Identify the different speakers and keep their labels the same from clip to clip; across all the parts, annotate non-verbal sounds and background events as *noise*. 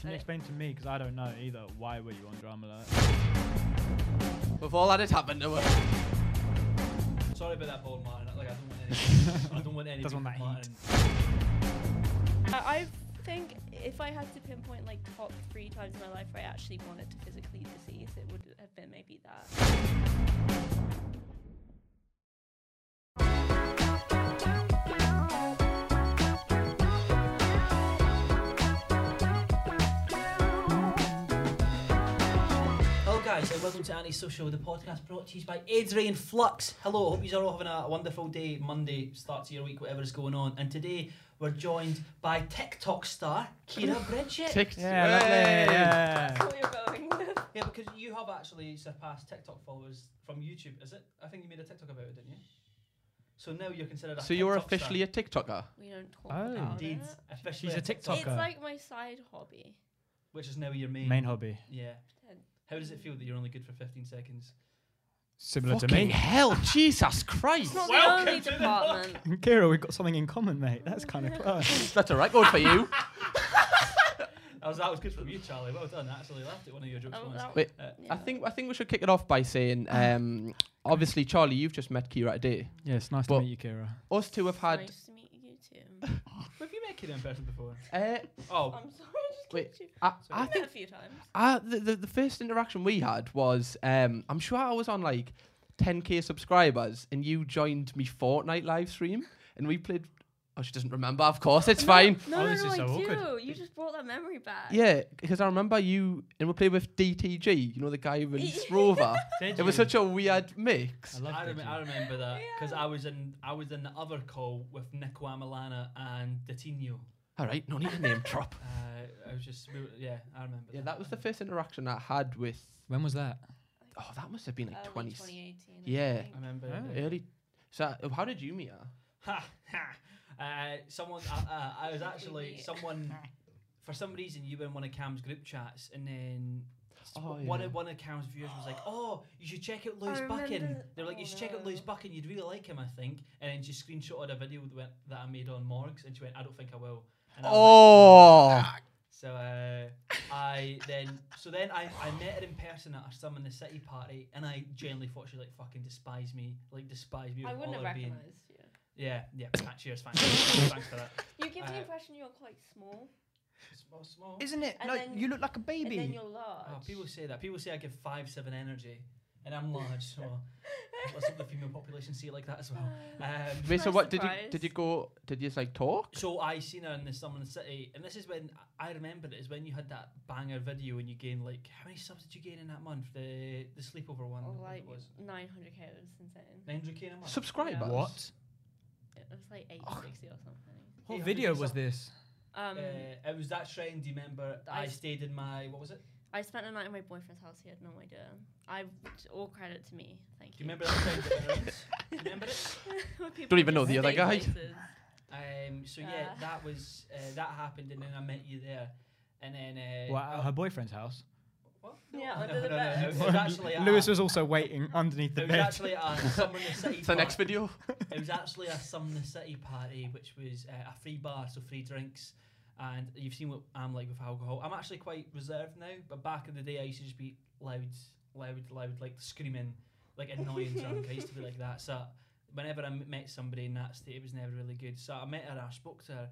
Speaker 1: Can you
Speaker 2: Okay.
Speaker 1: explain to me, because I don't know either, why were you on Drama Alert? *laughs*
Speaker 3: We've all had it happen to us.
Speaker 4: Sorry about that, Bald Martin. Like, I don't want any. I don't want any.
Speaker 1: Doesn't want
Speaker 4: Bald
Speaker 1: that
Speaker 4: Martin.
Speaker 2: I I think if I had to pinpoint like top three times in my life where I actually wanted to physically disease, it would have been maybe that.
Speaker 4: Hello, guys, and welcome to Annie Social, the podcast brought to you by AIDS Ray and Flux. Hello, hope you're all having a wonderful day, Monday, start to your week, whatever's going on. And today we're joined by TikTok star Kira Bridget.
Speaker 3: Ticked.
Speaker 1: Yeah, lovely. Yeah.
Speaker 2: That's what you're going with.
Speaker 4: yeah, because you have actually surpassed TikTok followers from YouTube, is it? I think you made a TikTok about it, didn't you? So now you're considered a
Speaker 3: So you're
Speaker 4: TikTok
Speaker 3: officially a TikToker.
Speaker 2: We don't talk
Speaker 1: Oh.
Speaker 4: star.
Speaker 2: about
Speaker 4: Indeed,
Speaker 2: it.
Speaker 4: officially
Speaker 1: She's a TikTok.
Speaker 2: It's
Speaker 1: Tucker.
Speaker 2: like my side hobby.
Speaker 4: Which is now your main.
Speaker 1: Main hobby.
Speaker 4: Yeah. How does it feel that you're only good for 15 seconds?
Speaker 1: Similar to
Speaker 3: Fucking
Speaker 1: me.
Speaker 3: hell, Jesus Christ.
Speaker 2: It's not
Speaker 4: Welcome
Speaker 2: the only
Speaker 4: to the *laughs*
Speaker 1: *laughs*
Speaker 2: department.
Speaker 1: Kira, we've got something in common, mate. That's kind of close.
Speaker 3: That's a record for you.
Speaker 4: That was, that was good from you, Charlie. Well done. I actually laughed at one of your jokes
Speaker 2: Oh,
Speaker 4: once. Uh,
Speaker 2: that-
Speaker 3: Wait, I
Speaker 2: yeah.
Speaker 3: think I think we should kick it off by saying,
Speaker 1: Ah.
Speaker 3: um, obviously, Charlie, you've just met Kira today.
Speaker 1: yeah, it's nice
Speaker 3: Well-
Speaker 1: to meet you, Kira.
Speaker 3: Us two have
Speaker 2: It's
Speaker 3: had.
Speaker 2: Nice to meet you
Speaker 3: *laughs*
Speaker 2: too.
Speaker 4: Have you met Kira in person before?
Speaker 3: Uh,
Speaker 4: Oh,
Speaker 2: I'm sorry, I just
Speaker 3: Wait,
Speaker 2: kicked you.
Speaker 3: I, I
Speaker 2: I've
Speaker 3: think
Speaker 2: met a few times.
Speaker 3: I, the, the the first interaction we had was um, I'm sure I was on like 10k subscribers, and you joined me Fortnite live stream, and we played. Oh, she doesn't remember. Of course, it's fine.
Speaker 2: No,
Speaker 1: Oh,
Speaker 2: no,
Speaker 1: this
Speaker 2: no,
Speaker 1: is
Speaker 2: I
Speaker 1: so
Speaker 2: do.
Speaker 1: awkward.
Speaker 2: You just brought that memory back.
Speaker 3: Yeah, because I remember you, and we played with DTG. You know the
Speaker 2: *laughs*
Speaker 3: guy who released Rover.
Speaker 1: Did
Speaker 3: It was such a weird mix.
Speaker 1: I love
Speaker 4: I, rem-
Speaker 1: Digi.
Speaker 4: I remember that because
Speaker 2: Yeah.
Speaker 4: I was in I was in the other call with Nico Amalana and Datinho.
Speaker 3: All right, no need to name drop.
Speaker 4: Uh, I was just we were- yeah, I remember.
Speaker 3: Yeah, that was the first interaction I had with.
Speaker 1: When was that?
Speaker 3: Oh, that must have been like
Speaker 2: Early
Speaker 3: 20.
Speaker 2: 2018. I
Speaker 3: Yeah.
Speaker 2: think.
Speaker 4: I remember.
Speaker 1: Oh.
Speaker 4: yeah.
Speaker 3: Early. So, uh, how did you meet her?
Speaker 4: Ha ha. Uh, someone uh, uh, I was actually
Speaker 2: Idiot. *laughs*
Speaker 4: someone for some reason you were in one of Cam's group chats and then. s-
Speaker 3: Oh,
Speaker 4: One
Speaker 3: yeah.
Speaker 4: of one of Cam's viewers was like, "Oh, you should check out Lewis
Speaker 2: I
Speaker 4: Bucking."
Speaker 2: remember-
Speaker 4: They were like, "You
Speaker 2: oh,
Speaker 4: should check out Lewis
Speaker 2: no.
Speaker 4: Bucking. You'd really like him, I think." And then she screenshotted a video that, went- that I made on Morgs, and she went, "I don't think I will." And I was like,
Speaker 3: Oh.
Speaker 4: So uh, I then so then I, I met her in person at a Sum in the City party, and I genuinely thought she like fucking despised me, like despised me with
Speaker 2: I wouldn't
Speaker 4: all
Speaker 2: have
Speaker 4: her being.
Speaker 2: recognised you.
Speaker 4: Yeah, yeah. ah, Cheers, thanks, *coughs* thanks for that.
Speaker 2: You give the
Speaker 4: Uh,
Speaker 2: impression you're quite small,
Speaker 4: Small, small.
Speaker 1: Isn't it?
Speaker 2: And then-
Speaker 1: look like a
Speaker 2: and then you're large.
Speaker 4: Oh, people say that. People say I give five seven energy, and
Speaker 2: *laughs*
Speaker 4: I'm large, so let's hope the female population see it like that as well. Um,
Speaker 3: Wait, so
Speaker 2: Nice
Speaker 3: what did you
Speaker 2: surprise.
Speaker 3: did you go? Did you just like talk?
Speaker 4: So I seen her in the Summer in the City, and this is when I remember it is when you had that banger video and you gained like how many subs did you gain in that month? The the sleepover one. I
Speaker 2: Oh,
Speaker 4: think
Speaker 2: like
Speaker 4: it was
Speaker 2: 900k it was insane.
Speaker 4: nine hundred k in a month.
Speaker 3: Subscribers.
Speaker 1: What?
Speaker 2: It was like 860 or something.
Speaker 1: What
Speaker 4: Yeah,
Speaker 1: video
Speaker 4: it's
Speaker 1: was
Speaker 4: up-
Speaker 1: this?
Speaker 2: Um,
Speaker 4: Oh. uh, it was that shrine. Do you remember?
Speaker 2: The
Speaker 4: I,
Speaker 2: ice-
Speaker 4: stayed in my what was it?
Speaker 2: I spent a night at my boyfriend's house. He had no idea. I all credit to me. Thank you.
Speaker 4: Do you remember that
Speaker 2: *laughs*
Speaker 4: shrine? that we were in? Do you remember it?
Speaker 2: When people
Speaker 3: Don't even
Speaker 2: just
Speaker 3: know the other
Speaker 2: stay
Speaker 3: guy.
Speaker 2: places.
Speaker 4: Um, so yeah,
Speaker 2: Uh.
Speaker 4: that was uh, that happened, and then I met you there, and then uh,
Speaker 1: Well, at her boyfriend's house. *laughs*
Speaker 4: what?
Speaker 2: Yeah,
Speaker 4: No,
Speaker 2: under
Speaker 4: no,
Speaker 2: the
Speaker 4: no, no,
Speaker 2: bed.
Speaker 4: It was actually at
Speaker 1: Lewis
Speaker 4: a-
Speaker 1: was also waiting underneath the
Speaker 4: It was
Speaker 1: bed.
Speaker 4: actually a Summer in the
Speaker 3: *laughs*
Speaker 4: City.
Speaker 3: It's the next
Speaker 4: party.
Speaker 3: video.
Speaker 4: It was actually a Summer in the City party, which was uh, a free bar, so free drinks. And you've seen what I'm like with alcohol. I'm actually quite reserved now, but back in the day, I used to just be loud, loud, loud, like screaming, like
Speaker 2: *laughs*
Speaker 4: annoying drunk. I used to be like that. So whenever I m- met somebody in that state, it was never really good. So I met her, I spoke to her,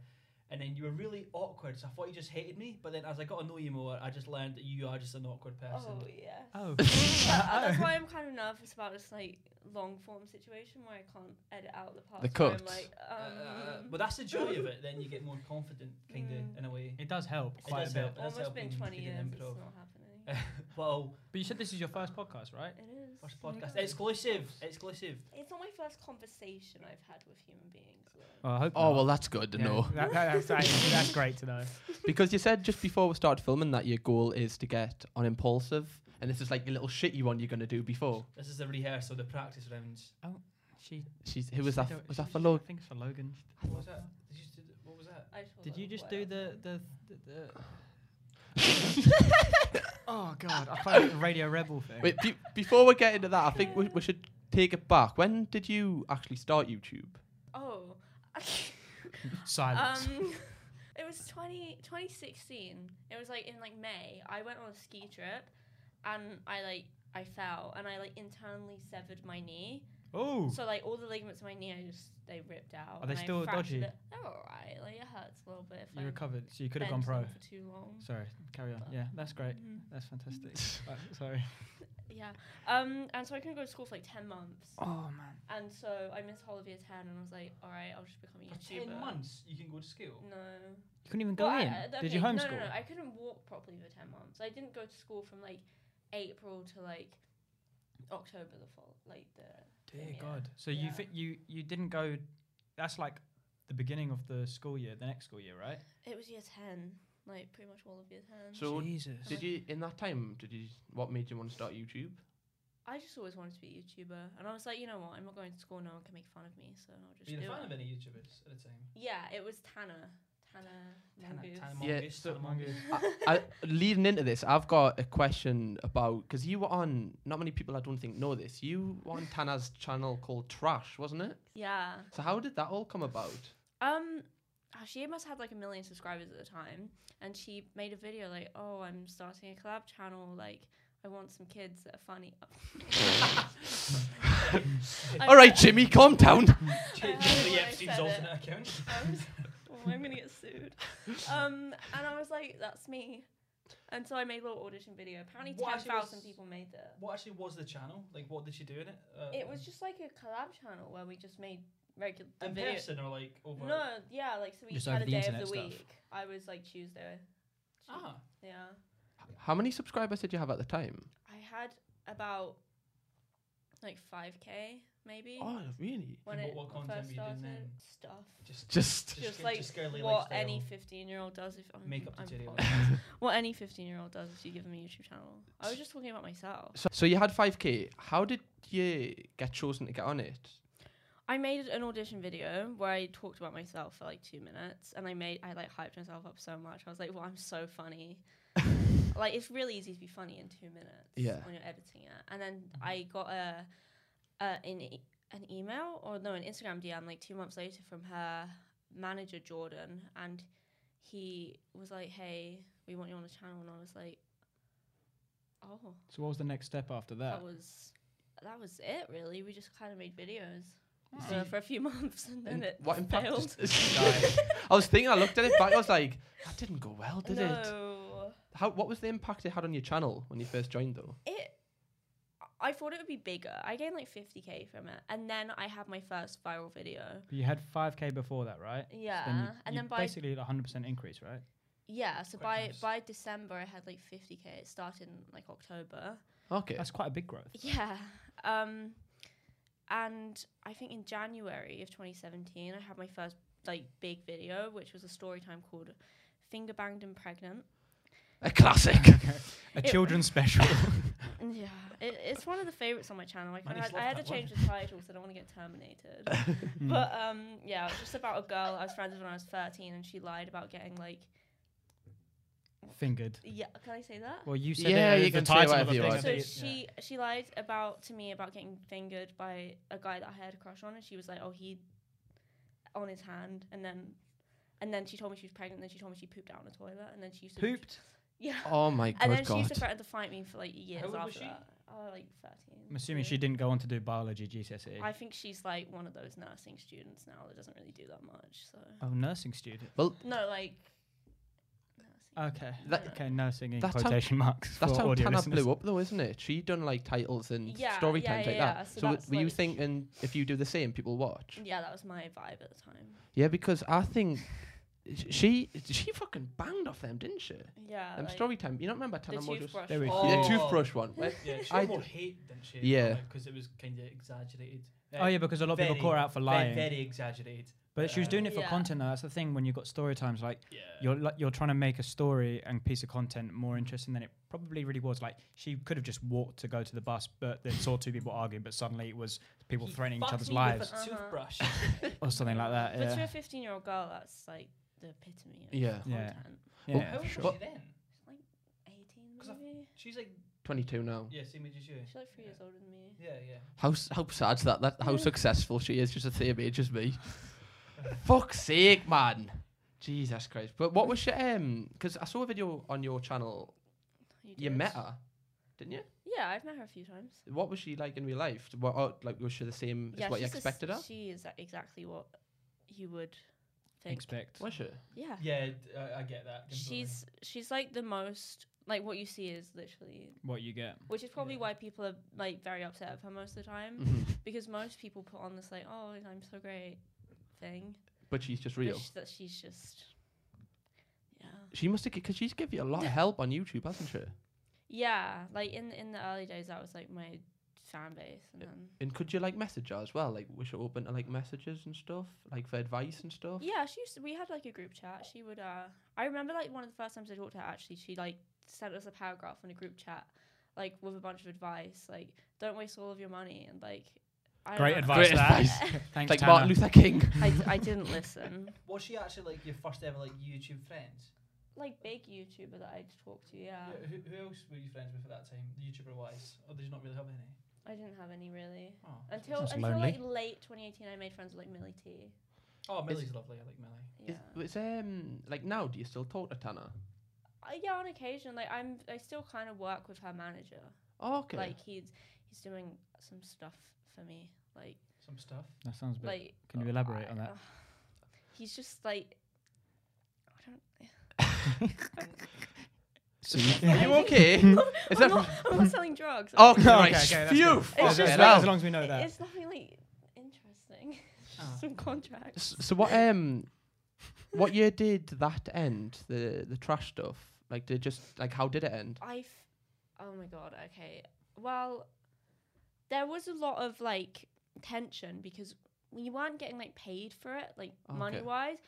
Speaker 4: and then you were really awkward. So I thought you just hated me, but then as I got to know you more, I just learned that you are just an awkward person.
Speaker 2: *laughs* Oh yeah.
Speaker 1: oh.
Speaker 2: Yeah, that's why I'm kind of nervous about this like long form situation where I can't edit out the parts.
Speaker 3: The
Speaker 2: where I'm
Speaker 3: cuts.
Speaker 2: like,
Speaker 4: Uh,
Speaker 2: um,
Speaker 4: but that's the joy
Speaker 2: *laughs*
Speaker 4: of it. Then you get more confident, kind of,
Speaker 2: Mm.
Speaker 4: in a way.
Speaker 1: *laughs* It does help
Speaker 2: It
Speaker 1: quite
Speaker 4: does
Speaker 1: a bit.
Speaker 4: help. that's
Speaker 2: almost been
Speaker 4: helping
Speaker 2: 20
Speaker 4: in
Speaker 2: years. It's
Speaker 4: improv.
Speaker 2: not
Speaker 4: *laughs*
Speaker 2: happening.
Speaker 4: well,
Speaker 1: But you said this is your first podcast, right?
Speaker 2: it is.
Speaker 4: first
Speaker 2: Oh my
Speaker 4: podcast
Speaker 2: God.
Speaker 4: exclusive, exclusive.
Speaker 2: It's not my first conversation I've had with human beings. though.
Speaker 1: Well, I hope
Speaker 3: Oh
Speaker 1: not.
Speaker 3: well, that's good to
Speaker 1: Yeah,
Speaker 3: know.
Speaker 1: that- that- that's, that's- that's great to know.
Speaker 3: Because you said just before we started filming that your goal is to get on impulsive, and this is like a little shitty one you're gonna do before.
Speaker 4: This is the rehearsal, the practice rounds.
Speaker 1: She
Speaker 3: She's who was
Speaker 1: she
Speaker 3: that?
Speaker 1: don't-
Speaker 3: Was
Speaker 1: she-
Speaker 3: that for
Speaker 1: she-
Speaker 3: Logan?
Speaker 1: I think it's for Logan.
Speaker 4: What was that? Did you just do, what was that?
Speaker 2: I told
Speaker 1: Did
Speaker 2: her
Speaker 1: you just
Speaker 2: what
Speaker 1: do
Speaker 2: I've *laughs*
Speaker 1: the
Speaker 2: done.
Speaker 1: the? the, oh God, I played the Radio Rebel thing.
Speaker 3: Wait, be- before we get into that, I think we, we should take it back. When did you actually start YouTube?
Speaker 2: Oh.
Speaker 1: Silence.
Speaker 2: um, *laughs* it was was 20, 2016. It was like in like May. I went on a ski trip, and I like I fell and I like internally severed my knee.
Speaker 1: Oh,
Speaker 2: So like all the ligaments in my knee, I just they ripped out.
Speaker 1: Are they
Speaker 2: and I
Speaker 1: still
Speaker 2: fractured
Speaker 1: dodgy?
Speaker 2: It. They're alright. Like it hurts a little bit. If
Speaker 1: you
Speaker 2: I
Speaker 1: recovered, so you could have gone
Speaker 2: bend
Speaker 1: pro.
Speaker 2: them for too long.
Speaker 1: Sorry, carry on.
Speaker 2: But-
Speaker 1: Yeah, that's great.
Speaker 2: Mhm.
Speaker 1: That's
Speaker 3: *laughs*
Speaker 1: fantastic. Uh, sorry.
Speaker 2: Yeah. Um. And so I couldn't go to school for like ten months.
Speaker 1: Oh man.
Speaker 2: And so I missed whole of year ten, and I was like, all right, I'll just become a
Speaker 4: For
Speaker 2: YouTuber.
Speaker 4: ten months, you can go to school.
Speaker 2: No.
Speaker 1: You couldn't even go
Speaker 2: Well, I-
Speaker 1: in.
Speaker 2: I-
Speaker 1: Did you
Speaker 2: okay,
Speaker 1: homeschool?
Speaker 2: No, no, no. I couldn't walk properly for ten months. I didn't go to school from like April to like October the fall, like the.
Speaker 1: Dear
Speaker 2: Yeah.
Speaker 1: God. So you
Speaker 2: Yeah.
Speaker 1: thi- you you didn't go. That's like the beginning of the school year, the next school year,
Speaker 3: *laughs*
Speaker 1: right?
Speaker 2: It was year ten, like pretty much all of year ten.
Speaker 3: So
Speaker 1: Jesus.
Speaker 2: I'm
Speaker 3: Did
Speaker 2: like-
Speaker 3: you in that time? Did you? What made you want to start YouTube?
Speaker 2: I just always wanted to be a YouTuber, and I was like, you know what? I'm not going to school. No one can make fun of me, so I'll just
Speaker 4: Were you
Speaker 2: do
Speaker 4: a fan
Speaker 2: it.
Speaker 4: of any YouTubers at the time?
Speaker 2: Yeah, it was Tanner. Tanner. Mongoose.
Speaker 4: Tanner
Speaker 3: Yeah,
Speaker 4: Mongoose,
Speaker 3: so-
Speaker 4: Tanner Mongoose.
Speaker 3: I, leading into this, I've got a question about because you were on. Not many people, I don't think, know this. You were on Tana's channel called Trash, wasn't it?
Speaker 2: Yeah.
Speaker 3: So how did that all come about?
Speaker 2: Um, oh, she must have had like a million subscribers at the time, and she made a video like, "Oh, I'm starting a collab channel. Like, I want some kids that are
Speaker 4: *laughs*
Speaker 2: funny." *laughs* I-
Speaker 3: all right, Jimmy, calm down.
Speaker 2: *laughs*
Speaker 4: *laughs*
Speaker 2: I heard
Speaker 4: Jimmy
Speaker 2: when I said
Speaker 4: Epstein's
Speaker 2: it.
Speaker 4: alternate account.
Speaker 2: I was- oh, I'm gonna get sued. Um, and I was like, "That's me." And so I made a little audition video. Apparently,
Speaker 4: What
Speaker 2: ten
Speaker 4: actually was-
Speaker 2: thousand people made it.
Speaker 4: What actually was the channel? Like, what did she do in it? Uh,
Speaker 2: It was just like a collab channel where we just made regular the
Speaker 4: in
Speaker 2: video.
Speaker 4: person or like over.
Speaker 2: No, yeah, like so we
Speaker 1: Just over
Speaker 2: had a
Speaker 1: the
Speaker 2: day of
Speaker 1: internet
Speaker 2: the
Speaker 1: stuff.
Speaker 2: week. I was like Tuesday.
Speaker 4: Ah,
Speaker 2: Yeah.
Speaker 3: How many subscribers did you have at the time?
Speaker 2: I had about like five k maybe
Speaker 3: Oh, really?
Speaker 2: when
Speaker 4: And
Speaker 2: it
Speaker 4: what- what
Speaker 2: first
Speaker 4: content were you doing
Speaker 2: started.
Speaker 4: then?
Speaker 2: Stuff
Speaker 4: just
Speaker 3: Just
Speaker 4: Just
Speaker 2: just,
Speaker 4: sca-
Speaker 2: like
Speaker 4: just girly
Speaker 2: what
Speaker 4: lifestyle.
Speaker 2: any fifteen year old does if I'm,
Speaker 4: makeup
Speaker 2: I'm
Speaker 4: tutorial.
Speaker 2: poor. what any fifteen year old does if you give them a YouTube channel. I was just talking about myself.
Speaker 3: so, so you had 5k. How did you get chosen to get on it?
Speaker 2: I made an audition video where I talked about myself for like two minutes, and I made I like hyped myself up so much. I was like, "Well, I'm so funny." like it's really easy to be funny in two minutes
Speaker 3: Yeah.
Speaker 2: when you're editing it. And then I got a, a an, e- an email or no an Instagram DM like two months later from her manager Jordan, and he was like, "Hey, we want you on the channel," and I was like, "Oh,
Speaker 1: So what was the next step after that?
Speaker 2: that was." That was it, really. We just kind of made videos
Speaker 1: Ah.
Speaker 2: for, for a few *laughs* months, and then
Speaker 3: And
Speaker 2: it
Speaker 3: what impact?
Speaker 2: failed.
Speaker 3: *laughs* does- Nice. I was thinking. I looked at it back. I was like, that didn't go well, did it?
Speaker 2: no,
Speaker 3: How? What was the impact it had on your channel when you first joined, though?
Speaker 2: it. I thought it would be bigger. I gained like 50k from it, and then I had my first viral video.
Speaker 1: you had 5k before that, right?
Speaker 2: Yeah,
Speaker 1: Then you,
Speaker 2: Uh, and
Speaker 1: you
Speaker 2: then by
Speaker 1: basically had a 100% increase, right?
Speaker 2: yeah, so
Speaker 4: Quite
Speaker 2: by
Speaker 4: nice.
Speaker 2: by December I had like 50k. It started in like October.
Speaker 3: Okay.
Speaker 1: That's quite a big growth.
Speaker 2: Yeah, um, and I think in January of 2017 I had my first like big video, which was a story time called "Finger Banged and Pregnant."
Speaker 3: A classic.
Speaker 1: A
Speaker 2: It-
Speaker 1: children's special.
Speaker 2: Yeah, it, it's one of the favorites on my channel. I, kinda
Speaker 4: Manny's
Speaker 2: had, I had
Speaker 4: loved
Speaker 2: to
Speaker 4: that one.
Speaker 2: change the title because I don't want to get terminated.
Speaker 4: *laughs*
Speaker 2: but um, yeah, it was just about a girl I was friends with when I was thirteen, and she lied about getting like
Speaker 1: *laughs* Fingered.
Speaker 2: yeah. Can I say that?
Speaker 1: Well, you said
Speaker 3: Yeah,
Speaker 1: it as
Speaker 3: you
Speaker 1: the
Speaker 3: can say
Speaker 1: title of
Speaker 3: whatever
Speaker 1: the
Speaker 3: you
Speaker 1: thing.
Speaker 3: want.
Speaker 1: I
Speaker 2: so
Speaker 1: think it-
Speaker 2: she she lied about to me about getting fingered by a guy that I had a crush on, and she was like, "Oh, he on his hand," and then and then she told me she was pregnant, and then she told me she pooped out on the toilet, and then she used to
Speaker 1: Pooped?
Speaker 2: yeah,
Speaker 3: *laughs* oh my
Speaker 2: and
Speaker 3: god.
Speaker 2: then she used
Speaker 3: god.
Speaker 2: to threaten to fight me for like years
Speaker 4: How old was
Speaker 2: after
Speaker 4: she?
Speaker 2: that. Oh, like thirteen.
Speaker 1: I'm assuming
Speaker 2: yeah.
Speaker 1: she didn't go on to do biology GCSE.
Speaker 2: I think she's like one of those nursing students now that doesn't really do that much. So
Speaker 1: oh, nursing student.
Speaker 2: no, like nursing.
Speaker 1: Okay.
Speaker 2: That-
Speaker 1: okay, nursing in
Speaker 3: That's how-
Speaker 1: quotation marks
Speaker 3: That's
Speaker 1: for
Speaker 3: how
Speaker 1: audio
Speaker 3: Tana
Speaker 1: listeners.
Speaker 3: blew up, though, isn't it? She done like titles and
Speaker 2: Yeah,
Speaker 3: story
Speaker 2: yeah,
Speaker 3: times
Speaker 2: yeah,
Speaker 3: like
Speaker 2: yeah.
Speaker 3: that.
Speaker 2: So
Speaker 3: So, w
Speaker 2: that's
Speaker 3: were you
Speaker 2: like-
Speaker 3: thinking if you do the same, people watch?
Speaker 2: yeah, that was my vibe at the time.
Speaker 3: Yeah, because I think sh- she she fucking banged off them, didn't she?
Speaker 2: Yeah,
Speaker 3: Them
Speaker 2: like,
Speaker 3: story time. You don't remember
Speaker 2: the
Speaker 3: Tana Mojo's?
Speaker 2: toothbrush.
Speaker 1: There we
Speaker 2: one.
Speaker 3: *laughs*
Speaker 4: go.
Speaker 3: The
Speaker 4: Oh.
Speaker 3: toothbrush one. where-
Speaker 4: yeah, she
Speaker 3: I
Speaker 4: had more
Speaker 3: d-
Speaker 4: hate than she.
Speaker 3: Yeah.
Speaker 4: because it was kind of exaggerated.
Speaker 1: Oh, yeah, because a lot of people
Speaker 4: Very,
Speaker 1: caught her out for lying.
Speaker 4: Very, very exaggerated.
Speaker 1: but she was doing it for
Speaker 2: Yeah.
Speaker 1: content, though. That's the thing when you've got story times. Like,
Speaker 4: Yeah.
Speaker 1: you're like you're trying to make a story and piece of content more interesting than it probably really was. Like she could have just walked to go to the bus, but then saw two people arguing, but suddenly it was people
Speaker 4: He
Speaker 1: threatening
Speaker 4: fucked
Speaker 1: each other's
Speaker 4: me with a
Speaker 1: lives
Speaker 2: Uh-huh.
Speaker 4: toothbrush.
Speaker 1: or something like that.
Speaker 2: But to
Speaker 1: Yeah.
Speaker 2: a fifteen-year-old girl, that's like the epitome of
Speaker 3: Yeah.
Speaker 1: Yeah.
Speaker 2: content.
Speaker 1: yeah.
Speaker 4: How old
Speaker 3: sure.
Speaker 4: was she then?
Speaker 2: Eighteen,
Speaker 4: 'Cause I've-
Speaker 2: maybe.
Speaker 4: She's like,
Speaker 3: 22 now.
Speaker 4: yeah, same age as you.
Speaker 2: She's like three years older than me.
Speaker 4: Yeah, yeah.
Speaker 3: How s- how sad
Speaker 2: *laughs*
Speaker 3: that that how successful she is, just the same age as me. Fuck's sake, man. Jesus Christ. But what was your um? Because I saw a video on your channel. You
Speaker 2: did.
Speaker 3: met her, didn't you?
Speaker 2: Yeah, I've met her a few times.
Speaker 3: What was she like in real life? What, oh, like was she the same as what you
Speaker 2: she's a s-
Speaker 3: expected her?
Speaker 2: She is a- exactly what you would think.
Speaker 1: expect.
Speaker 3: Was she?
Speaker 2: Yeah.
Speaker 4: Yeah, d- I, I get that. completely.
Speaker 2: She's she's like the most like what you see is literally
Speaker 1: What you get.
Speaker 2: which is probably
Speaker 4: Yeah.
Speaker 2: why people are like very upset of her most of the time
Speaker 3: Mhm.
Speaker 2: because most people put on this like oh I'm so great thing
Speaker 3: but she's just
Speaker 2: but
Speaker 3: real.
Speaker 2: sh- that she's just yeah
Speaker 3: She must have because she's given you a lot of help on YouTube, hasn't she?
Speaker 2: yeah like in in the early days that was like my fan base and then
Speaker 3: And could you like message her as well? Like, was she open to like messages and stuff, like for advice and stuff?
Speaker 2: Yeah, she used to, we had like a group chat. She would uh I remember like one of the first times I talked to her actually, she like sent us a paragraph in a group chat, like with a bunch of advice, like don't waste all of your money and like I
Speaker 1: Great
Speaker 2: don't know.
Speaker 1: advice.
Speaker 3: Great
Speaker 1: that.
Speaker 3: advice.
Speaker 1: *laughs* Thanks,
Speaker 3: like
Speaker 1: Tanner.
Speaker 3: Martin Luther King.
Speaker 2: *laughs* I, d- I didn't listen. *laughs*
Speaker 4: Was she actually like your first ever like YouTube friends?
Speaker 2: Like big YouTuber that I'd talk to, yeah.
Speaker 4: Who- Who, who else were you friends with at that time, YouTuber wise? Or did you not really have any?
Speaker 2: I didn't have any really.
Speaker 4: Oh,
Speaker 2: Until
Speaker 1: Sounds
Speaker 2: until
Speaker 1: lonely.
Speaker 2: like late twenty eighteen I made friends with like Millie T.
Speaker 4: oh Millie's lovely. I like Millie.
Speaker 2: Yeah.
Speaker 3: Is, is um like now? Do you still talk to Tanner?
Speaker 2: Uh, yeah, on occasion. Like I'm I still kinda work with her manager.
Speaker 3: Oh, okay.
Speaker 2: Like he's he's doing some stuff for me. Like
Speaker 4: Some stuff.
Speaker 1: That sounds a bit.
Speaker 2: like
Speaker 1: can you elaborate on that?
Speaker 2: *laughs* uh, he's just like I don't
Speaker 3: *laughs*
Speaker 2: *laughs*
Speaker 3: Are you okay? Is
Speaker 2: I'm,
Speaker 3: that?
Speaker 2: not, I'm not selling drugs.
Speaker 3: Oh,
Speaker 2: okay.
Speaker 3: okay, right.
Speaker 1: okay, that's
Speaker 3: Phew.
Speaker 1: good.
Speaker 3: fucking
Speaker 2: It's just
Speaker 1: as,
Speaker 2: like-
Speaker 1: long,
Speaker 3: hell.
Speaker 1: as long as we know that.
Speaker 2: It's nothing like interesting. It's
Speaker 4: Ah.
Speaker 2: just some contracts.
Speaker 3: S- So what um what year did that end? The the trash stuff? Like did just like how did it end?
Speaker 2: I f- oh my god, okay. Well, there was a lot of like tension because we weren't getting like paid for it, like
Speaker 3: Oh, Okay.
Speaker 2: money wise.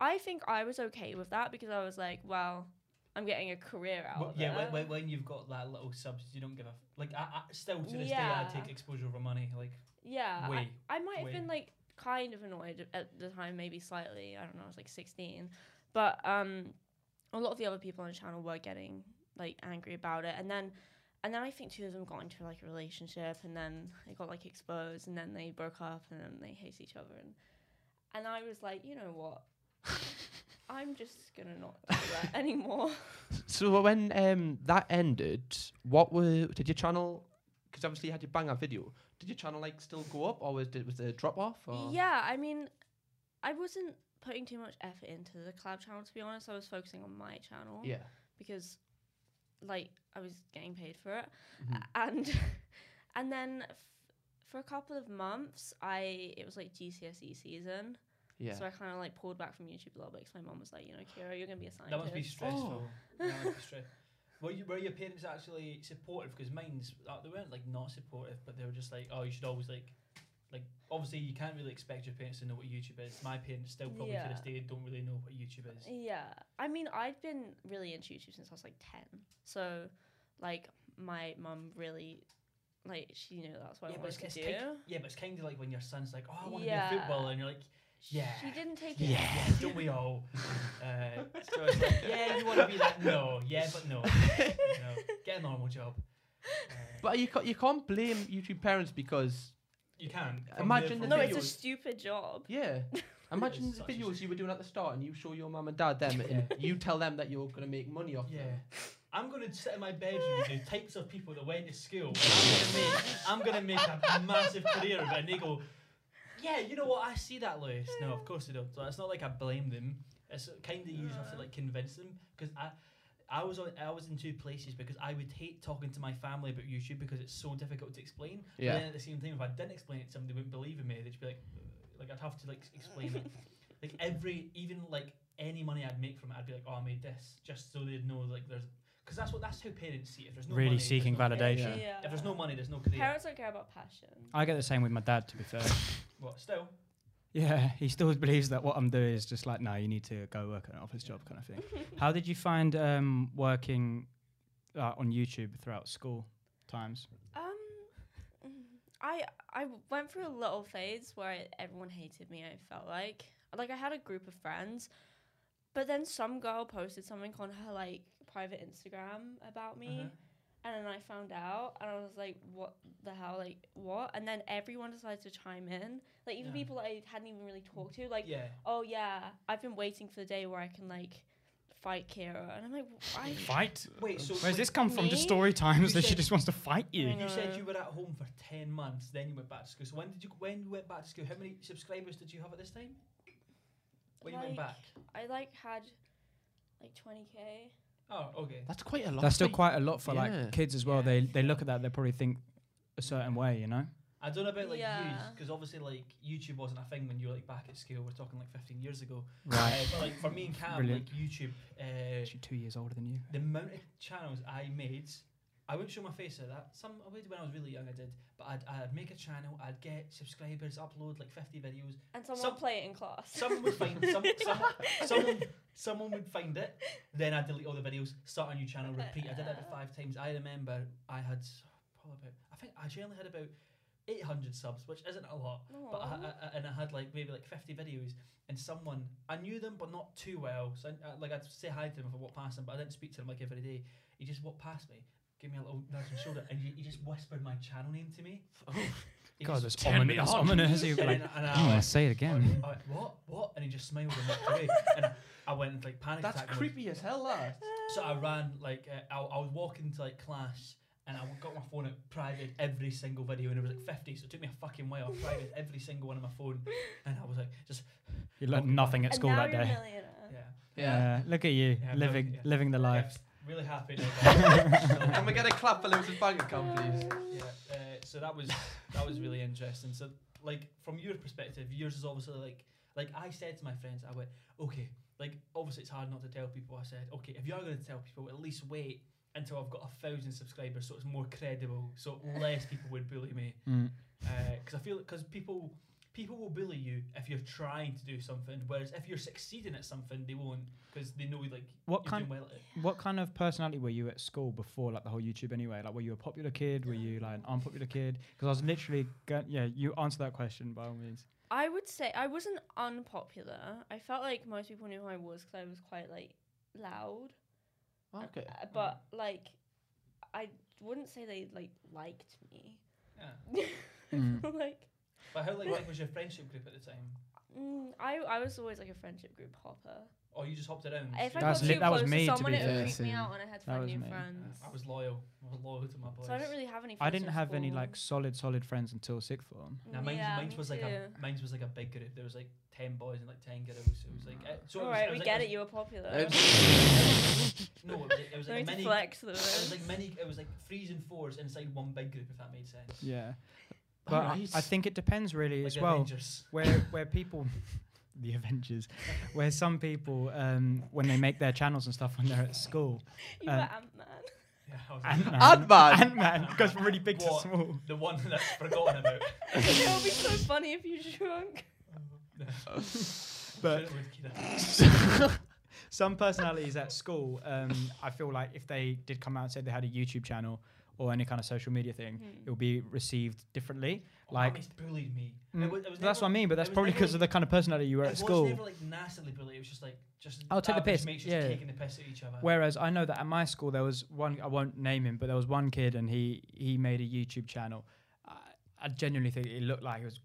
Speaker 2: I think I was okay with that because I was like, well, I'm getting a career out
Speaker 4: Wh-
Speaker 2: of
Speaker 4: yeah,
Speaker 2: it.
Speaker 4: when, when, when you've got that little subs, you don't give a f- like. I, I still to this
Speaker 2: Yeah.
Speaker 4: day, I take exposure over money. Like
Speaker 2: Yeah,
Speaker 4: Way,
Speaker 2: I, I might have
Speaker 4: way.
Speaker 2: been like kind of annoyed at the time, maybe slightly. I don't know. I was like 16, but um, a lot of the other people on the channel were getting like angry about it, and then, and then I think two of them got into like a relationship, and then they got like exposed, and then they broke up, and then they hate each other, and and I was like, you know what, I'm just gonna not do that *laughs* anymore.
Speaker 3: So when um that ended, what were did your channel? Because obviously you had your banger video. Did your channel like still go up, or was it was there a drop off? Or?
Speaker 2: Yeah, I mean, I wasn't putting too much effort into the collab channel to be honest. I was focusing on my channel.
Speaker 3: Yeah.
Speaker 2: because like I was getting paid for it
Speaker 4: Hmm.
Speaker 3: Mhm.
Speaker 2: A- and *laughs* and then f- for a couple of months I it was like GCSE E season
Speaker 3: Yeah.
Speaker 2: so I kind of like pulled back from YouTube a little bit because my mom was like you know Kira you're gonna be a scientist
Speaker 4: that must be stressful. *laughs* That must be stress- Were, you, were your parents actually supportive? Because mine's uh, they weren't like not supportive, but they were just like, oh, you should always like, like obviously you can't really expect your parents to know what YouTube is. My parents still probably to this
Speaker 2: Yeah.
Speaker 4: day don't really know what YouTube is.
Speaker 2: yeah I mean I'd been really into YouTube since I was like 10 so like my mum really like she knew that's what I
Speaker 4: but it's,
Speaker 2: wanted to
Speaker 4: it's
Speaker 2: do
Speaker 4: kind, yeah, but it's kind of like when your son's like, oh, I want to be
Speaker 2: Yeah.
Speaker 4: a footballer, and you're
Speaker 2: *laughs*
Speaker 4: like, Yeah.
Speaker 2: she didn't take
Speaker 4: yeah,
Speaker 2: it
Speaker 4: yeah, don't
Speaker 2: *laughs*
Speaker 4: we all? Uh, so it's like, yeah, you want to be that? No, yeah,
Speaker 2: *laughs*
Speaker 4: but no, no, get a normal job. Uh,
Speaker 3: But you ca- you can't blame YouTube parents because
Speaker 4: you can
Speaker 3: Uh, imagine the
Speaker 2: no it's a
Speaker 3: videos.
Speaker 2: stupid job
Speaker 3: *laughs* yeah. Imagine
Speaker 4: It's
Speaker 3: the
Speaker 4: such a
Speaker 3: videos you were doing at the start, and you show your mum and dad them, and
Speaker 4: Yeah.
Speaker 3: you tell them that you're gonna make money off
Speaker 4: Yeah.
Speaker 3: them.
Speaker 4: I'm gonna sit in my bedroom and do types of people that went to school. and I'm gonna make, I'm gonna make a massive career of it, and they go, "Yeah, you know what? I see that, Lewis." No, of course they don't. So it's not like I blame them. It's kind of you just have to like convince them because I. I was on, I was in two places because I would hate talking to my family about YouTube because it's so difficult to explain.
Speaker 3: Yeah.
Speaker 4: But then at the same time, if I didn't explain it, somebody wouldn't believe in me. They'd be like, "Ugh," like I'd have to like s- explain
Speaker 2: *laughs*
Speaker 4: it. like every even like any money I'd make from it, I'd be like, "Oh, I made this," just so they'd know like there's because that's what that's how parents see. it. If there's no
Speaker 1: really
Speaker 4: money, there's
Speaker 1: seeking
Speaker 4: no
Speaker 1: validation.
Speaker 3: Yeah.
Speaker 4: If there's no money, there's no career.
Speaker 2: Parents don't care about passion.
Speaker 1: I get the same with my dad, to be
Speaker 2: *laughs*
Speaker 1: fair.
Speaker 4: What still?
Speaker 1: yeah, he still believes that what I'm doing is just like, no, you need to go work at an office job kind of thing.
Speaker 2: *laughs*
Speaker 1: How did you find um, working uh, on YouTube throughout school times?
Speaker 2: Um, mm, I I went through a little phase where I, everyone hated me. I felt like like I had a group of friends, but then some girl posted something on her like private Instagram about me,
Speaker 4: Uh-huh.
Speaker 2: And then I found out, and I was like, "What the hell? Like what?" And then everyone decided to chime in, like even
Speaker 4: Yeah.
Speaker 2: people that I hadn't even really talked to, like,
Speaker 4: yeah.
Speaker 2: "Oh yeah, I've been waiting for the day where I can like fight Kira," and I'm like, "Why?"
Speaker 1: Fight.
Speaker 4: Wait, so
Speaker 1: Where's
Speaker 4: wait,
Speaker 1: this come from? Just
Speaker 2: Me?
Speaker 1: story times
Speaker 4: You
Speaker 1: that she
Speaker 4: said-
Speaker 1: just wants to fight you.
Speaker 2: I
Speaker 4: You said
Speaker 2: No.
Speaker 4: you were at home for ten months, then you went back to school. So when did you when you went back to school? How many subscribers did you have at this time? When you went
Speaker 2: Like-
Speaker 4: back?
Speaker 2: I like had like 20k.
Speaker 4: Oh, okay.
Speaker 3: That's quite a lot.
Speaker 1: That's still
Speaker 3: mate.
Speaker 1: quite a lot for
Speaker 3: Yeah.
Speaker 1: like kids as well.
Speaker 4: Yeah.
Speaker 1: They they look at that. They probably think a certain way. You know.
Speaker 4: I don't know about like views
Speaker 2: Yeah.
Speaker 4: because obviously like YouTube wasn't a thing when you were like back at school. We're talking like 15 years ago.
Speaker 1: Right.
Speaker 4: Uh, but like for me and Cam,
Speaker 1: Brilliant.
Speaker 4: like YouTube, uh,
Speaker 1: "Oh, She's two years older than you.
Speaker 4: the amount of channels I made, I wouldn't show my face at that. Some I would when I was really young, I did. But I'd, I'd make a channel, I'd get subscribers, upload like 50 videos.
Speaker 2: And someone
Speaker 4: Some-
Speaker 2: would play it in class.
Speaker 4: Someone would find some, some,
Speaker 2: *laughs*
Speaker 4: someone, someone would find it. Then I'd delete all the videos, start a new channel, repeat. I did that about five times. I remember I had probably about I think I generally had about 800 subs, which isn't a lot. But I,
Speaker 2: Aw.
Speaker 4: I- I, and I had like maybe like 50 videos, and someone I knew them but not too well. So I, I- like I'd say hi to them if I walked past them, but I didn't speak to them like every day. He just walked past me, gave me a little nudge on the shoulder, and he, he just whispered my channel name to me. He
Speaker 1: God,
Speaker 4: just-
Speaker 1: that's ominous. That's ominous. You'd be
Speaker 4: and
Speaker 1: like,
Speaker 4: then- and I
Speaker 1: oh,
Speaker 4: went,
Speaker 1: I'll say it again.
Speaker 4: I went, what? What? And he just smiled and walked away. And I,
Speaker 2: *laughs*
Speaker 4: I went into like panic
Speaker 3: That's
Speaker 4: attack mode.
Speaker 3: creepy as hell. That.
Speaker 4: So I ran like uh, I, I was walking to like class and I got my phone out, private every single video, and it was like fifty. So it took me a fucking while. I
Speaker 3: *laughs*
Speaker 4: private every single one on my phone, and I was like, just
Speaker 1: You learned nothing at
Speaker 2: And
Speaker 1: school
Speaker 2: now
Speaker 1: that
Speaker 2: you're a
Speaker 1: day.
Speaker 2: millionaire.
Speaker 4: yeah.
Speaker 3: Yeah.
Speaker 1: Yeah, Look at you
Speaker 4: Yeah,
Speaker 1: living
Speaker 4: yeah.
Speaker 1: living the
Speaker 4: yeah
Speaker 1: life.
Speaker 4: just really happy.
Speaker 3: *laughs*
Speaker 4: Now,
Speaker 3: Can we get a clap for Lucas Bank account, please?
Speaker 4: Yeah. Uh, so that was that was really interesting. So like from your perspective, yours is obviously like like I said to my friends, I went okay. Like obviously it's hard not to tell people. I said okay, if you're going to tell people, at least wait until I've got a thousand subscribers, so it's more credible,
Speaker 3: *laughs*
Speaker 4: so less people would bully me.
Speaker 1: Mm.
Speaker 4: because Uh, I feel because people people will bully you if you're trying to do something, whereas if you're succeeding at something, they won't because they know like
Speaker 1: What
Speaker 4: you're
Speaker 1: kind?
Speaker 4: doing well at it.
Speaker 1: What kind of personality were you at school before, like the whole YouTube anyway? Like, were you a popular kid? Were you like an unpopular kid? Because I was literally, go- yeah, you answer that question by all
Speaker 2: *laughs*
Speaker 1: means.
Speaker 2: I would say I wasn't unpopular. I felt like most people knew who I was because I was quite like loud.
Speaker 1: Oh,
Speaker 3: Okay.
Speaker 2: Uh, but like, I wouldn't say they like liked me. *laughs*
Speaker 4: Yeah.
Speaker 1: Mm.
Speaker 2: like,
Speaker 4: But how like big was your friendship group at the time?
Speaker 2: mm, I I was always like a friendship group hopper.
Speaker 4: Or you just hopped around?
Speaker 2: If I
Speaker 1: That's
Speaker 2: got
Speaker 1: lit-
Speaker 2: too
Speaker 1: that was
Speaker 2: close
Speaker 1: me,
Speaker 2: to
Speaker 1: to
Speaker 2: someone,
Speaker 1: be
Speaker 2: it
Speaker 3: fair.
Speaker 2: would freak me
Speaker 3: Same.
Speaker 2: out, and I had to
Speaker 1: That
Speaker 2: find
Speaker 1: was
Speaker 2: new
Speaker 1: me.
Speaker 2: friends.
Speaker 4: I was loyal. I was loyal to my boys.
Speaker 2: so I don't really have any. Friends
Speaker 1: I didn't
Speaker 2: in
Speaker 1: have any
Speaker 2: school.
Speaker 1: like solid, solid friends until sixth form.
Speaker 4: Now
Speaker 2: Mm,
Speaker 4: mine's,
Speaker 2: yeah,
Speaker 4: mine's
Speaker 2: me
Speaker 4: was like a
Speaker 2: too.
Speaker 4: mine's was like a big group. There was like ten boys and like ten girls. So it was like uh, so. it
Speaker 2: All
Speaker 4: was-
Speaker 2: right,
Speaker 4: it was
Speaker 2: we
Speaker 4: like-
Speaker 2: get
Speaker 4: it
Speaker 2: it. You were popular.
Speaker 3: It's-
Speaker 4: was- No, it was like,
Speaker 2: *laughs*
Speaker 4: it was
Speaker 2: No need
Speaker 4: like
Speaker 2: to
Speaker 4: many.
Speaker 2: flex the
Speaker 4: It
Speaker 2: rest.
Speaker 4: was like many. It was like threes and fours inside one big group. If that made sense.
Speaker 1: Yeah, but I-
Speaker 3: Alright.
Speaker 1: I think it depends really
Speaker 4: Like
Speaker 1: as
Speaker 4: the
Speaker 1: well.
Speaker 4: Avengers. *laughs*
Speaker 1: where where people *laughs* the Avengers, where some people um, when they make their channels and stuff when they're at school,
Speaker 2: You were
Speaker 1: Um,
Speaker 2: Ant Man.
Speaker 4: Yeah, I was like,
Speaker 1: Ant-Man,
Speaker 2: Oh,
Speaker 3: Ant-Man.
Speaker 1: Ant-Man *laughs* goes from really big
Speaker 4: What?
Speaker 1: to small.
Speaker 4: the one *laughs* that's forgotten about.
Speaker 2: *laughs*
Speaker 4: *laughs*
Speaker 2: it would be so funny if you shrunk.
Speaker 1: But-
Speaker 4: Should've looked it up.
Speaker 1: Some personalities at school, um, I feel like if they did come out and said they had a YouTube channel or any kind of social media
Speaker 4: Hmm.
Speaker 1: thing, it would be received differently.
Speaker 4: Oh,
Speaker 1: Like-
Speaker 4: Mummy's bullied me.
Speaker 1: Mm,
Speaker 4: It was, it was
Speaker 1: But that's what
Speaker 4: never,
Speaker 1: I mean. But that's
Speaker 4: it was
Speaker 1: probably
Speaker 4: never
Speaker 1: because of the kind of personality you were
Speaker 4: it
Speaker 1: at
Speaker 4: was
Speaker 1: school.
Speaker 4: never like nastily bullied. It was just like just.
Speaker 1: I'll take the
Speaker 4: average
Speaker 1: piss,
Speaker 4: Mates just
Speaker 1: yeah.
Speaker 4: taking the piss at each other.
Speaker 1: Whereas I know that at my school there was one I won't name him, but there was one kid and he he made a YouTube channel. I, I genuinely think it looked like it was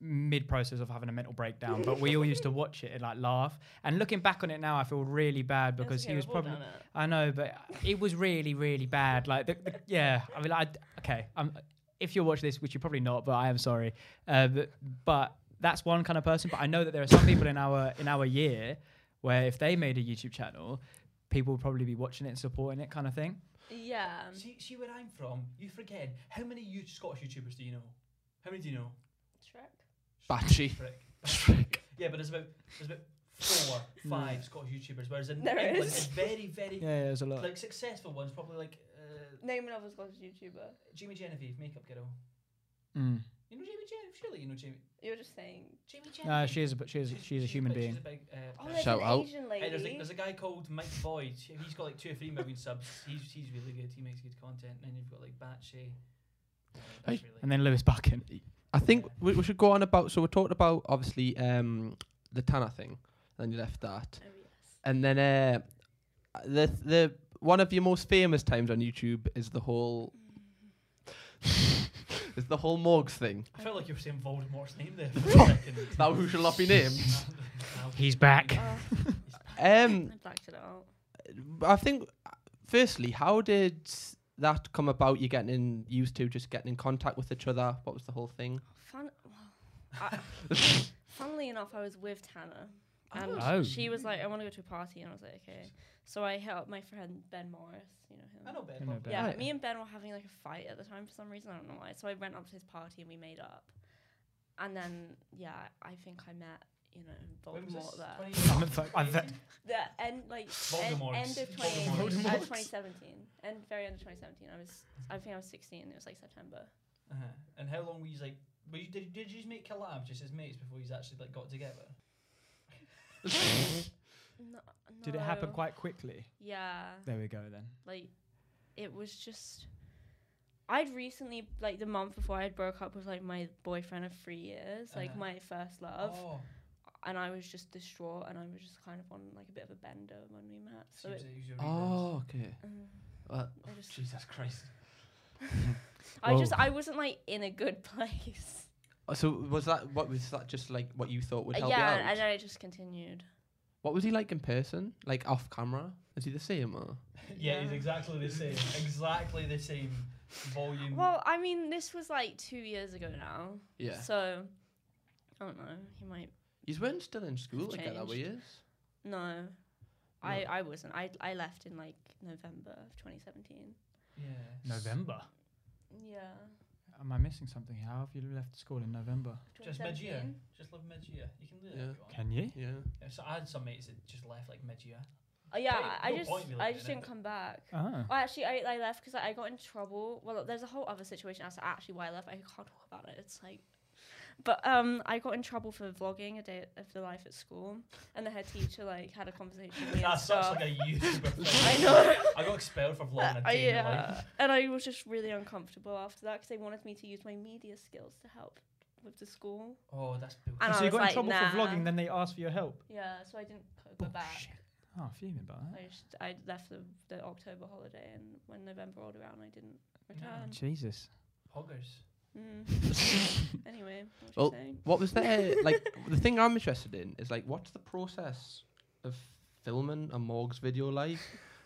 Speaker 1: mid process of having a mental breakdown, but we all used to watch it and like laugh. And looking back on it now, I feel really bad
Speaker 2: That's
Speaker 1: because
Speaker 2: okay,
Speaker 1: he was
Speaker 2: we've all
Speaker 1: probably
Speaker 2: done it.
Speaker 1: I know, but it was really really bad. Like the, the- yeah, I mean I okay, I'm if you're watching this, which you're probably not, but I am sorry. Uh, but, but that's one kind of person. But I know that there are some people in our in our year where if they made a YouTube channel, people would probably be watching it and supporting it, kind of thing.
Speaker 2: Yeah.
Speaker 4: See, see where I'm from. You forget how many you Scottish YouTubers do you know? How many do you know?
Speaker 2: Shrek.
Speaker 3: Batchy.
Speaker 4: Frick.
Speaker 3: Shrek.
Speaker 4: Yeah, but there's about there's about four, five Scottish YouTubers. Whereas in
Speaker 2: There
Speaker 4: England,
Speaker 2: is.
Speaker 4: it's very, very
Speaker 1: Mm. Yeah, there's a lot.
Speaker 4: like successful ones. Probably like uh,
Speaker 2: Name another Scottish YouTuber.
Speaker 4: Jamie Genevieve, makeup girl.
Speaker 1: Mm.
Speaker 4: You know Jamie Genevieve? Surely you know Jamie.
Speaker 2: You're just saying.
Speaker 4: Jamie
Speaker 1: No,
Speaker 4: Genevieve.
Speaker 1: she is, but she is, she is a human
Speaker 4: big- She's
Speaker 1: being.
Speaker 4: a big. Uh,
Speaker 2: Oh,
Speaker 4: person.
Speaker 2: there's
Speaker 3: Shout
Speaker 2: an
Speaker 3: out.
Speaker 2: Asian
Speaker 4: Hey,
Speaker 2: lady.
Speaker 4: there's, a, there's a guy called Mike Boyd. He's got like two or three million subs. He's, he's really good. He makes good content. And then you've got like Batchy. Uh, that's really-
Speaker 1: And then Lewis Buchan.
Speaker 3: I think we, we should go on about. So we talked about obviously um, the Tanner thing, then you left that,
Speaker 2: Oh, yes.
Speaker 3: and then uh, the the one of your most famous times on YouTube is the whole *laughs* is the whole Morgs thing.
Speaker 4: I felt like you were saying Voldemort's name there for a second.
Speaker 3: That who shall
Speaker 4: *laughs*
Speaker 3: not be named.
Speaker 1: He's back.
Speaker 2: Oh,
Speaker 3: Um,
Speaker 1: *laughs*
Speaker 2: I blacked it out.
Speaker 3: I think firstly, how did that come about? You getting used to just getting in contact with each other. What was the whole thing?
Speaker 2: Fun.
Speaker 1: *laughs*
Speaker 2: I, funnily enough, I was with Tanner, and
Speaker 1: Oh.
Speaker 2: she was like, "I want to go to a party," and I was like, "Okay." So I hit up my friend Ben Morris. You know him.
Speaker 4: I know Ben.
Speaker 1: I know
Speaker 4: Bob.
Speaker 1: Ben.
Speaker 2: Yeah,
Speaker 3: Right.
Speaker 2: me and Ben were having like a fight at the time for some reason. I don't know why. So I went up to his party and we made up. And then yeah, I think I met you know
Speaker 4: When was
Speaker 2: Voldemort
Speaker 4: this?
Speaker 2: there.
Speaker 4: 2018?
Speaker 1: I've- I've-
Speaker 2: The end like end,
Speaker 4: Voldemorts.
Speaker 2: end of 2018,
Speaker 4: Voldemorts.
Speaker 2: uh, 2017, end very end of 2017. I was I think I was 16. It was like September.
Speaker 4: Uh-huh. And how long were you like? Were you, did, did you just make collabs just as mates before you actually like got together?
Speaker 2: No,
Speaker 1: Did it happen
Speaker 2: no.
Speaker 1: quite quickly?
Speaker 2: Yeah.
Speaker 1: There we go then.
Speaker 2: like it was just I'd recently like the month before I broke up with like my boyfriend of three years, like
Speaker 4: Uh-huh.
Speaker 2: my first love,
Speaker 4: Oh,
Speaker 2: and I was just distraught, and I was just kind of on like a bit of a bender when we met. So
Speaker 4: so
Speaker 2: it,
Speaker 4: it was your reverse.
Speaker 3: Oh, okay.
Speaker 2: um,
Speaker 3: Well,
Speaker 2: I just
Speaker 4: Jesus Christ.
Speaker 2: I
Speaker 3: Uh, Well-
Speaker 2: just I wasn't like in a good *laughs* place.
Speaker 3: Oh, so was that what was that just like what you thought would help
Speaker 2: Uh, yeah,
Speaker 3: you out?
Speaker 2: and, and then it just continued.
Speaker 3: what was he like in person? Like off camera? Is he the same or?
Speaker 4: *laughs* Yeah, it's
Speaker 2: Yeah.
Speaker 4: exactly the same. Exactly the same volume.
Speaker 2: Well, I mean, this was like two years ago now.
Speaker 3: Yeah.
Speaker 2: So I don't know. He might
Speaker 3: He's weren't still in school like at that way
Speaker 2: Changed.
Speaker 3: is.
Speaker 2: no. I, I wasn't. I I left in like November of 2017.
Speaker 4: yeah.
Speaker 1: November.
Speaker 2: Yeah.
Speaker 1: Am I missing something? How have you left school in November?
Speaker 4: Just mid year. Just live mid year. You can do that
Speaker 3: Yeah.
Speaker 4: if you want.
Speaker 1: Can you?
Speaker 3: Yeah.
Speaker 4: Yeah, so I had some mates that just left like mid year.
Speaker 2: Oh, yeah,
Speaker 4: Hey,
Speaker 2: I
Speaker 4: no
Speaker 2: just
Speaker 4: point me
Speaker 2: I
Speaker 4: leaving
Speaker 2: just
Speaker 4: it.
Speaker 2: didn't come back.
Speaker 1: Oh.
Speaker 2: Oh, actually, I, I left because I got in trouble. Well, there's a whole other situation as to actually why I left. I can't talk about it. It's like, but um, I got in trouble for vlogging a day of the life at school, and the head teacher like had a conversation with me and
Speaker 4: That's such
Speaker 2: stuff. *laughs*
Speaker 4: like a YouTuber
Speaker 2: I
Speaker 4: thing.
Speaker 2: know.
Speaker 4: I got expelled for vlogging
Speaker 2: Uh,
Speaker 4: a day in my life.
Speaker 2: yeah, and I was just really uncomfortable after that because they wanted me to use my media skills to help with the school.
Speaker 4: Oh, that's bullshit.
Speaker 2: And
Speaker 1: so
Speaker 2: I
Speaker 1: you
Speaker 2: was
Speaker 1: got
Speaker 2: like,
Speaker 1: in trouble
Speaker 2: nah.
Speaker 1: for vlogging, then they asked for your help.
Speaker 2: Yeah, so I didn't co- go back.
Speaker 1: Bullshit. Oh, I'm fuming about that.
Speaker 2: I just I left the, the October holiday, and when November rolled around, I didn't return.
Speaker 4: Mm.
Speaker 1: Jesus.
Speaker 4: Hoggers.
Speaker 3: *laughs*
Speaker 2: Mm. anyway, what was
Speaker 3: Well,
Speaker 2: you saying?
Speaker 3: What was there
Speaker 4: *laughs*
Speaker 3: like the thing I'm interested in is like what's the process of filming a Morgs video like?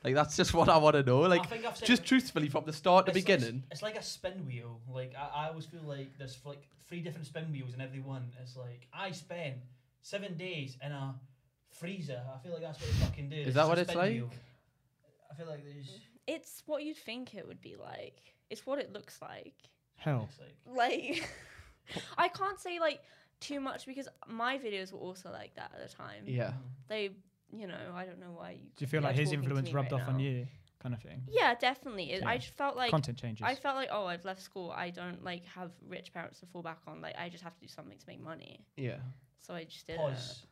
Speaker 3: Like that's just what I want to know. Like
Speaker 4: I think I've said
Speaker 3: just truthfully from the start to
Speaker 4: Oh, It's-
Speaker 3: beginning.
Speaker 4: It's, it's like a spin wheel. Like I, I always feel like there's like three different spin wheels in every one. It's like I spent seven days in a freezer. I feel like that's what it fucking do.
Speaker 3: Is
Speaker 4: It's
Speaker 3: that
Speaker 4: just a
Speaker 3: what it's
Speaker 4: spin
Speaker 3: like?
Speaker 4: wheel. I feel like there's.
Speaker 2: It's what you'd think it would be like. It's what it looks like.
Speaker 1: Hell.
Speaker 4: It's like
Speaker 3: *laughs*
Speaker 2: Like, *laughs* I can't say like too much because my videos were also like that at the time.
Speaker 3: Yeah.
Speaker 4: hmm,
Speaker 2: They, you know, I don't know why. You,
Speaker 1: Do you feel
Speaker 2: you're
Speaker 1: like his
Speaker 2: talking to
Speaker 1: influence
Speaker 2: me
Speaker 1: rubbed
Speaker 2: right
Speaker 1: off on
Speaker 2: now.
Speaker 1: you? Kind of thing.
Speaker 2: Yeah, definitely. It, I
Speaker 1: Yeah.
Speaker 2: just felt like
Speaker 1: Content changes.
Speaker 2: I felt like oh, I've left school. I don't like have rich parents to fall back on. Like I just have to do something to make money.
Speaker 3: Yeah.
Speaker 2: So I just did it.
Speaker 4: pause.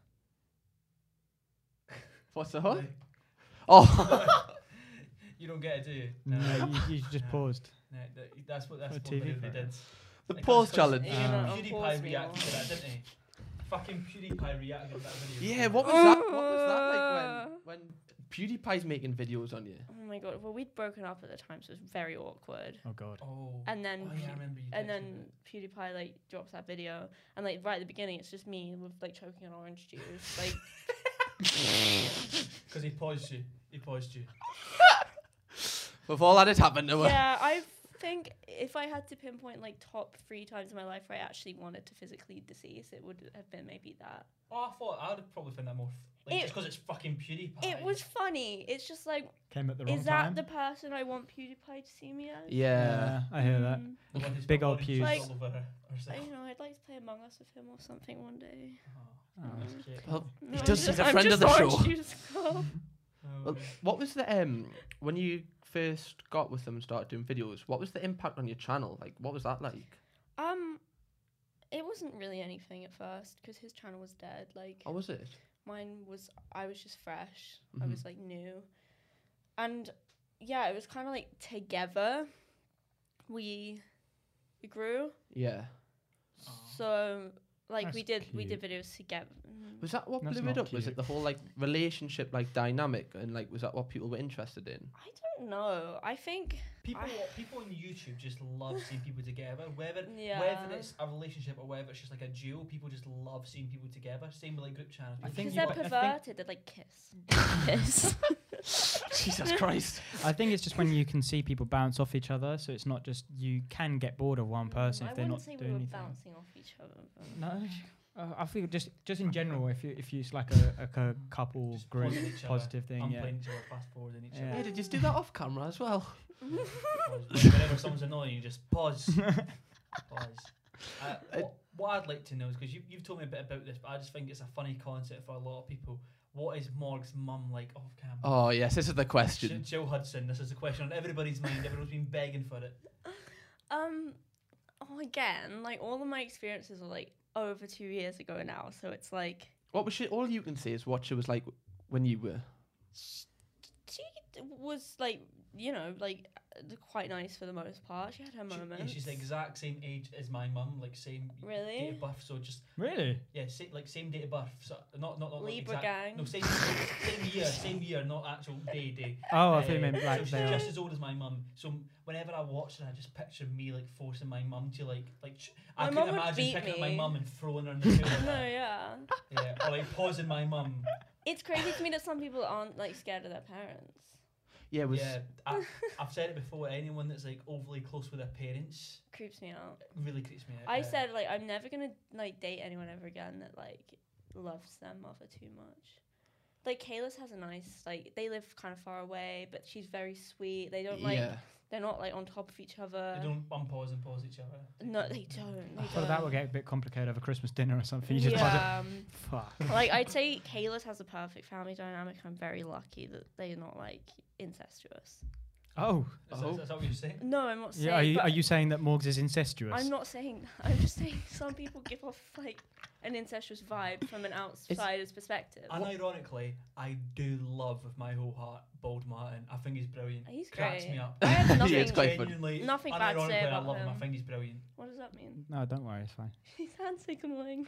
Speaker 3: What's the hook? Oh, *laughs*
Speaker 4: *laughs* you don't get it, do you?
Speaker 1: *laughs* no, you, you just
Speaker 4: No.
Speaker 1: paused.
Speaker 4: no, that- that's what that's
Speaker 1: What
Speaker 4: what,
Speaker 1: a TV
Speaker 4: they
Speaker 1: program.
Speaker 4: did.
Speaker 3: the
Speaker 4: Like,
Speaker 3: pause
Speaker 4: that's
Speaker 3: challenge.
Speaker 4: because
Speaker 1: Yeah,
Speaker 4: even
Speaker 2: don't pause
Speaker 4: PewDiePie
Speaker 2: me,
Speaker 4: reacted to
Speaker 2: Lauren.
Speaker 4: that, didn't he? Fucking PewDiePie reacted to that video.
Speaker 3: Yeah, what was that? What was that like
Speaker 4: *laughs*
Speaker 3: when when PewDiePie's making videos on you? *laughs*
Speaker 2: Oh my god. Well, we'd broken up at the time, so it was very awkward.
Speaker 1: Oh, God.
Speaker 4: Oh.
Speaker 2: And then
Speaker 4: oh, yeah, I remember you
Speaker 2: and
Speaker 4: texted
Speaker 2: then
Speaker 4: that.
Speaker 2: PewDiePie like drops that video, and like right at the beginning, it's just me with like choking on orange
Speaker 3: *laughs*
Speaker 2: juice. Like,
Speaker 4: Because he paused you. He paused you.
Speaker 3: With all that had happened to her.
Speaker 2: yeah, I think if I had to pinpoint like top three times in my life where I actually wanted to physically decease, it would have been maybe that.
Speaker 4: Oh, I thought I'd probably find that more. f- Like,
Speaker 2: It-
Speaker 4: just because it's fucking PewDiePie.
Speaker 2: It was funny. It's just like,
Speaker 1: Came at the wrong
Speaker 2: is that
Speaker 1: time.
Speaker 2: the person I want PewDiePie to see me as?
Speaker 3: Yeah.
Speaker 1: I hear that.
Speaker 2: Mm,
Speaker 4: The one who's
Speaker 1: Big
Speaker 4: got
Speaker 1: old
Speaker 4: orange
Speaker 1: pews.
Speaker 4: juice
Speaker 2: Like-
Speaker 4: all over her-
Speaker 2: I
Speaker 4: herself.
Speaker 2: don't know. I'd like to play Among Us with him or something one day.
Speaker 1: Oh.
Speaker 4: That's cute.
Speaker 3: Well,
Speaker 2: No,
Speaker 3: He
Speaker 2: I'm
Speaker 3: does
Speaker 2: just-
Speaker 3: seem a
Speaker 2: I'm
Speaker 3: friend of
Speaker 2: just
Speaker 3: the
Speaker 2: orange
Speaker 3: show.
Speaker 2: juice
Speaker 3: *laughs*
Speaker 2: girl.
Speaker 4: Oh,
Speaker 3: Well,
Speaker 4: okay.
Speaker 3: what was the um when you first got with them and started doing videos? What was the impact on your channel? Like, what was that like?
Speaker 2: Um, it wasn't really anything at first because his channel was dead. Like
Speaker 3: How Oh, was it?
Speaker 2: mine was, I was just fresh. I
Speaker 3: Mhm.
Speaker 1: Mm-hmm.
Speaker 2: was like new, and yeah, it was kind of like together we we grew.
Speaker 3: Yeah.
Speaker 4: Aw.
Speaker 2: So Like we did,
Speaker 1: That's
Speaker 2: we did
Speaker 1: cute.
Speaker 2: videos together. Mm.
Speaker 3: Was that what
Speaker 1: That's
Speaker 3: blew it
Speaker 1: not
Speaker 3: up? Was
Speaker 1: cute.
Speaker 3: it the whole like relationship like dynamic and like was that what people were interested in?
Speaker 2: I don't know. I think
Speaker 4: People,
Speaker 2: I-
Speaker 4: people on YouTube just love seeing people together. Whether
Speaker 2: Yeah.
Speaker 4: whether it's a relationship or whether it's just like a duo, people just love seeing people together. Same with like group channels.
Speaker 1: I
Speaker 4: people
Speaker 1: think
Speaker 2: because
Speaker 4: just
Speaker 1: you
Speaker 2: they're
Speaker 1: got- I
Speaker 4: like-
Speaker 1: think-
Speaker 2: perverted, they're like kiss, *laughs* kiss.
Speaker 3: *laughs* Jesus *laughs* Christ.
Speaker 1: I think it's just when you can see people bounce off each other, so it's not just you can get bored of *laughs* one person
Speaker 2: Mm, I
Speaker 1: if they're
Speaker 2: wouldn't
Speaker 1: not
Speaker 2: say
Speaker 1: doing
Speaker 2: we were
Speaker 1: anything.
Speaker 2: bouncing off each other. but-
Speaker 1: No, uh, I feel just just in general, if you if you it's like a, like a couple
Speaker 4: Just
Speaker 1: group
Speaker 4: pointing at each other,
Speaker 1: positive thing,
Speaker 4: I'm
Speaker 1: yeah.
Speaker 4: playing each other, fast forwarding each
Speaker 1: Yeah.
Speaker 3: Yeah,
Speaker 4: other.
Speaker 3: did you do that off camera as well?
Speaker 1: *laughs*
Speaker 4: Pause. Like, Whenever someone's annoying, you just pause. pause. Uh, what, what I'd like to know is because you, you've told me a bit about this, but I just think it's a funny concept for a lot of people. What is Morg's mum like off camera?
Speaker 3: Oh yes, this is the
Speaker 4: Sh-
Speaker 3: question.
Speaker 4: Jill Hudson, this is a question on everybody's mind. Everyone's been begging for it.
Speaker 2: Um, oh, again, like all of my experiences were like over two years ago now, so it's like
Speaker 3: What was she all you can say is what she was like when you were
Speaker 2: sh- she d- was like, you know, like uh, quite nice for the most part. She had her
Speaker 4: She- yeah,
Speaker 2: moments.
Speaker 4: she's the exact same age as my mum, like same
Speaker 2: Really?
Speaker 4: date of birth. So just
Speaker 1: Really?
Speaker 4: yeah, sa- like same date of birth. So not not not like
Speaker 2: Libra
Speaker 4: exact-
Speaker 2: gang. *laughs*
Speaker 4: No, same same year, same year, not actual day day.
Speaker 1: Oh, I thought you
Speaker 4: Uh,
Speaker 1: meant
Speaker 4: so
Speaker 1: like
Speaker 4: she's
Speaker 1: they
Speaker 4: just as old as my mum. So whenever I watch it, I just picture me like forcing my mum to like like. Ch- I
Speaker 2: My
Speaker 4: couldn't
Speaker 2: mum would
Speaker 4: imagine
Speaker 2: beat
Speaker 4: picking up my
Speaker 2: me.
Speaker 4: mum and throwing her
Speaker 2: *laughs*
Speaker 4: in the pool. like
Speaker 2: no,
Speaker 4: that.
Speaker 2: yeah.
Speaker 4: yeah, or like pausing my mum.
Speaker 2: It's crazy to me that some people aren't like scared of their parents.
Speaker 3: Yeah, was
Speaker 4: Yeah,
Speaker 2: *laughs*
Speaker 4: I, I've said it before. Anyone that's like overly close with their parents
Speaker 2: Creeps me out.
Speaker 4: it really creeps me out.
Speaker 2: I
Speaker 4: yeah.
Speaker 2: said like I'm never gonna like date anyone ever again that like loves their mother too much. Like Kayla's has a nice like they live kind of far away, but she's very sweet. They don't like
Speaker 3: yeah.
Speaker 2: they're not like on top of each other.
Speaker 4: They don't unpause and pause each other.
Speaker 2: no, they don't. They
Speaker 1: Well,
Speaker 2: don't.
Speaker 1: that would get a bit complicated over Christmas dinner or something. You just yeah.
Speaker 2: yeah. um,
Speaker 1: *laughs* fuck.
Speaker 2: like I'd say Kayla's has a perfect family dynamic. I'm very lucky that they're not like incestuous.
Speaker 1: Oh,
Speaker 4: Is, that,
Speaker 3: Oh.
Speaker 4: is that what you're saying?
Speaker 2: No, I'm not saying.
Speaker 1: yeah. Are you,
Speaker 2: but
Speaker 1: are you saying that Morgs is incestuous?
Speaker 2: I'm not saying. *laughs* that. I'm just saying some people give off like an incestuous vibe from an outsider's perspective.
Speaker 4: And ironically, I do love with my whole heart Bald Martin. I think he's brilliant.
Speaker 2: He's
Speaker 4: Cracks
Speaker 2: great.
Speaker 4: me up.
Speaker 2: I
Speaker 4: *laughs*
Speaker 2: have
Speaker 3: *laughs* Yeah,
Speaker 2: nothing.
Speaker 3: it's quite fun.
Speaker 4: Genuinely,
Speaker 2: Nothing bad to say
Speaker 4: unironically,
Speaker 2: about
Speaker 4: I love him. I
Speaker 2: him.
Speaker 4: think he's brilliant.
Speaker 2: what does that mean? *laughs*
Speaker 1: No, don't worry. It's fine.
Speaker 2: His hands taken away.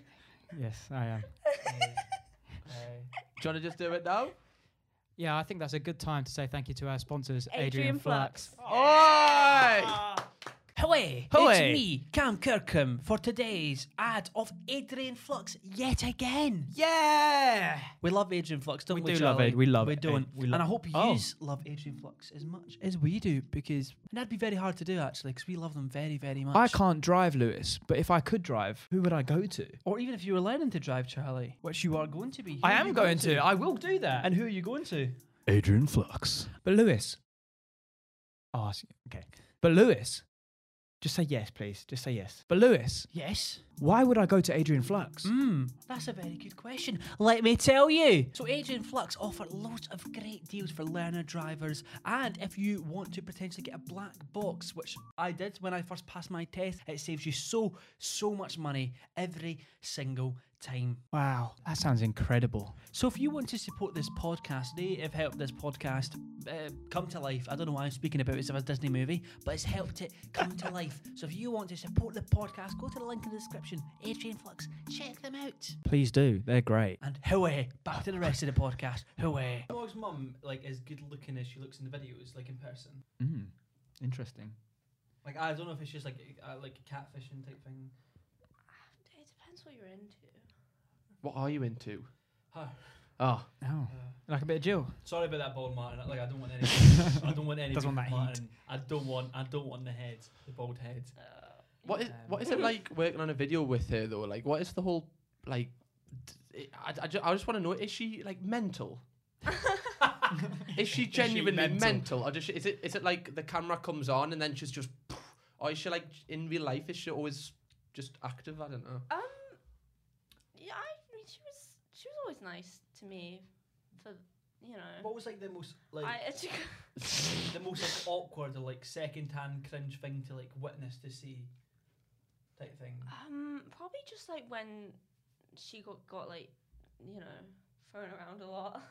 Speaker 1: Yes, I am.
Speaker 2: *laughs*
Speaker 4: Yeah. Uh,
Speaker 3: Do you wanna just do it now? *laughs*
Speaker 1: Yeah, I think that's a good time to say thank you to our sponsors, Adrian,
Speaker 2: Adrian
Speaker 1: Flux.
Speaker 2: Flux. Ah.
Speaker 3: Oi!
Speaker 4: Hello,
Speaker 1: Hello.
Speaker 4: it's me, Cam Kirkham, for today's ad of Adrian Flux yet again.
Speaker 1: Yeah.
Speaker 4: We love Adrian Flux, don't
Speaker 1: We
Speaker 4: we?
Speaker 1: do love
Speaker 4: Charlie?
Speaker 1: Ad- we love
Speaker 4: We
Speaker 1: Ad-
Speaker 4: don't.
Speaker 1: we lo-
Speaker 4: and I hope you
Speaker 1: Oh.
Speaker 4: love Adrian Flux as much as we do, because and that'd be very hard to do actually, because we love them very, very much.
Speaker 1: I can't drive, Lewis, but if I could drive, who would I go to?
Speaker 4: Or even if you were learning to drive, Charlie, which you are going to be. who
Speaker 1: I
Speaker 4: are
Speaker 1: am
Speaker 4: you
Speaker 1: going to. I will do that.
Speaker 4: And who are you going to?
Speaker 1: Adrian Flux. But Lewis. Oh, I see. okay. But Lewis. Just say yes, please. Just say yes. But Lewis,
Speaker 4: Yes.
Speaker 1: why would I go to Adrian Flux?
Speaker 4: Hmm, that's a very good question. Let me tell you. So, Adrian Flux offer loads of great deals for learner drivers, and if you want to potentially get a black box, which I did when I first passed my test, it saves you so so much money every single time.
Speaker 1: Wow, that sounds incredible.
Speaker 4: So, if you want to support this podcast, they have helped this podcast uh, come to life. I don't know why I'm speaking about it, it's of a Disney movie, but it's helped it come to life. So, if you want to support the podcast, go to the link in the description. Adrian Flux, check them out.
Speaker 1: Please do. They're great.
Speaker 4: And hooray! Back to the rest of the podcast. Hooray! Morg's mum like as good looking as she looks in the videos, like in person.
Speaker 1: Mm, interesting.
Speaker 4: Like I don't know if it's just like uh, like a catfishing type thing.
Speaker 2: It depends what you're into.
Speaker 3: What are you into?
Speaker 4: Huh. Uh,
Speaker 3: Oh.
Speaker 1: Oh, like a bit of Jill.
Speaker 4: Sorry about that bald Martin. Like I don't want any. I *laughs* don't want any.
Speaker 1: Doesn't want
Speaker 4: bald
Speaker 1: that heat.
Speaker 4: Martin. I don't want. I don't want the head. The bald head.
Speaker 3: What is what is it like working on a video with her though? Like what is the whole like d- I, I, ju- I just want to know is she like mental? *laughs* is she genuinely
Speaker 1: mental?
Speaker 3: mental? or does she, is it is it like the camera comes on and then she's just or is she like in real life is she always just active? I don't know.
Speaker 2: Um, yeah, I mean, she was she was always nice to me, for you know.
Speaker 4: What was like the most like
Speaker 2: I, it's-
Speaker 4: *coughs* the most like, awkward or like second hand cringe thing to like witness to see type thing?
Speaker 2: *laughs* um, probably just like when she got got like you know thrown around a lot.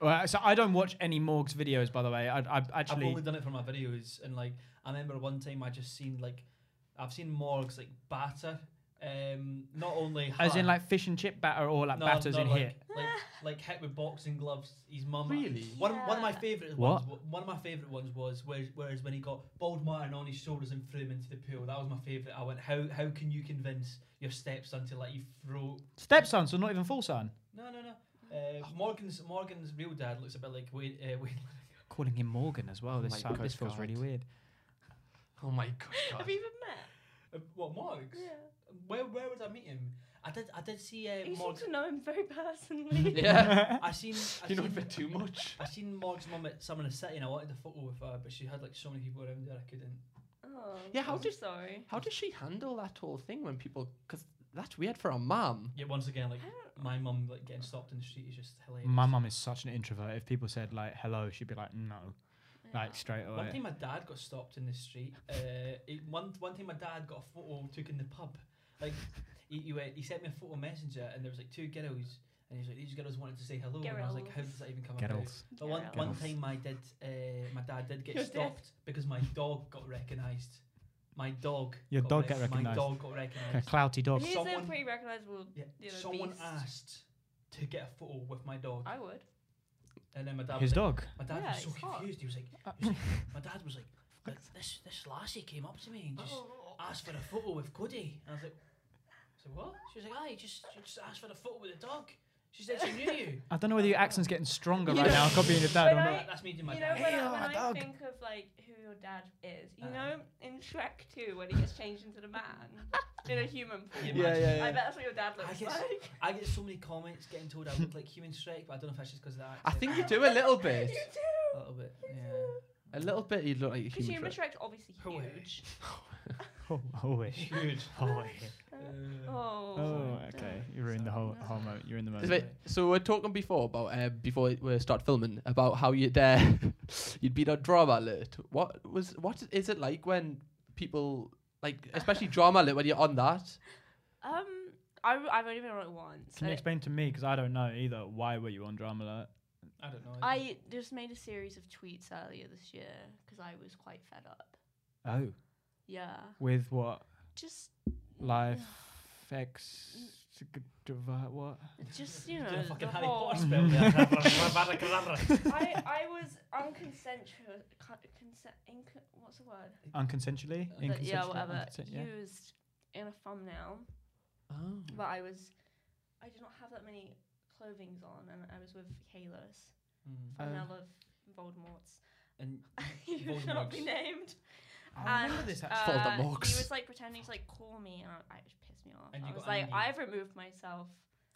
Speaker 1: Well, so I don't watch any Morgs videos, by the way. I, I
Speaker 4: I've
Speaker 1: actually.
Speaker 4: only done it for my videos, and like I remember one time I just seen like I've seen Morgs like batter Um, not only
Speaker 1: As in
Speaker 4: had-
Speaker 1: like fish and chip batter or like
Speaker 4: no,
Speaker 1: batters
Speaker 4: no,
Speaker 1: in
Speaker 4: like,
Speaker 1: here.
Speaker 2: *laughs*
Speaker 4: like like hit with boxing gloves. His mum
Speaker 3: Really?
Speaker 4: One, one of my
Speaker 2: Yeah.
Speaker 4: favorite
Speaker 1: What?
Speaker 4: ones. wa- One of my favorite ones was whereas, whereas when he got Bald Martin on his shoulders and threw him into the pool. That was my favorite. I went, how how can you convince your stepson to let you throw?
Speaker 1: Stepson, so not even full son.
Speaker 4: No, no, no. Uh, Morgan's Morgan's real dad looks a bit like Wayne. Uh, Wayne.
Speaker 1: Calling him Morgan as well.
Speaker 3: Oh
Speaker 1: This
Speaker 3: my
Speaker 1: sound-
Speaker 3: good
Speaker 1: this feels really
Speaker 3: God.
Speaker 1: weird.
Speaker 3: Oh my god,
Speaker 2: Have
Speaker 3: god. *laughs*
Speaker 2: you even
Speaker 4: *laughs* Uh, what Morgs? *laughs*
Speaker 2: met?
Speaker 4: Where where would I meet him? I did I did see
Speaker 2: Yeah.
Speaker 4: uh,
Speaker 2: You seem
Speaker 4: Morg.
Speaker 2: to know him very
Speaker 4: *laughs*
Speaker 2: personally.
Speaker 3: *laughs* Yeah.
Speaker 4: I seen I
Speaker 3: you know a
Speaker 4: seen,
Speaker 3: bit too much.
Speaker 4: I seen Morg's mum at Summer in the City and I wanted to photo with her, but she had like so many people around her I couldn't.
Speaker 2: Oh,
Speaker 3: Yeah, how
Speaker 2: I'm
Speaker 3: did-
Speaker 2: sorry?
Speaker 3: How does she handle that whole thing when people? Because that's weird for a mom.
Speaker 4: Yeah, once again, like
Speaker 2: I don't-
Speaker 4: my mum like getting stopped in the street is just hilarious.
Speaker 1: My mum is such an introvert. If people said like hello, she'd be like no,
Speaker 2: Yeah.
Speaker 1: like straight
Speaker 4: One
Speaker 1: away.
Speaker 4: time my dad got stopped in the street. Uh, it, one one time my dad got a photo took in the pub. Like he, he went, he sent me a photo messenger and there was like two girls and he's like these girls wanted to say hello and I was like how does that even come
Speaker 1: Get
Speaker 4: about?
Speaker 1: else.
Speaker 4: But one, one
Speaker 1: Girls.
Speaker 4: time I did, uh, my dad did get
Speaker 2: Your dad.
Speaker 4: stopped because my dog got recognised. My dog.
Speaker 1: Your
Speaker 4: got
Speaker 1: dog got
Speaker 4: My
Speaker 1: recognised.
Speaker 4: dog got
Speaker 1: A *laughs*
Speaker 4: recognised.
Speaker 1: clouty dog.
Speaker 2: He's a
Speaker 4: someone-
Speaker 2: pretty recognisable.
Speaker 4: yeah.
Speaker 2: You know,
Speaker 4: Someone
Speaker 2: beast.
Speaker 4: asked to get a photo with my dog,
Speaker 2: I would.
Speaker 4: and then my dad.
Speaker 1: His
Speaker 4: was like-
Speaker 1: dog.
Speaker 4: My dad
Speaker 2: Yeah,
Speaker 4: was so
Speaker 2: he's hot.
Speaker 4: confused. He was like,
Speaker 1: Uh,
Speaker 4: he was like- my dad was like, "Look, this this lassie came up to me and just
Speaker 2: Oh.
Speaker 4: asked for a photo with Cody, and I was like, I was like what? She was like, aye, just she just asked for a photo with the dog. She said she knew you.
Speaker 1: *laughs* I don't know whether your accent's getting stronger *laughs* right
Speaker 4: *laughs*
Speaker 1: now.
Speaker 2: Yeah.
Speaker 1: Copying your dad or
Speaker 2: When
Speaker 1: not.
Speaker 2: I-
Speaker 4: That's me doing my
Speaker 2: You know,
Speaker 4: dad.
Speaker 2: when,
Speaker 1: Hey,
Speaker 2: I,
Speaker 1: oh,
Speaker 2: when
Speaker 1: my
Speaker 2: I
Speaker 1: dog.
Speaker 2: think of like who your dad is, you
Speaker 4: Uh-huh.
Speaker 2: know, in Shrek 2 when he gets changed into the man
Speaker 1: *laughs*
Speaker 2: in a human form.
Speaker 4: Yeah,
Speaker 3: yeah,
Speaker 2: I
Speaker 3: yeah.
Speaker 2: bet that's what your dad
Speaker 4: I
Speaker 2: looks
Speaker 4: guess-
Speaker 2: like.
Speaker 4: I get so many comments getting told I look like human Shrek, but I don't know if that's just because of that.
Speaker 3: I think you do a little bit.
Speaker 2: *laughs* you
Speaker 4: a
Speaker 2: do.
Speaker 4: little bit.
Speaker 2: You
Speaker 4: Yeah.
Speaker 2: do.
Speaker 3: A little bit. You look like a
Speaker 2: Because human
Speaker 3: human. Shrek.
Speaker 2: Shrek's obviously
Speaker 4: Oh, yeah. *laughs*
Speaker 2: huge.
Speaker 1: Oh, oh, wait.
Speaker 4: Huge.
Speaker 1: Oh,
Speaker 2: *laughs*
Speaker 4: Um,
Speaker 2: Oh.
Speaker 1: oh, okay. You're in the whole,
Speaker 2: Sorry.
Speaker 1: whole moment. You're in the
Speaker 3: Is
Speaker 1: moment.
Speaker 3: it- so we are talking before about uh, before we start filming about how you'd uh, *laughs* you'd be on drama alert. What was what is it like when people like especially drama alert when you're on that?
Speaker 2: Um, I, have only been on it once. Uh,
Speaker 1: Can you
Speaker 2: and it-
Speaker 1: explain to me, because I don't know either, why were you on Drama Alert?
Speaker 4: I don't know.
Speaker 2: I just made a series of tweets earlier this year because I was quite fed up.
Speaker 1: Oh.
Speaker 2: Yeah.
Speaker 1: With what?
Speaker 2: Just, Mm.
Speaker 1: Life, ex, what?
Speaker 2: just you
Speaker 4: Doing
Speaker 2: know,
Speaker 4: a fucking
Speaker 2: the
Speaker 4: Harry
Speaker 2: whole.
Speaker 4: Potter
Speaker 2: *laughs*
Speaker 4: spell there.
Speaker 2: I, I was unconsensual. con- Consent, inc- what's the word?
Speaker 1: Unconsensually?
Speaker 4: Uh,
Speaker 2: That-
Speaker 1: Inconsensually?
Speaker 2: yeah, whatever.
Speaker 1: Unconsent- yeah.
Speaker 2: Used in a thumbnail,
Speaker 3: Oh.
Speaker 2: but I was, I did not have that many clothings on, and I was with Kalos,
Speaker 4: Mm.
Speaker 2: female of Voldemort's. *laughs*
Speaker 4: And
Speaker 2: you should not be
Speaker 4: Voldemort's.
Speaker 2: named.
Speaker 1: I
Speaker 2: and,
Speaker 1: remember this
Speaker 2: uh,
Speaker 1: actually.
Speaker 3: Voldemort's.
Speaker 2: He was like pretending to like call me, and I, I just pissed me off.
Speaker 4: And
Speaker 2: I
Speaker 4: you
Speaker 2: was
Speaker 4: got
Speaker 2: like,
Speaker 4: angry.
Speaker 2: I've removed myself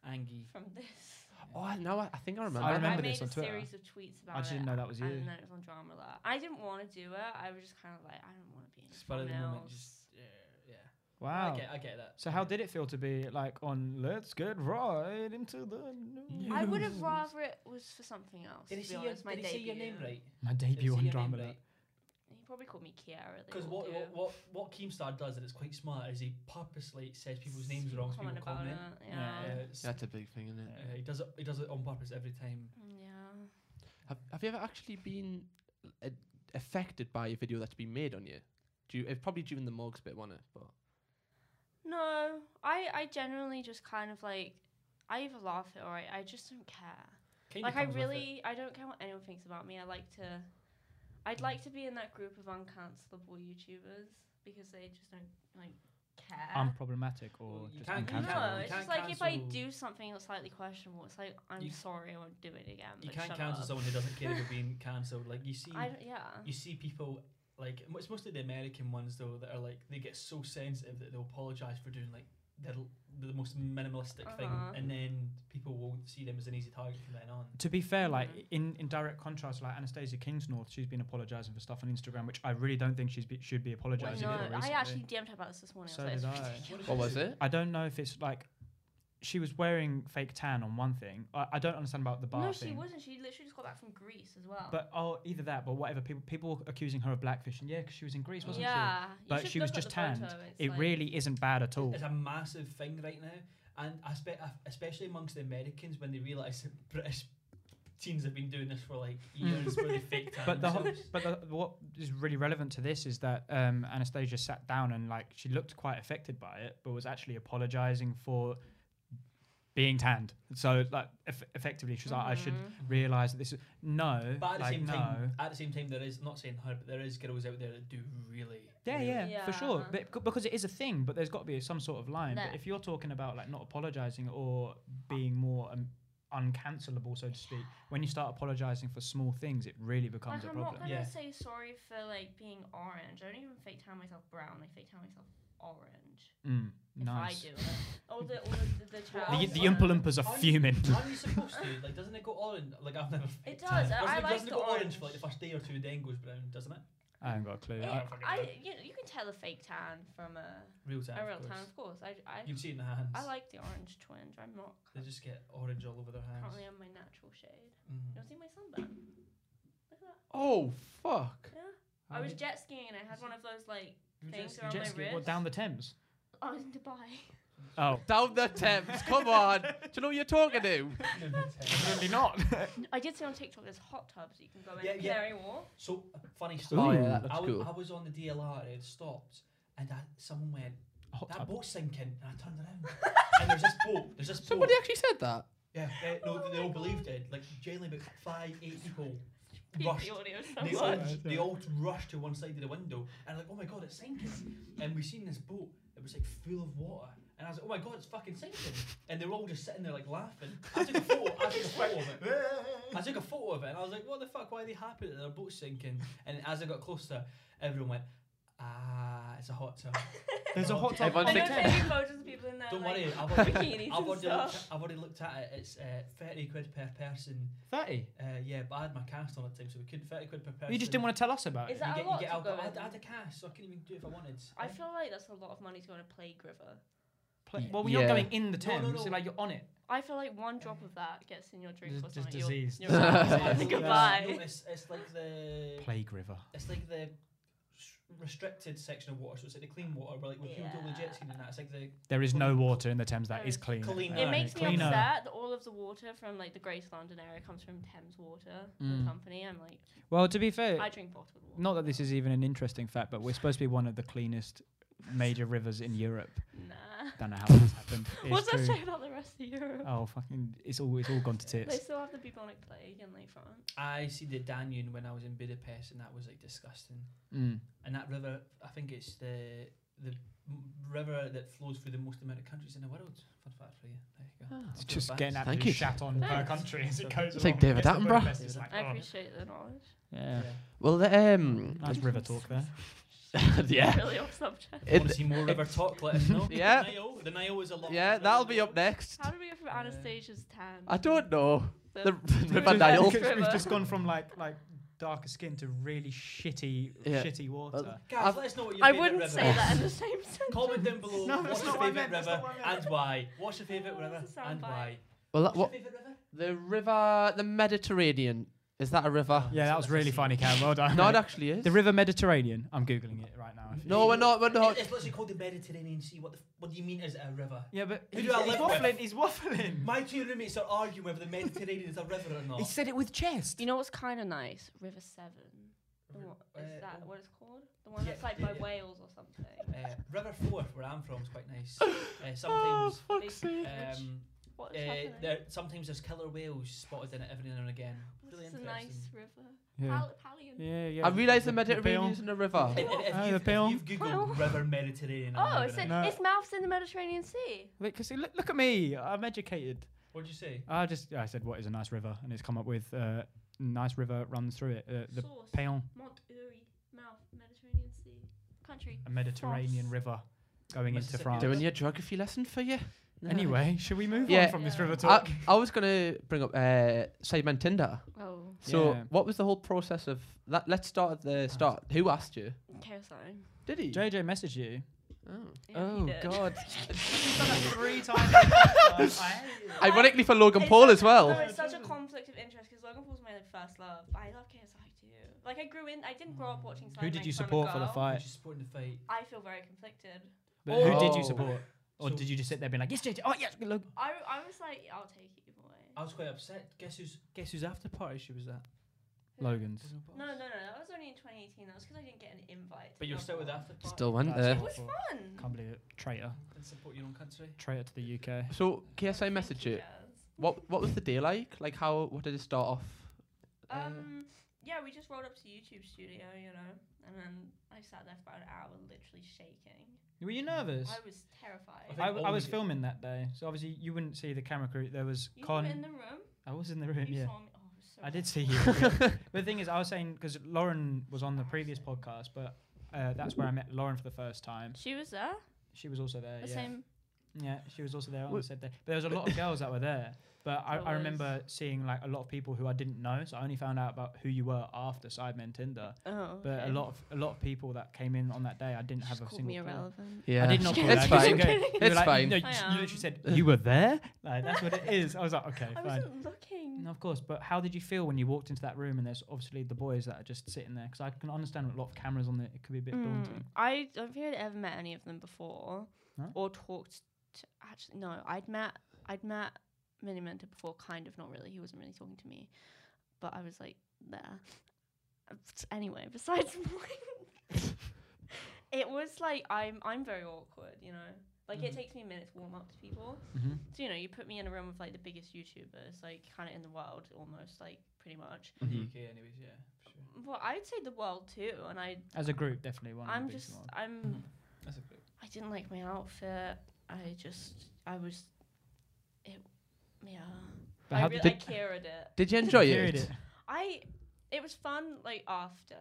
Speaker 4: Angie.
Speaker 2: from this.
Speaker 3: Oh, I know. I I
Speaker 2: *laughs*
Speaker 3: think I remember.
Speaker 1: I
Speaker 2: But
Speaker 1: remember
Speaker 2: I made
Speaker 1: this on
Speaker 2: a
Speaker 1: Twitter.
Speaker 2: series of tweets about it.
Speaker 1: just didn't know that was you.
Speaker 2: And then it was on drama alert. I didn't want to do it. I was just kind of like, I don't want to be in
Speaker 4: Spur of the moment,
Speaker 2: thumbnails.
Speaker 4: just yeah, yeah. I
Speaker 1: Wow.
Speaker 4: get, I get that.
Speaker 1: So how did it feel to be like on Let's Get Right into the News?
Speaker 2: I
Speaker 4: *laughs*
Speaker 2: would have rather it was for something else.
Speaker 4: Did he
Speaker 2: to
Speaker 4: see
Speaker 2: be
Speaker 4: your,
Speaker 2: honest, my
Speaker 4: did he see your name
Speaker 2: debut.
Speaker 4: right?
Speaker 1: My
Speaker 4: Did he
Speaker 1: debut
Speaker 4: see
Speaker 1: on
Speaker 4: your
Speaker 1: Drama
Speaker 4: name
Speaker 1: Alert.
Speaker 4: right?
Speaker 2: He probably called me Kiara.
Speaker 4: Because what, what what what Keemstar does that it's quite smart is he purposely says people's names wrong so people
Speaker 2: Comment about
Speaker 4: comment.
Speaker 2: it. Yeah.
Speaker 1: Yeah.
Speaker 2: yeah.
Speaker 4: Uh, s-
Speaker 3: That's a big thing, isn't it?
Speaker 4: uh, he does it. He does it on purpose every time.
Speaker 3: Have, have you ever actually been uh, affected by a video that's been made on you? Do you, it probably during the morgues bit, wasn't it? But
Speaker 2: No, I I generally just kind of like I either laugh at it or I, I just don't care.
Speaker 4: Kinda
Speaker 2: like I
Speaker 4: comes with it.
Speaker 2: really I don't care what anyone thinks about me. I like to I'd like to be in that group of uncancelable YouTubers because they just don't like care.
Speaker 1: Unproblematic or
Speaker 4: Well, you
Speaker 1: just
Speaker 4: can't- you can't-
Speaker 2: uh, no,
Speaker 1: uncancelable?
Speaker 4: you
Speaker 2: it's
Speaker 4: can't
Speaker 2: just like if I
Speaker 4: cancel-
Speaker 2: do something that's slightly questionable, it's like I'm
Speaker 4: You-
Speaker 2: sorry, I won't do it again.
Speaker 4: You
Speaker 2: but
Speaker 4: can't
Speaker 2: shut
Speaker 4: cancel
Speaker 2: up.
Speaker 4: someone who doesn't care
Speaker 2: *laughs*
Speaker 4: about being cancelled. Like you see,
Speaker 2: I don't, yeah.
Speaker 4: you see people like m- it's mostly the American ones though that are like they get so sensitive that they'll apologize for doing like the, l- the most minimalistic thing,
Speaker 2: Uh-huh.
Speaker 4: and then people will see them as an easy target from then on.
Speaker 1: To be fair, like
Speaker 2: Mhm.
Speaker 1: in, in direct contrast, like Anastasia Kingsnorth, she's been apologising for stuff on Instagram, which I really don't think she's be, should be apologising
Speaker 2: no,
Speaker 1: for recently.
Speaker 2: I actually DM'd her about this this morning.
Speaker 1: So
Speaker 2: I was
Speaker 1: did
Speaker 2: *laughs* like,
Speaker 1: I.
Speaker 2: it's ridiculous.
Speaker 3: what was it?
Speaker 1: I don't know if it's like she was wearing fake tan on one thing. I, I don't understand about the bar
Speaker 2: No,
Speaker 1: thing.
Speaker 2: she wasn't. She literally just got back from Greece as well.
Speaker 1: But oh, either that, but whatever. People people were accusing her of blackfishing. Yeah, because she was in Greece, wasn't she?
Speaker 2: yeah, you
Speaker 1: But
Speaker 2: should
Speaker 1: she was
Speaker 2: look at
Speaker 1: just
Speaker 2: the photo,
Speaker 1: tanned.
Speaker 2: it's
Speaker 1: It
Speaker 2: like-
Speaker 1: really isn't bad at all.
Speaker 4: It's a massive thing right now, and I spe- especially amongst the Americans when they realise that British teens have been doing this for like years, where
Speaker 2: *laughs*
Speaker 4: they fake tan
Speaker 1: But the whole,
Speaker 4: themselves.
Speaker 1: but the, what is really relevant to this is that um, Anastasia sat down and like she looked quite affected by it, but was actually apologizing for being tanned. So like eff- effectively, she's like, I should
Speaker 2: Mm-hmm.
Speaker 1: realize that this is no,
Speaker 4: But at the
Speaker 1: like,
Speaker 4: same
Speaker 1: no.
Speaker 4: time, at the same time, there is I'm not saying her, but there is girls out there that do really.
Speaker 1: Yeah,
Speaker 4: really-
Speaker 1: yeah, for sure.
Speaker 2: Yeah.
Speaker 1: But, c- because it is a thing, but there's got to be some sort of line.
Speaker 5: No.
Speaker 1: But if you're talking about like not apologizing or being more um, uncancelable, so to speak, when you start apologizing for small things, it really becomes
Speaker 2: Like, I'm
Speaker 1: a
Speaker 2: not
Speaker 1: problem.
Speaker 2: gonna
Speaker 4: Yeah.
Speaker 2: say sorry for like being orange. I don't even fake tan myself brown. I fake tan myself orange.
Speaker 1: Mm,
Speaker 2: If
Speaker 1: nice.
Speaker 2: I do it, all the all the the,
Speaker 1: The,
Speaker 2: the child.
Speaker 1: the Oompa Loompas are
Speaker 4: Aren't- *laughs*
Speaker 1: fuming.
Speaker 4: Aren't you supposed to? Like, doesn't it go orange? Like, I've never.
Speaker 2: It
Speaker 4: *laughs* faked tan.
Speaker 2: does, I- I
Speaker 4: Doesn't,
Speaker 2: like
Speaker 4: doesn't
Speaker 2: the
Speaker 4: it go orange
Speaker 2: orange.
Speaker 4: for like the first day or two, then goes brown, doesn't it?
Speaker 1: I haven't got a clue.
Speaker 2: It,
Speaker 1: I-
Speaker 2: I you, know, you can tell a fake tan from a,
Speaker 4: Real tan.
Speaker 2: a
Speaker 4: of
Speaker 2: real
Speaker 4: course.
Speaker 2: tan, of course. I, I,
Speaker 4: You can see it in the hands.
Speaker 2: I like the orange twinge. I'm not
Speaker 4: They just get orange all over their hands.
Speaker 2: currently on my natural shade. You
Speaker 4: Mm.
Speaker 2: don't see my sunburn? Look at that.
Speaker 3: Oh fuck!
Speaker 2: Yeah. I was jet skiing and I had one of those like
Speaker 4: You
Speaker 2: things
Speaker 4: just-
Speaker 2: around
Speaker 1: Jet
Speaker 2: my
Speaker 1: ski-
Speaker 2: wrist.
Speaker 1: what, down the Thames?
Speaker 2: I was in Dubai.
Speaker 1: Oh,
Speaker 3: Down the Thames. Come on. Do you know what you're talking to?
Speaker 2: *laughs*
Speaker 4: *laughs*
Speaker 1: really not.
Speaker 2: *laughs* I did see on TikTok there's hot tubs that you can go in.
Speaker 4: Yeah,
Speaker 2: Yeah,
Speaker 4: yeah.
Speaker 2: Canary Wharf.
Speaker 4: So funny story.
Speaker 3: Oh
Speaker 1: Ooh.
Speaker 3: yeah, that
Speaker 4: I
Speaker 3: looks
Speaker 4: was,
Speaker 3: cool.
Speaker 4: I was on the DLR. It stopped, and I, someone went,
Speaker 1: Hot
Speaker 4: "That
Speaker 1: tub.
Speaker 4: boat's sinking," and I
Speaker 2: *laughs*
Speaker 4: turned around, and there's this boat. There's this boat.
Speaker 3: Somebody actually said that.
Speaker 4: Yeah, yeah, no,
Speaker 2: Oh
Speaker 4: they all believed it. Like genuinely, about five, eight people
Speaker 2: Peep
Speaker 4: rushed.
Speaker 2: The audio so
Speaker 4: They all,
Speaker 2: much.
Speaker 4: they all rushed to one side of the window and like, oh my god, it's sinking. and we seen this boat. It was like full of water. And I was like, oh my god, it's fucking sinking. And they were all just sitting there like laughing. I took a photo. I took a photo of it. I took a photo of it and I was like, what the fuck? Why are they happy that their boat's sinking? And as I got closer, everyone went, ah, it's a hot
Speaker 2: *laughs*
Speaker 4: tub.
Speaker 1: There's a hot tub.
Speaker 3: Everyone
Speaker 1: on
Speaker 2: I
Speaker 1: the
Speaker 2: know
Speaker 3: thinks-
Speaker 1: Thames.
Speaker 2: taking photos of people in there.
Speaker 4: Don't
Speaker 2: like,
Speaker 4: worry, I've already,
Speaker 2: bikinis
Speaker 4: I've
Speaker 2: and
Speaker 4: already, looked,
Speaker 2: stuff.
Speaker 4: I've already looked at it. It's uh, thirty quid per person.
Speaker 1: Thirty.
Speaker 4: Uh, yeah, but I had my cast on at the time, so we couldn't. Thirty quid per person.
Speaker 1: You just didn't want to tell us about
Speaker 2: Is
Speaker 1: it.
Speaker 2: that
Speaker 4: you
Speaker 2: a
Speaker 4: get,
Speaker 2: lot
Speaker 4: you
Speaker 2: to
Speaker 4: get
Speaker 2: go
Speaker 4: alcohol. I
Speaker 2: in?
Speaker 4: had, I had a cast, so I couldn't even do it if I wanted. Um,
Speaker 2: I
Speaker 4: Yeah. *laughs*
Speaker 2: feel like that's a lot of money to go on a plague river.
Speaker 1: Pla- Well, we're not
Speaker 3: Yeah.
Speaker 1: going in the
Speaker 4: No, no,
Speaker 1: Thames.
Speaker 4: no.
Speaker 1: So, like you're on it.
Speaker 2: I feel like one drop of that gets in your drink
Speaker 1: Just-
Speaker 2: or
Speaker 1: just
Speaker 2: something.
Speaker 1: disease.
Speaker 4: *laughs*
Speaker 2: You're, you're
Speaker 4: Yeah, no,
Speaker 2: *laughs* goodbye.
Speaker 4: No, it's, it's like the
Speaker 1: Plague River.
Speaker 4: it's like the s- restricted section of water. So it's like the clean water, where like when people do the jet skiing and that, it's like the
Speaker 1: There is no water in the Thames that
Speaker 2: There
Speaker 1: is
Speaker 2: is-
Speaker 1: clean.
Speaker 4: Clean.
Speaker 2: It
Speaker 4: Uh,
Speaker 2: makes me
Speaker 1: cleaner.
Speaker 2: upset that all of the water from like the Greater London area comes from Thames Water
Speaker 1: Mm.
Speaker 2: the company. I'm like,
Speaker 1: Well, to be fair,
Speaker 2: I drink bottled water.
Speaker 1: not that this is even an interesting fact, but we're supposed to be one of the cleanest major rivers in Europe.
Speaker 2: Nah.
Speaker 1: Don't know how
Speaker 3: *laughs*
Speaker 1: this happened. It's
Speaker 2: What's
Speaker 1: true.
Speaker 2: that say about the rest of Europe?
Speaker 1: Oh fucking! It's all *laughs* it's all gone to
Speaker 2: They
Speaker 1: tits.
Speaker 2: still have the bubonic plague in like France.
Speaker 4: I see the Danube when I was in Budapest, and that was like disgusting.
Speaker 1: Mm.
Speaker 4: And that river, I think it's the the m- river that flows through the most amount of countries in the world. Fun fact for you. There you go.
Speaker 1: It's
Speaker 4: Fun
Speaker 1: just
Speaker 4: fact.
Speaker 1: getting
Speaker 3: Thank
Speaker 1: absolutely
Speaker 3: you.
Speaker 1: shat on per
Speaker 2: Thanks.
Speaker 1: country as it goes.
Speaker 3: It's
Speaker 1: along.
Speaker 3: like David
Speaker 1: Gets to
Speaker 3: Attenborough.
Speaker 1: Budapest, it's like,
Speaker 2: I
Speaker 1: oh.
Speaker 2: appreciate the knowledge.
Speaker 1: *laughs* Yeah.
Speaker 3: *laughs* Well, the, um,
Speaker 1: Nice river talk there.
Speaker 3: yeah,
Speaker 2: Really off subject.
Speaker 3: It-
Speaker 4: Want to see more river talk? Let us know.
Speaker 3: *laughs* Yeah.
Speaker 4: The Nile, the Nile is a lot.
Speaker 3: yeah, that'll be up next.
Speaker 2: How did we go from
Speaker 4: Yeah.
Speaker 2: Anastasia's tan?
Speaker 3: I don't know.
Speaker 2: to
Speaker 3: The *laughs* River
Speaker 1: Because-
Speaker 3: Nile.
Speaker 1: because We've
Speaker 2: River.
Speaker 1: just gone from like like darker skin to really shitty
Speaker 3: Yeah.
Speaker 1: shitty water.
Speaker 4: Guys,
Speaker 3: I've-
Speaker 4: let us know what your
Speaker 2: I
Speaker 4: favourite
Speaker 2: wouldn't
Speaker 4: river
Speaker 2: say
Speaker 4: is.
Speaker 2: that in the
Speaker 4: *laughs*
Speaker 2: same sentence.
Speaker 4: Comment down below.
Speaker 1: No, that's
Speaker 4: what's your
Speaker 1: not what I
Speaker 4: favourite
Speaker 1: meant, that's
Speaker 4: river
Speaker 1: not what I meant.
Speaker 4: and why? What's your favourite
Speaker 2: Oh,
Speaker 4: river
Speaker 2: that's a
Speaker 4: and
Speaker 2: soundbite.
Speaker 4: why?
Speaker 3: Well, that,
Speaker 4: What's your
Speaker 3: what
Speaker 4: favourite river?
Speaker 3: the river, the Mediterranean, is that a river?
Speaker 1: yeah, that was really funny, Cam. Well done.
Speaker 3: No, it
Speaker 1: mate.
Speaker 3: actually is.
Speaker 1: *laughs* the River Mediterranean. I'm googling it right now.
Speaker 3: No, we're not. We're not.
Speaker 4: It's literally called the Mediterranean Sea. What the, f- what do you mean is it a river?
Speaker 1: Yeah, but
Speaker 4: Who do
Speaker 1: he's,
Speaker 4: I
Speaker 1: he's
Speaker 4: live with?
Speaker 1: waffling. He's waffling.
Speaker 4: My two roommates are arguing whether the Mediterranean is a river or
Speaker 1: *laughs*
Speaker 4: not.
Speaker 1: He said it with chest.
Speaker 2: You know what's kind of nice? River Seven. The
Speaker 4: River-
Speaker 2: one-
Speaker 4: uh,
Speaker 2: Is that
Speaker 4: oh.
Speaker 2: what it's called? The one
Speaker 4: Yeah,
Speaker 2: that's like
Speaker 4: yeah,
Speaker 2: by
Speaker 4: yeah.
Speaker 2: Wales or something.
Speaker 4: Uh, river Forth, where I'm from, is quite
Speaker 3: *gasps*
Speaker 4: nice. Uh, sometimes,
Speaker 3: Oh,
Speaker 2: They-
Speaker 4: um,
Speaker 2: What
Speaker 4: uh,
Speaker 2: is happening?
Speaker 4: there, sometimes there's killer whales spotted in it every now and again. Really
Speaker 2: This is a
Speaker 4: interesting.
Speaker 2: nice river.
Speaker 1: Yeah,
Speaker 2: Pal- Pallion.
Speaker 1: yeah, yeah.
Speaker 3: I realise
Speaker 1: The-
Speaker 3: the
Speaker 1: the
Speaker 3: Mediterranean
Speaker 1: bill.
Speaker 3: isn't a river.
Speaker 4: If, if- if
Speaker 1: Oh, the
Speaker 4: you've,
Speaker 1: film.
Speaker 4: if you've
Speaker 2: Well.
Speaker 4: googled river Mediterranean, I'm
Speaker 2: Oh,
Speaker 4: not
Speaker 2: it
Speaker 4: gonna-
Speaker 2: said
Speaker 1: No.
Speaker 2: its mouth's in the Mediterranean Sea.
Speaker 1: Because look, look at me. I'm educated.
Speaker 4: What'd you say?
Speaker 1: I just I said what is a nice river, and it's come up with uh, nice river runs through it. Uh, the
Speaker 2: Source.
Speaker 1: Payon,
Speaker 2: Mont Uri, mouth, Mediterranean Sea. Country.
Speaker 1: a Mediterranean
Speaker 2: France.
Speaker 1: river going into
Speaker 4: Mississippi.
Speaker 1: France.
Speaker 3: Doing your geography lesson for you.
Speaker 1: Anyway, should we move
Speaker 3: Yeah.
Speaker 1: on from this
Speaker 2: Yeah.
Speaker 1: river
Speaker 3: I,
Speaker 4: Uh,
Speaker 1: talk?
Speaker 3: I was gonna bring up uh, Sidemen Tinder.
Speaker 2: Oh,
Speaker 3: So,
Speaker 1: Yeah.
Speaker 3: what was the whole process of? Let, let's start at the start. Who asked you?
Speaker 2: KSI.
Speaker 3: Did he?
Speaker 1: JJ messaged you.
Speaker 3: oh.
Speaker 2: Yeah, he did. *laughs*
Speaker 3: God.
Speaker 1: She's done that
Speaker 4: *laughs*
Speaker 1: three times. I
Speaker 3: Ironically for Logan
Speaker 2: It's
Speaker 3: Paul
Speaker 2: such
Speaker 3: as
Speaker 2: a-
Speaker 3: well.
Speaker 2: No, it's such a conflict of interest because Logan Paul's my like, first love. But I love KSI too. Like I grew in, I didn't grow up watching.
Speaker 1: Who
Speaker 2: Spider-Man
Speaker 1: did you
Speaker 2: 'cause I'm a
Speaker 1: support for the
Speaker 2: girl.
Speaker 1: fight?
Speaker 4: Just supporting the fight.
Speaker 2: I feel very conflicted.
Speaker 1: But Who did you
Speaker 3: Oh.
Speaker 1: support? Or
Speaker 4: So-
Speaker 1: did you just sit there being like, yes, JJ? Oh, yes, look.
Speaker 2: I, I was like, I'll take either way.
Speaker 4: I was quite upset. Guess who's guess whose after party she was at?
Speaker 1: Logan's.
Speaker 2: No, no, no. That was only in 2018. That was because I didn't get an invite.
Speaker 4: But you're still with after party.
Speaker 3: Still went
Speaker 1: That's
Speaker 3: there.
Speaker 2: It was
Speaker 1: awful.
Speaker 2: fun.
Speaker 1: Can't believe it. Traitor.
Speaker 4: And support your own country.
Speaker 1: Traitor to the UK.
Speaker 3: So KSI
Speaker 2: Thank you,
Speaker 3: message it.
Speaker 2: Jazz.
Speaker 3: What what was the day like? Like how what did it start off? Uh,
Speaker 2: Um, yeah, we just rolled up to YouTube Studio, you know, and then I sat there for about an hour, literally shaking.
Speaker 1: Were you nervous?
Speaker 2: I was terrified.
Speaker 1: I,
Speaker 4: think
Speaker 1: w- I
Speaker 4: all
Speaker 1: was
Speaker 4: we-
Speaker 1: filming that day, so obviously you wouldn't see the camera crew. There was
Speaker 2: You
Speaker 1: Con.
Speaker 2: were in the room.
Speaker 1: I was in the room.
Speaker 2: You
Speaker 1: yeah,
Speaker 2: saw me. Oh, it was so
Speaker 1: I did
Speaker 2: bad.
Speaker 1: see you.
Speaker 2: *laughs*
Speaker 1: yeah. but the thing is, I was saying because Lauren was on the previous podcast, but uh, that's where I met Lauren for the first time.
Speaker 2: She was there.
Speaker 1: She was also there.
Speaker 2: The
Speaker 1: Uh, yeah.
Speaker 2: same.
Speaker 1: Yeah, she was also there on
Speaker 3: Wh-
Speaker 1: the said day. But there was a lot of girls that were there. But I,
Speaker 2: There
Speaker 1: I remember seeing like a lot of people who I didn't know, so I only found out about who you were after Sidemen Tinder.
Speaker 2: Oh.
Speaker 1: But a lot of a lot of people that came in on that day, I didn't have a single. clue.
Speaker 2: irrelevant.
Speaker 3: yeah,
Speaker 1: I did not call
Speaker 3: It's
Speaker 1: that.
Speaker 3: fine.
Speaker 1: Just okay. You were
Speaker 3: It's
Speaker 1: like,
Speaker 3: fine.
Speaker 1: No, you,
Speaker 2: I
Speaker 1: you
Speaker 2: am.
Speaker 1: literally said you were there. Like that's what it
Speaker 2: *laughs*
Speaker 1: is. I was like, okay,
Speaker 2: I mm.
Speaker 1: fine.
Speaker 2: wasn't looking.
Speaker 1: No, of course, but how did you feel when you walked into that room and there's obviously the boys that are just sitting there? Because I can understand a lot of cameras on there. It could be a bit daunting.
Speaker 2: Mm. I don't think I'd ever met any of them before,
Speaker 1: No?
Speaker 2: or talked. to... Actually, no. I'd met I'd met Mini Mentor before, kind of. Not really. He wasn't really talking to me, but I was like there. Uh, s- Anyway, *laughs* besides the point, *laughs* it was like I'm I'm very awkward, you know. Like it
Speaker 1: Mm.
Speaker 4: Mhm.
Speaker 2: takes me a minute to warm up to people.
Speaker 1: Mm-hmm.
Speaker 2: So you know, you put me in a room with like the biggest YouTubers, like kind of in the world, almost like pretty much.
Speaker 4: In
Speaker 3: Mhm.
Speaker 4: the UK, anyways. Yeah. for Sure.
Speaker 2: Well, I'd say the world too, and I
Speaker 1: As a group, definitely one. of the
Speaker 2: I'm
Speaker 1: biggest
Speaker 2: just
Speaker 1: ones. Mm.
Speaker 2: I'm
Speaker 4: Mm. That's a great.
Speaker 2: I didn't like my outfit. I just, I was, it, yeah.
Speaker 1: But
Speaker 2: I
Speaker 1: how
Speaker 2: really,
Speaker 1: did-
Speaker 2: I cared it.
Speaker 3: Did you enjoy
Speaker 1: Carried
Speaker 3: it?
Speaker 1: it.
Speaker 2: I, it was fun. Like after,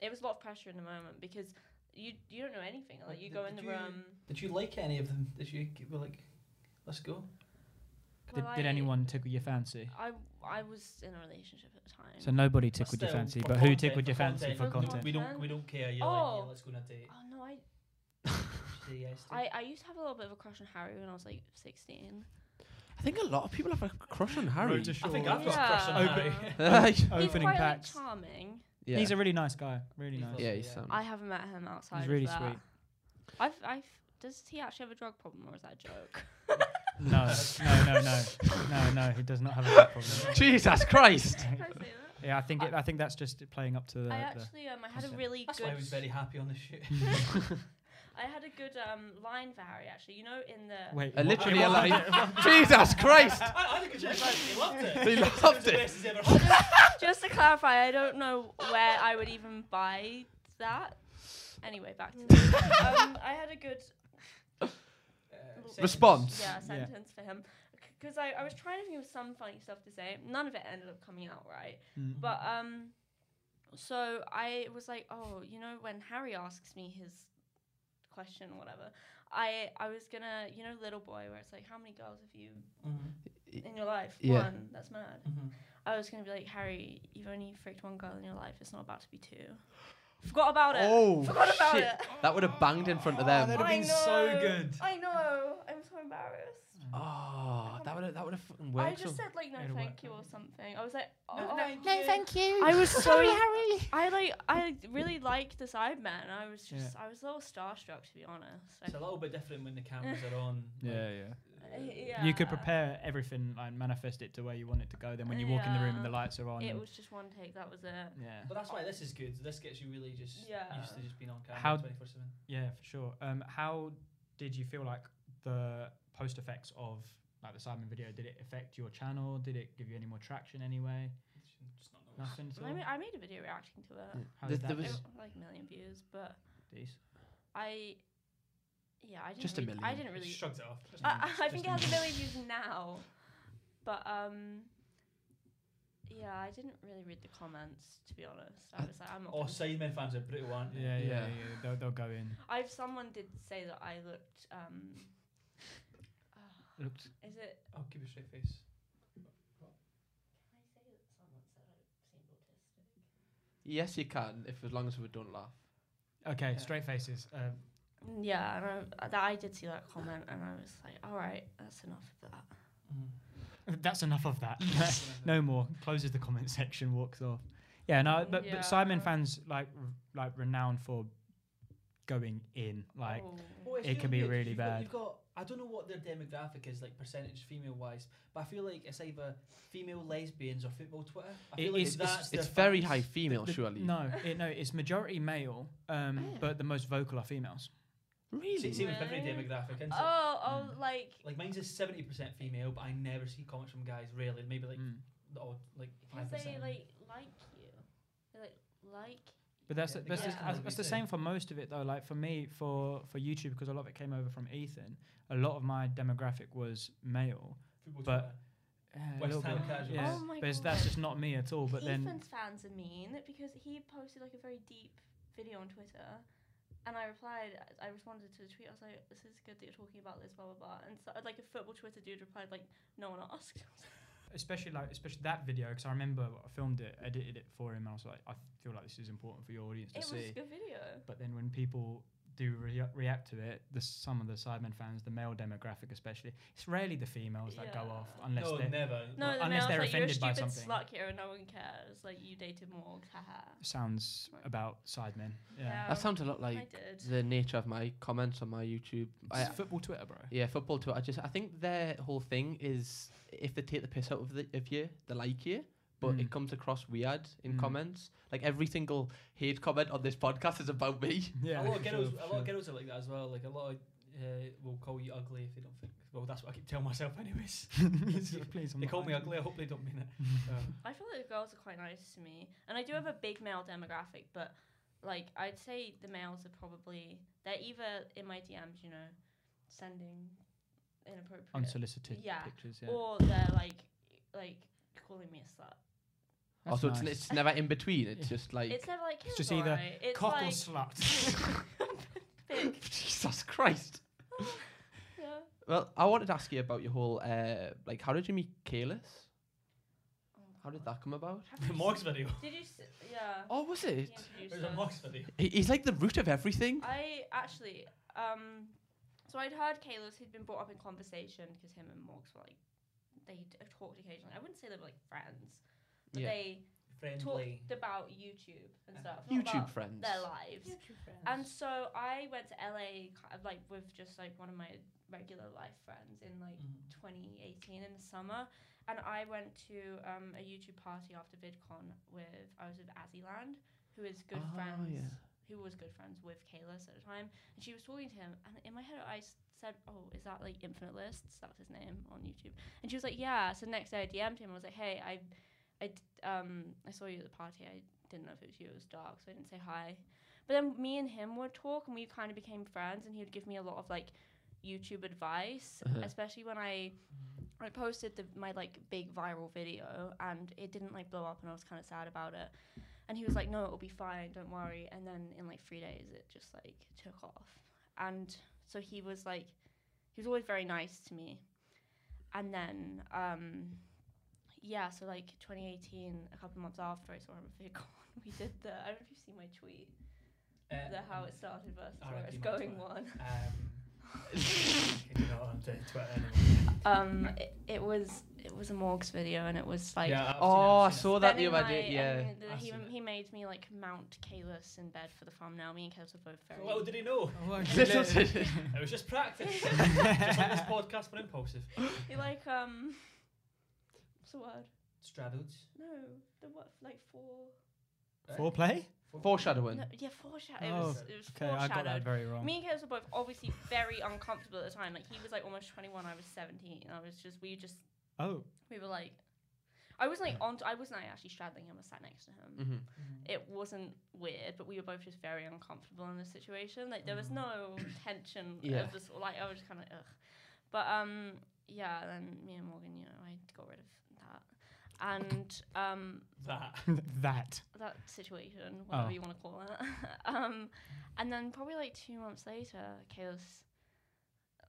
Speaker 2: it was a lot of pressure in the moment because you you don't know anything. Like
Speaker 4: Like,
Speaker 2: you
Speaker 4: did-
Speaker 2: go in the
Speaker 4: did you-
Speaker 2: room.
Speaker 4: Did you like any of them? Did you g- were like, let's go?
Speaker 1: Did,
Speaker 2: Well,
Speaker 1: did
Speaker 2: I-
Speaker 1: anyone tickle your fancy?
Speaker 2: I I was in a relationship at the time.
Speaker 1: So nobody tickled your
Speaker 4: still,
Speaker 1: fancy,
Speaker 4: um, for
Speaker 1: but who
Speaker 4: content,
Speaker 1: tickled
Speaker 4: for
Speaker 1: your fancy
Speaker 4: content.
Speaker 1: for
Speaker 2: For
Speaker 1: content?
Speaker 4: We don't
Speaker 2: Content.
Speaker 4: we don't care. You're like,
Speaker 2: Oh.
Speaker 4: yeah, let's go on a date.
Speaker 2: oh no, I
Speaker 4: She said yes to it.
Speaker 2: I I used to have a little bit of a crush on Harry when I was like sixteen.
Speaker 3: I think a lot of people have a crush on Harry. *laughs*
Speaker 4: I think
Speaker 2: Sure.
Speaker 4: I've got a crush on
Speaker 2: Yeah.
Speaker 4: Harry.
Speaker 2: He's
Speaker 1: Opening
Speaker 2: quite like,
Speaker 1: packs.
Speaker 2: charming.
Speaker 3: yeah.
Speaker 1: He's a really nice guy. Really
Speaker 4: He's
Speaker 1: nice.
Speaker 4: lovely.
Speaker 3: yeah, he's
Speaker 4: Yeah.
Speaker 3: sound.
Speaker 2: I haven't met him outside. of
Speaker 1: really
Speaker 2: that.
Speaker 1: sweet.
Speaker 2: I've I've. Does he actually have a drug problem or is that a joke?
Speaker 1: No, no, no, no, no, no. He does not have a back *laughs*
Speaker 3: *laughs*
Speaker 1: problem.
Speaker 3: Jesus Christ.
Speaker 2: Can I say that?
Speaker 1: Yeah, I think it, I think that's just playing up to the.
Speaker 2: I
Speaker 1: the
Speaker 2: actually um, I had a
Speaker 1: concept.
Speaker 2: really
Speaker 4: That's
Speaker 2: good
Speaker 4: why I was very happy on the *laughs* shoot.
Speaker 2: I had a good um, line for Harry actually. You know in the
Speaker 1: wait,
Speaker 3: Uh,
Speaker 1: what?
Speaker 3: literally
Speaker 1: What?
Speaker 4: *laughs*
Speaker 3: alive.
Speaker 1: *laughs*
Speaker 3: Jesus Christ.
Speaker 4: I, I think it's he loved it.
Speaker 3: *laughs* He
Speaker 4: It was
Speaker 3: loved
Speaker 4: the
Speaker 3: it.
Speaker 4: best he's ever had.
Speaker 2: *laughs* just to clarify, I don't know where I would even buy that. Anyway, back to *laughs* um, I had a good
Speaker 4: Uh,
Speaker 2: Response.
Speaker 3: Response.
Speaker 2: yeah sentence for him because I, I was trying to think of some funny stuff to say. None of it ended up coming out right.
Speaker 1: Mm.
Speaker 2: But um, so I was like, oh, you know, when Harry asks me his question or whatever, I I was gonna, you know, little boy, where it's like, how many girls have you
Speaker 4: Mm-hmm.
Speaker 2: in your life?
Speaker 3: Yeah.
Speaker 2: One. That's mad. I was gonna be like, Harry, you've only freaked one girl in your life. It's not about to be two. Forgot about it.
Speaker 3: Oh,
Speaker 2: Forgot about
Speaker 3: shit.
Speaker 2: it.
Speaker 3: That would have banged in front of them.
Speaker 1: that'd have
Speaker 2: I
Speaker 1: been so
Speaker 2: know,
Speaker 1: good.
Speaker 2: I know. I'm so embarrassed.
Speaker 3: Oh, that would have that would have fucking
Speaker 2: I
Speaker 3: worked.
Speaker 2: just
Speaker 3: so-
Speaker 2: said like no
Speaker 1: It'd
Speaker 2: thank
Speaker 1: work.
Speaker 2: you or something. I was like, oh,
Speaker 4: No,
Speaker 2: oh.
Speaker 4: thank you.
Speaker 5: you.
Speaker 2: I was so
Speaker 5: Harry.
Speaker 2: I like I really liked the Sidemen. I was
Speaker 1: Yeah.
Speaker 2: just I was a little starstruck to be honest.
Speaker 4: It's a little bit different when the cameras are on.
Speaker 1: *laughs* Yeah,
Speaker 4: like,
Speaker 1: yeah.
Speaker 2: Uh,
Speaker 1: You could
Speaker 2: yeah.
Speaker 1: prepare everything and manifest it to where you want it to go. Then when you walk in the room and the
Speaker 2: Yeah.
Speaker 1: lights are on.
Speaker 2: It
Speaker 1: and-
Speaker 2: was just one take. That was it.
Speaker 1: yeah.
Speaker 4: But that's why this is good. This gets you really just
Speaker 2: Yeah.
Speaker 4: used to just being on camera
Speaker 1: How-
Speaker 4: 24 7.
Speaker 1: Yeah, for sure. Um, how did you feel like the post effects of like the Simon video? Did it affect your channel? Did it give you any more traction anyway?
Speaker 4: Just not notice.
Speaker 1: Nothing at all.
Speaker 2: I made, I made a video reacting to it.
Speaker 1: How
Speaker 3: There-
Speaker 1: did
Speaker 3: there
Speaker 1: that
Speaker 2: It
Speaker 3: was-
Speaker 1: was
Speaker 2: got, like a million views, but
Speaker 1: Decent.
Speaker 2: I yeah I didn't
Speaker 3: Just a
Speaker 2: really- I
Speaker 3: million.
Speaker 2: didn't really.
Speaker 4: Just shrugged it off. Just
Speaker 2: I,
Speaker 4: not-
Speaker 2: *laughs* I, I
Speaker 4: just
Speaker 2: think it
Speaker 4: not
Speaker 2: has a
Speaker 4: notice.
Speaker 2: million views now, but um. Yeah, I didn't really read the comments to be honest. I was like, I'm not.
Speaker 4: Oh,
Speaker 2: gonna-
Speaker 4: Sidemen fans are brutal, aren't they?
Speaker 1: Yeah, yeah, yeah.
Speaker 3: Yeah.
Speaker 1: They'll, they'll go in.
Speaker 2: I've someone did say that I looked. Um, uh,
Speaker 1: Looked.
Speaker 2: *sighs* is it?
Speaker 4: I'll give you a straight face.
Speaker 2: Can I say that someone said I seemed autistic?
Speaker 3: Yes, you can, if as long as we don't laugh.
Speaker 1: Okay,
Speaker 4: Yeah.
Speaker 1: straight faces. Um, *laughs*
Speaker 2: Yeah, and I, that I did see that comment, and I was like, all right, that's enough of that.
Speaker 1: that's enough of that. *laughs*
Speaker 4: *laughs*
Speaker 1: no more. Closes the comment *laughs* section. Walks off. Yeah, no, but,
Speaker 2: Yeah.
Speaker 1: but Simon fans like r- like renowned for going in. Like,
Speaker 2: Oh.
Speaker 4: Well, it's
Speaker 1: It can
Speaker 4: really
Speaker 1: be
Speaker 4: weird 'cause
Speaker 1: really
Speaker 4: you've got-
Speaker 1: bad.
Speaker 4: You've got I don't know what their demographic is like percentage female wise, but I feel like it's either female lesbians or football Twitter. I
Speaker 1: It is-
Speaker 4: feel like
Speaker 3: It's,
Speaker 4: that's
Speaker 3: it's
Speaker 4: their
Speaker 3: very
Speaker 4: fans.
Speaker 3: high female,
Speaker 1: the-
Speaker 3: surely.
Speaker 1: no, it, no, it's majority male, um,
Speaker 2: Oh.
Speaker 1: but the most vocal are females.
Speaker 4: See,
Speaker 3: Really?
Speaker 4: see with every
Speaker 2: Really?
Speaker 4: demographic, isn't it?
Speaker 2: Oh, oh,
Speaker 1: Mm.
Speaker 2: like
Speaker 4: Like mine's is seventy percent female, but I never see comments from guys. Really, maybe like
Speaker 1: Mm.
Speaker 4: the odd like
Speaker 2: because
Speaker 4: five
Speaker 2: they
Speaker 4: percent.
Speaker 2: like like you, they like like.
Speaker 1: But that's
Speaker 4: Yeah,
Speaker 1: the,
Speaker 4: the
Speaker 1: that's,
Speaker 2: guys
Speaker 1: the,
Speaker 2: can
Speaker 1: that's,
Speaker 4: probably
Speaker 1: that's the
Speaker 4: say.
Speaker 1: same for most of it though. Like for me, for for YouTube, because a lot of it came over from Ethan. A lot of my demographic was male.
Speaker 4: football
Speaker 1: but-
Speaker 4: Twitter.
Speaker 1: Uh, a
Speaker 4: West
Speaker 1: little
Speaker 4: Ham
Speaker 1: bit,
Speaker 4: casuals.
Speaker 1: yeah.
Speaker 2: Oh my
Speaker 1: but it's, that's
Speaker 2: God.
Speaker 1: just not me at all. But
Speaker 2: Ethan's
Speaker 1: then
Speaker 2: fans are mean because he posted like a very deep video on Twitter, and I replied, I responded to the tweet. I was like, "This is good that you're talking about this, blah blah blah." And so, like a football Twitter dude replied, like, "No one asked." *laughs*
Speaker 1: especially like especially that video because I remember I filmed it, edited it for him, and I was like, I feel like this is important for your audience to
Speaker 2: it
Speaker 1: see.
Speaker 2: was a good video.
Speaker 1: But then when people do rea- react to it, the some of the Sidemen fans, the male demographic especially, it's rarely the females that go
Speaker 2: Yeah.
Speaker 1: off unless
Speaker 4: no,
Speaker 1: they're.
Speaker 4: never.
Speaker 2: No,
Speaker 1: Well,
Speaker 2: the
Speaker 1: unless
Speaker 2: male's
Speaker 1: they're
Speaker 2: like, "You're a
Speaker 1: offended by
Speaker 2: stupid
Speaker 1: something."
Speaker 2: slut here, and no one cares. Like you dated Morgs, haha.
Speaker 1: Sounds
Speaker 2: Right.
Speaker 1: about Sidemen. Yeah.
Speaker 2: Yeah.
Speaker 3: That sounds a lot
Speaker 2: I
Speaker 3: like
Speaker 2: did.
Speaker 3: the nature of my comments on my YouTube. I,
Speaker 1: It's football Twitter, bro.
Speaker 3: yeah, football too. I just I think their whole thing is if they take the piss out of the of you, they like you. But
Speaker 1: Mm.
Speaker 3: it comes across weird in
Speaker 1: Mm.
Speaker 3: comments. Like every single hate comment on this podcast is about me.
Speaker 1: Yeah.
Speaker 4: a lot of
Speaker 1: sure,
Speaker 4: girls, a lot of
Speaker 1: sure.
Speaker 4: girls are like that as well. Like a lot of uh, will call you ugly if they don't think. Well, that's what I keep telling myself, anyways.
Speaker 1: *laughs* Please, I'm
Speaker 4: they
Speaker 1: not
Speaker 4: call me
Speaker 1: ugly.
Speaker 4: ugly. I hope they don't mean it. Um,
Speaker 2: I feel like the girls are quite nice to me, and I do have a big male demographic, but like I'd say the males are probably they're either in my DMs, you know, sending inappropriate,
Speaker 1: *laughs* Unsolicited
Speaker 2: Yeah.
Speaker 1: pictures. Yeah.
Speaker 2: or they're like like calling me a slut.
Speaker 1: That's
Speaker 3: also,
Speaker 1: nice.
Speaker 3: it's, it's never in between. It's
Speaker 1: Yeah.
Speaker 3: just like
Speaker 2: it's never like
Speaker 1: it's just either
Speaker 2: alright," it's
Speaker 1: cock or
Speaker 2: like,
Speaker 4: *laughs*
Speaker 1: slut.
Speaker 2: *laughs* big. *laughs*
Speaker 3: *laughs* Jesus Christ.
Speaker 2: Yeah. Oh
Speaker 3: Well, I wanted to ask you about your whole uh, like how did you meet Kalis? How did that come about?
Speaker 1: *laughs*
Speaker 2: Have you
Speaker 4: Mark's video.
Speaker 2: s- Did you? s- Yeah.
Speaker 3: Oh, was
Speaker 2: he
Speaker 3: it?
Speaker 4: It
Speaker 2: introduced
Speaker 4: was a
Speaker 2: us.
Speaker 4: Mark's video.
Speaker 3: He- He's like the root of everything.
Speaker 2: I actually, um, so I'd heard Kayla's, he'd been brought up in conversation because him and Morgs were like, they talked occasionally. I wouldn't say they were like friends, but
Speaker 3: Yeah.
Speaker 2: they
Speaker 4: Friendly.
Speaker 2: talked about YouTube and
Speaker 4: Uh-huh.
Speaker 2: stuff. not
Speaker 3: YouTube
Speaker 2: about
Speaker 3: friends.
Speaker 2: Their lives. And so I went to LA kind of like with just like one of my regular life friends in like
Speaker 4: Mhm.
Speaker 2: 2018 in the summer. And I went to um, a YouTube party after VidCon with, I was with Aziland, who is good
Speaker 3: Oh,
Speaker 2: friends
Speaker 3: yeah.
Speaker 2: who was good friends with Kalis at the time, and she was talking to him. And in my head, I s- said, "Oh, is that like Infinite Lists? That's his name on YouTube." And she was like, "Yeah." So next day, I DM'd him. I was like, "Hey, I, I, d- um, I saw you at the party. I didn't know if it was you. It was dark, so I didn't say hi." But then me and him would talk, and we kind of became friends. And he would give me a lot of like YouTube advice,
Speaker 3: Uh-huh.
Speaker 2: especially when I I posted the, my like big viral video, and it didn't like blow up, and I was kind of sad about it. And he was like, "No, it'll be fine. Don't worry." And then in like three days, it just like took off. And so he was like, he was always very nice to me. And then, um, yeah, so like 2018, a couple months after I saw him at VidCon, *laughs* we did the. I don't know if you've seen my tweet,
Speaker 4: Uh,
Speaker 2: the how it started versus where
Speaker 4: RIP
Speaker 2: it's
Speaker 4: my
Speaker 2: going
Speaker 4: Twitter.
Speaker 2: one.
Speaker 4: Um,
Speaker 2: *laughs*
Speaker 4: *laughs* you know, I'm doing Twitter anymore.
Speaker 2: Um, it, it was it was a Morgs video, and it was like.
Speaker 4: yeah, I've seen it, I've
Speaker 3: oh, I
Speaker 4: seen it.
Speaker 3: saw that the
Speaker 2: spending
Speaker 3: other
Speaker 2: my-
Speaker 3: day. Yeah.
Speaker 2: and the-
Speaker 4: I've
Speaker 2: he,
Speaker 4: seen it.
Speaker 2: he made me like mount Kalis in bed for the farm now. Me and Kalis are both very.
Speaker 4: Well, did he know?
Speaker 3: *laughs*
Speaker 1: Oh,
Speaker 3: Little
Speaker 1: okay.
Speaker 3: did-
Speaker 4: It was just practice. *laughs* just on this podcast, but impulsive.
Speaker 2: He like um. What's the word?
Speaker 4: Straddled.
Speaker 2: No, the what like four.
Speaker 1: Foreplay?
Speaker 3: *laughs* Foreshadowing.
Speaker 2: No, yeah, foreshadowed.
Speaker 1: Oh,
Speaker 2: it was it was
Speaker 1: Okay, I got that
Speaker 2: foreshadowed.
Speaker 1: very wrong.
Speaker 2: Me and Kayla were both obviously very uncomfortable at the time. Like he was like almost twenty one, I was seventeen. And I was just we just
Speaker 1: Oh, *laughs*
Speaker 2: we were like, I was like on. I wasn't like, actually straddling him. I sat next to him.
Speaker 3: Mhm.
Speaker 2: It wasn't weird, but we were both just very uncomfortable in the situation. Like there was no tension
Speaker 3: Yeah.
Speaker 2: of this. Like I was just kind of ugh. But um, yeah. Then me and Morgan, you know, I got rid of that. And um,
Speaker 4: That.
Speaker 1: that.
Speaker 2: that situation, whatever
Speaker 1: Oh.
Speaker 2: you want to call it. *laughs* um, and then probably like two months later, Chaos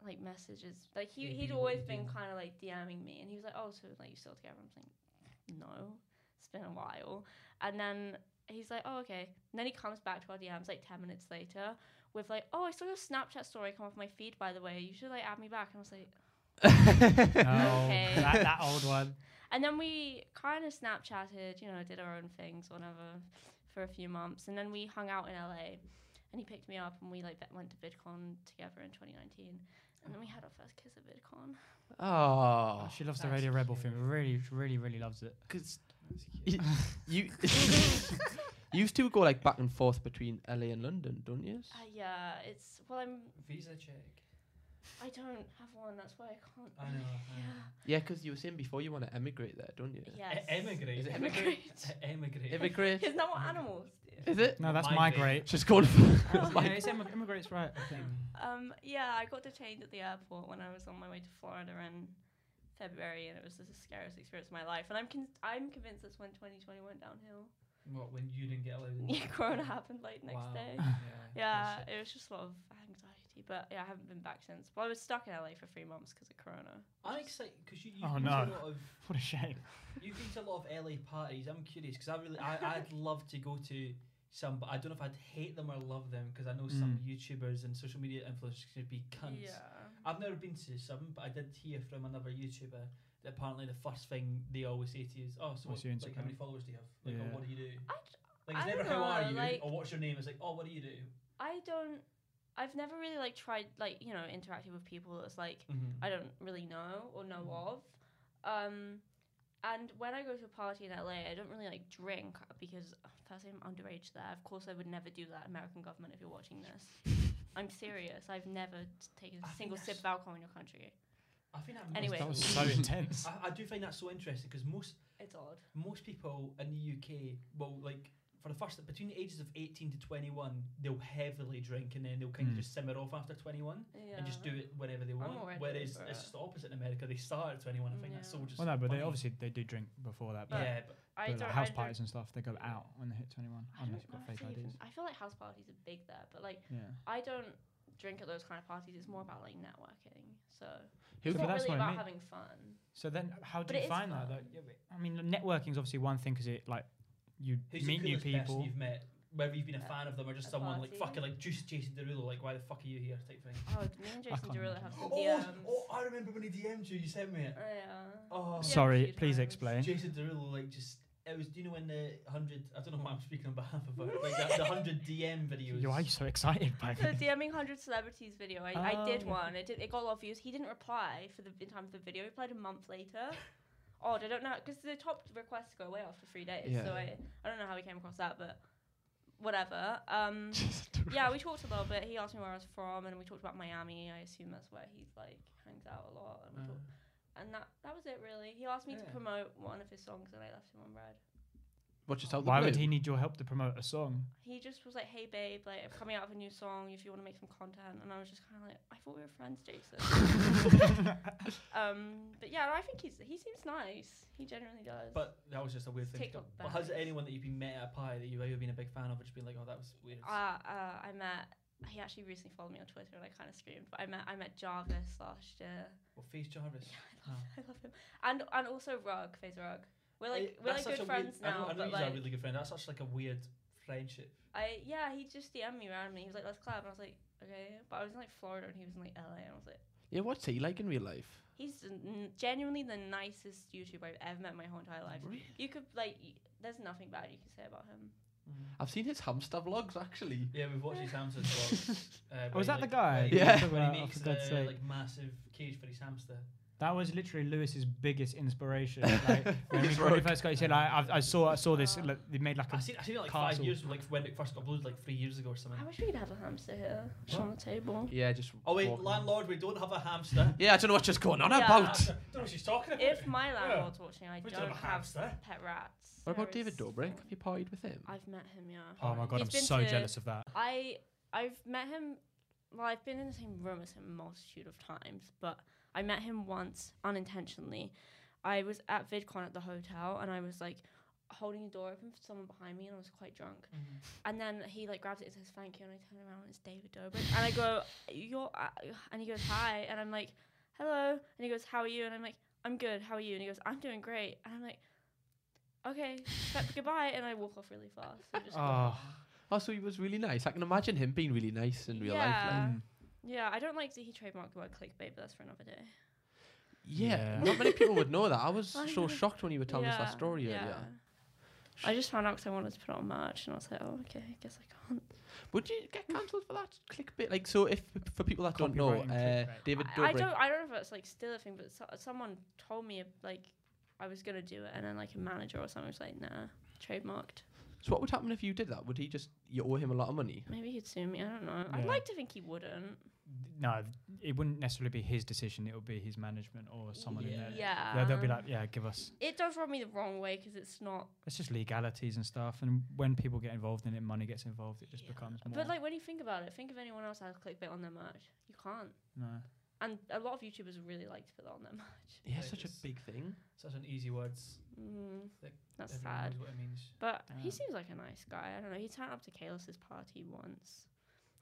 Speaker 2: like messages like he
Speaker 4: Yeah,
Speaker 2: he'd
Speaker 4: you-
Speaker 2: always
Speaker 4: you
Speaker 2: been
Speaker 4: do.
Speaker 2: kind of like DMing me, and he was like, "Oh, so like you still together?" I'm like, "No, it's been a while." And then he's like, "Oh, okay." And then he comes back to our DMs like ten minutes later with like, "Oh, I saw your Snapchat story come off my feed. By the way, you should like add me back." And I was like.
Speaker 1: No,
Speaker 2: *laughs* Okay.
Speaker 1: that, that old one.
Speaker 2: And then we kind of Snapchatted, you know, did our own things, whatever, for a few months. And then we hung out in LA. and he picked me up, and we like be- went to VidCon together in 2019, and then we had our first kiss at VidCon.
Speaker 3: Oh,
Speaker 1: she loves the
Speaker 4: that's
Speaker 1: Radio Rebel
Speaker 4: cute.
Speaker 1: thing. Really, really, really loves it.
Speaker 3: because you *laughs* you used to go like back and forth between LA and London, don't you?
Speaker 2: Uh, yeah, it's well, I'm
Speaker 4: Visa check.
Speaker 2: I don't have one, that's why I can't.
Speaker 4: I know.
Speaker 3: Yeah, because you were saying before you want to emigrate there, don't you?
Speaker 2: Yeah.
Speaker 4: I know.
Speaker 2: Yes.
Speaker 4: E- emigrate.
Speaker 3: Is it
Speaker 4: *laughs*
Speaker 2: Emigrate. *laughs*
Speaker 4: Emigrate. *laughs*
Speaker 3: Emigrate.
Speaker 2: Isn't that what animals do?
Speaker 3: Is it?
Speaker 1: No, that's
Speaker 4: Migrate.
Speaker 1: migrate.
Speaker 3: Just going for
Speaker 2: Oh.
Speaker 1: yeah, it's em- immigrates,
Speaker 4: *laughs*
Speaker 1: right?
Speaker 2: Um, yeah, I got detained at the airport when I was on my way to Florida in February, and it was the scariest experience of my life. And I'm con- I'm convinced that's when 2020 went downhill.
Speaker 4: What when you didn't get allowed?
Speaker 2: *laughs*
Speaker 4: in?
Speaker 2: Yeah, Corona happened like next
Speaker 4: Wow. *laughs*
Speaker 2: day.
Speaker 4: Yeah.
Speaker 2: Yeah,
Speaker 4: that's it.
Speaker 2: it was just a lot of anxiety, but yeah, I haven't been back since. Well, I was stuck in LA for three months because of Corona.
Speaker 4: I'm excited because you. You've
Speaker 1: Oh,
Speaker 4: been to
Speaker 1: no.
Speaker 4: A lot of,
Speaker 1: What a shame.
Speaker 4: you've been to a lot of LA parties. I'm curious because I really, I,
Speaker 1: *laughs*
Speaker 4: I'd love to go to some, but I don't know if I'd hate them or love them because I know some
Speaker 1: Mm.
Speaker 4: YouTubers and social media influencers could be cunts.
Speaker 2: Yeah.
Speaker 4: I've never been to some, but I did hear from another YouTuber that apparently the first thing they always say to you is, "Oh, so
Speaker 1: What's
Speaker 4: what,
Speaker 1: your
Speaker 4: like how
Speaker 1: Instagram?"
Speaker 4: many followers do you have? Like,
Speaker 1: Yeah.
Speaker 4: oh, what do you do?"
Speaker 2: I d-
Speaker 4: Like it's
Speaker 2: I
Speaker 4: never
Speaker 2: don't
Speaker 4: how are
Speaker 2: know,
Speaker 4: you
Speaker 2: like-
Speaker 4: or what's your name. It's like, "Oh, what do you do?"
Speaker 2: I don't. I've never really like tried like you know interacting with people that's like
Speaker 1: Mm-hmm.
Speaker 2: I don't really know or know
Speaker 4: Mm.
Speaker 2: of. Um, and when I go to a party in LA, I don't really like drink because oh, firstly I'm underage there. Of course, I would never do that. American government, if you're watching
Speaker 4: *laughs*
Speaker 2: this, I'm serious. I've never t- taken a
Speaker 4: I think
Speaker 2: single
Speaker 4: that's-
Speaker 2: sip of alcohol in your country.
Speaker 4: I think that
Speaker 2: Anyway.
Speaker 1: That was
Speaker 4: must- *laughs*
Speaker 1: so intense.
Speaker 4: I, I do find that so interesting because most
Speaker 2: It's odd.
Speaker 4: most people in the UK will like for the first between the ages of 18 to 21 they'll heavily drink and then they'll kind of
Speaker 1: Mm.
Speaker 4: just simmer off after 21
Speaker 2: Yeah.
Speaker 4: and just do it whenever they want
Speaker 2: already
Speaker 4: whereas
Speaker 2: over
Speaker 4: it's
Speaker 2: it.
Speaker 4: just the opposite in America they start at 21 I think that's so
Speaker 2: Yeah.
Speaker 4: just
Speaker 1: Well, no, but they
Speaker 4: funny.
Speaker 1: obviously uh, they do drink before that. But,
Speaker 4: yeah but
Speaker 2: I
Speaker 1: but
Speaker 2: don't.
Speaker 1: like house
Speaker 2: I don't-
Speaker 1: parties and stuff, they go out when they hit 21.
Speaker 2: I don't know
Speaker 1: Unless you've got
Speaker 2: if
Speaker 1: fake
Speaker 2: they even-
Speaker 1: IDs.
Speaker 2: I feel like house parties are big there, but like
Speaker 1: Yeah.
Speaker 2: I don't drink at those kind of parties. It's more about like networking. So
Speaker 1: Who-
Speaker 2: it's
Speaker 1: But
Speaker 2: not
Speaker 1: that's
Speaker 2: really
Speaker 1: what I
Speaker 2: about
Speaker 1: mean.
Speaker 2: having fun.
Speaker 1: So then, how
Speaker 2: But
Speaker 1: do you
Speaker 2: it is
Speaker 1: find that?
Speaker 2: fun.
Speaker 1: Like, yeah, but- I mean, networking is obviously one thing because it like you
Speaker 4: who's
Speaker 1: meet
Speaker 4: the
Speaker 1: new
Speaker 4: coolest person
Speaker 1: people.
Speaker 4: you've met whether you've been a
Speaker 2: At
Speaker 4: fan of them or just
Speaker 2: a
Speaker 4: someone like
Speaker 2: party?
Speaker 4: fucking like Juice Jason Derulo like why the fuck are you here type thing
Speaker 2: Oh, me and Jason
Speaker 1: can't
Speaker 2: Derulo
Speaker 1: imagine.
Speaker 2: have some
Speaker 4: oh,
Speaker 2: DMs.
Speaker 4: oh I remember when he DM'd you you sent me it
Speaker 2: Oh, yeah.
Speaker 4: oh
Speaker 2: Yeah,
Speaker 1: Sorry,
Speaker 2: cute
Speaker 1: please
Speaker 2: times.
Speaker 1: explain.
Speaker 4: Jason Derulo, like, just it was. Do you know when the hundred? I don't know why I'm speaking on behalf of her. Like that, the hundred DM videos.
Speaker 1: You, why are you so excited by
Speaker 2: *laughs*
Speaker 1: *laughs*
Speaker 2: The
Speaker 1: me?
Speaker 2: DMing 100 celebrities video. I, I did
Speaker 1: Oh.
Speaker 2: one. It, did, it got a lot of views. He didn't reply for the in time for the video. He replied a month later. Odd. I don't know because the top requests go away after three days.
Speaker 3: Yeah.
Speaker 2: So I, I don't know how we came across that, but whatever. Um, yeah, we talked a little bit. He asked me where I was from, and we talked about Miami. I assume that's where he like hangs out a lot. And, we talked, and that that was it really. He asked me to
Speaker 4: Uh. Yeah.
Speaker 2: promote one of his songs, and I left him on red.
Speaker 3: What just out the
Speaker 1: Why
Speaker 3: blue?
Speaker 1: would he need your help to promote a song?
Speaker 2: he just was like, "Hey babe, like I'm coming out with a new song. If you want to make some content," and I was just kind of like, "I thought we were friends, Jason." um, but yeah, I think he's he seems nice. He genuinely does.
Speaker 4: But that was just a weird thing. to
Speaker 2: TikTok
Speaker 4: do. But has
Speaker 2: banners.
Speaker 4: anyone that you've been met at a party that you've ever been a big fan of, or just been like, oh, that was weird?
Speaker 2: uh, uh, I met he actually recently followed me on Twitter, and I kind of screamed. But I met I met Jarvis last
Speaker 4: *laughs*
Speaker 2: year.
Speaker 4: well, Face Jarvis.
Speaker 2: I love, I love him, and and also Rug, Phase Rug. We're like
Speaker 4: I-
Speaker 2: we're
Speaker 4: that's
Speaker 2: like
Speaker 4: such
Speaker 2: good
Speaker 4: a weird-
Speaker 2: friends
Speaker 4: I know-
Speaker 2: now.
Speaker 4: I know,
Speaker 2: but
Speaker 4: he's a
Speaker 2: like,
Speaker 4: really good friend. That's such like a weird friendship.
Speaker 2: I yeah, he just DM'd me randomly. He was like, "Let's collab," and I was like, "Okay," but I was in like Florida, and he was in like LA, and I was like.
Speaker 3: Yeah, what's he like in real life?
Speaker 2: He's the n- genuinely the nicest YouTuber I've ever met in my whole entire life.
Speaker 3: Really?
Speaker 2: You could like, y- there's nothing bad you can say about him.
Speaker 3: I've seen his hamster vlogs actually.
Speaker 4: Mm. Yeah,
Speaker 2: *laughs*
Speaker 4: we've watched his hamster vlog. Uh,
Speaker 1: Oh, is
Speaker 4: where
Speaker 1: that
Speaker 4: he,
Speaker 1: the
Speaker 4: like-
Speaker 1: guy
Speaker 4: where he-
Speaker 1: you
Speaker 3: Yeah.
Speaker 1: were talking
Speaker 4: Where he
Speaker 1: about? Oh, for
Speaker 4: makes
Speaker 1: God's
Speaker 4: uh,
Speaker 1: sake.
Speaker 4: like massive cage for his hamster.
Speaker 1: That was literally Lewis's biggest
Speaker 3: *laughs*
Speaker 1: inspiration. Like, when we
Speaker 3: His
Speaker 1: when we
Speaker 3: rug.
Speaker 1: first got, he said, like, I, I saw, I saw this.
Speaker 2: Uh,
Speaker 1: Like, they made like
Speaker 4: I
Speaker 1: a.
Speaker 4: seen, I seen it like
Speaker 1: Castle.
Speaker 4: five years, like when it first got blue, like three years ago or something.
Speaker 2: I wish we'd had a hamster here,
Speaker 4: What?
Speaker 2: on the
Speaker 4: *laughs*
Speaker 2: table.
Speaker 3: Yeah, just.
Speaker 4: Oh wait,
Speaker 3: walking.
Speaker 4: landlord, we don't have a
Speaker 1: *laughs*
Speaker 4: hamster. *laughs*
Speaker 3: Yeah, I don't know what's just going on
Speaker 2: Yeah.
Speaker 3: about.
Speaker 4: don't know what she's talking about.
Speaker 2: If my landlord's watching, I
Speaker 4: We
Speaker 2: don't have
Speaker 4: hamster.
Speaker 2: pet rats.
Speaker 3: What about
Speaker 2: There
Speaker 3: David
Speaker 2: is-
Speaker 3: Dobrik? Have you partied with him?
Speaker 2: I've met him, yeah.
Speaker 1: Oh my god,
Speaker 2: He's
Speaker 1: I'm
Speaker 2: been
Speaker 1: so
Speaker 2: to-
Speaker 1: jealous of that.
Speaker 2: I I've met him. Well, I've been in the same room as him a multitude of times, but I met him once unintentionally. I was at VidCon at the hotel, and I was like holding the door open for someone behind me, and I was quite drunk.
Speaker 4: Mm.
Speaker 2: And then he like grabs it and says thank you, and I turn around and it's David Dobrik, and I go you're, uh, and he goes hi, and I'm like hello, and he goes how are you, and I'm like I'm good, how are you, and he goes I'm doing great, and I'm like okay, but goodbye, and I walk off really fast. and just go.
Speaker 1: Oh,
Speaker 3: Oh, so he was really nice. I can imagine him being really nice in real life. Like,
Speaker 2: Yeah.
Speaker 1: mm.
Speaker 2: Yeah, I don't like that he trademarked the word clickbait, but that's for another day.
Speaker 3: yeah,
Speaker 1: Yeah.
Speaker 3: not many people would know that. I was
Speaker 2: I
Speaker 3: so
Speaker 2: know.
Speaker 3: shocked when you were telling us that story earlier.
Speaker 2: I just found out because I wanted to put it on March, and I was like, oh, okay, I guess I can't.
Speaker 3: Would you get cancelled for that clickbait? Like, so if for people that don't know,
Speaker 1: Copyright and
Speaker 3: uh,
Speaker 1: clickbait.
Speaker 3: David
Speaker 2: I, I
Speaker 3: Dobrik.
Speaker 2: don't. I don't know if it's like still a thing, but so, someone told me like I was gonna do it, and then like a manager or something was like, nah, trademarked.
Speaker 3: So what would happen if you did that? Would he just you owe him a lot of money?
Speaker 2: Maybe he'd sue me. I don't know. I'd
Speaker 1: Yeah.
Speaker 2: like to think he wouldn't.
Speaker 1: No, it wouldn't necessarily be his decision. It would be his management or someone in
Speaker 4: Yeah.
Speaker 1: there.
Speaker 2: Yeah.
Speaker 1: Yeah, they'll be like, yeah, give us.
Speaker 2: It does rub me the wrong way because it's not.
Speaker 1: It's just legalities and stuff. And when people get involved in it, money gets involved. It just
Speaker 2: Yeah.
Speaker 1: becomes more.
Speaker 2: But like when you think about it, think of anyone else that has clickbait on their merch. You can't.
Speaker 1: no.
Speaker 2: And a lot of YouTubers really like to put that on their merch.
Speaker 3: Yeah,
Speaker 4: Like
Speaker 3: such a
Speaker 4: it's-
Speaker 3: big thing.
Speaker 4: *laughs* Such an easy words.
Speaker 2: Mm,
Speaker 4: Like,
Speaker 2: that's
Speaker 4: Everyone
Speaker 2: sad.
Speaker 4: knows what it means.
Speaker 2: But
Speaker 1: Yeah.
Speaker 2: he seems like a nice guy. I don't know. He turned up to Kaelis's party once.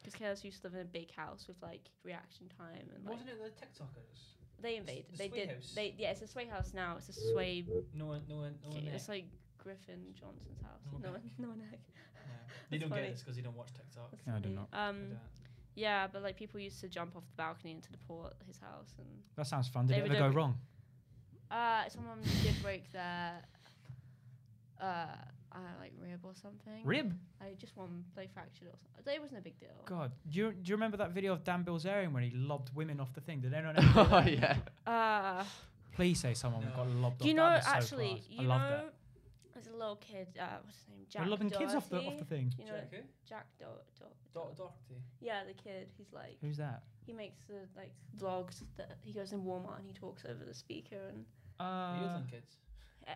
Speaker 2: Because Kaelis used to live in a big house with like reaction time and like
Speaker 4: Wasn't it the TikTokers?
Speaker 2: they invaded.
Speaker 4: the
Speaker 2: they
Speaker 4: Sway
Speaker 2: did.
Speaker 4: house?
Speaker 2: They yeah, it's a sway house now. It's a sway.
Speaker 4: No one, no one, no one.
Speaker 2: *laughs*
Speaker 4: there.
Speaker 2: it's like Griffin Johnson's house.
Speaker 4: No one
Speaker 2: No one, no one. heck.
Speaker 4: *laughs* Yeah. They
Speaker 2: That's
Speaker 4: don't
Speaker 2: funny. Mm,
Speaker 4: get this because they don't watch TikTok.
Speaker 2: That's
Speaker 1: No, I do
Speaker 2: funny.
Speaker 1: not.
Speaker 4: They
Speaker 2: Um,
Speaker 4: don't.
Speaker 2: yeah, but like people used to jump off the balcony into the port his house and
Speaker 1: That sounds fun. Did it
Speaker 2: David
Speaker 1: ever go
Speaker 2: Dobrik-
Speaker 1: wrong?
Speaker 2: Uh, someone did break their uh, uh, like rib or something.
Speaker 1: Rib.
Speaker 2: I just one they fractured or something. It wasn't a big deal.
Speaker 1: God, do you, do you remember that video of Dan Bilzerian when he lobbed women off the thing? Did
Speaker 3: *laughs*
Speaker 1: anyone ever do
Speaker 3: oh
Speaker 1: that?
Speaker 3: yeah.
Speaker 2: Uh,
Speaker 1: Please say someone
Speaker 4: No.
Speaker 1: got lobbed
Speaker 2: do
Speaker 1: off.
Speaker 2: you know
Speaker 1: That was so
Speaker 2: actually?
Speaker 1: class.
Speaker 2: You
Speaker 1: I love
Speaker 2: know,
Speaker 1: that.
Speaker 2: as a little kid, uh, what's his name? Jack.
Speaker 1: We're lobbing kids off the off the
Speaker 2: Doherty?
Speaker 1: thing.
Speaker 2: You know,
Speaker 4: Jack who?
Speaker 2: Jack Do- Do-
Speaker 4: Do- Doherty.
Speaker 2: Yeah, the kid. He's like
Speaker 1: Who's that?
Speaker 2: he makes the like vlogs that he goes in Walmart and he talks over the speaker and
Speaker 4: The
Speaker 1: Uh,
Speaker 4: Yodeling kids.
Speaker 2: uh,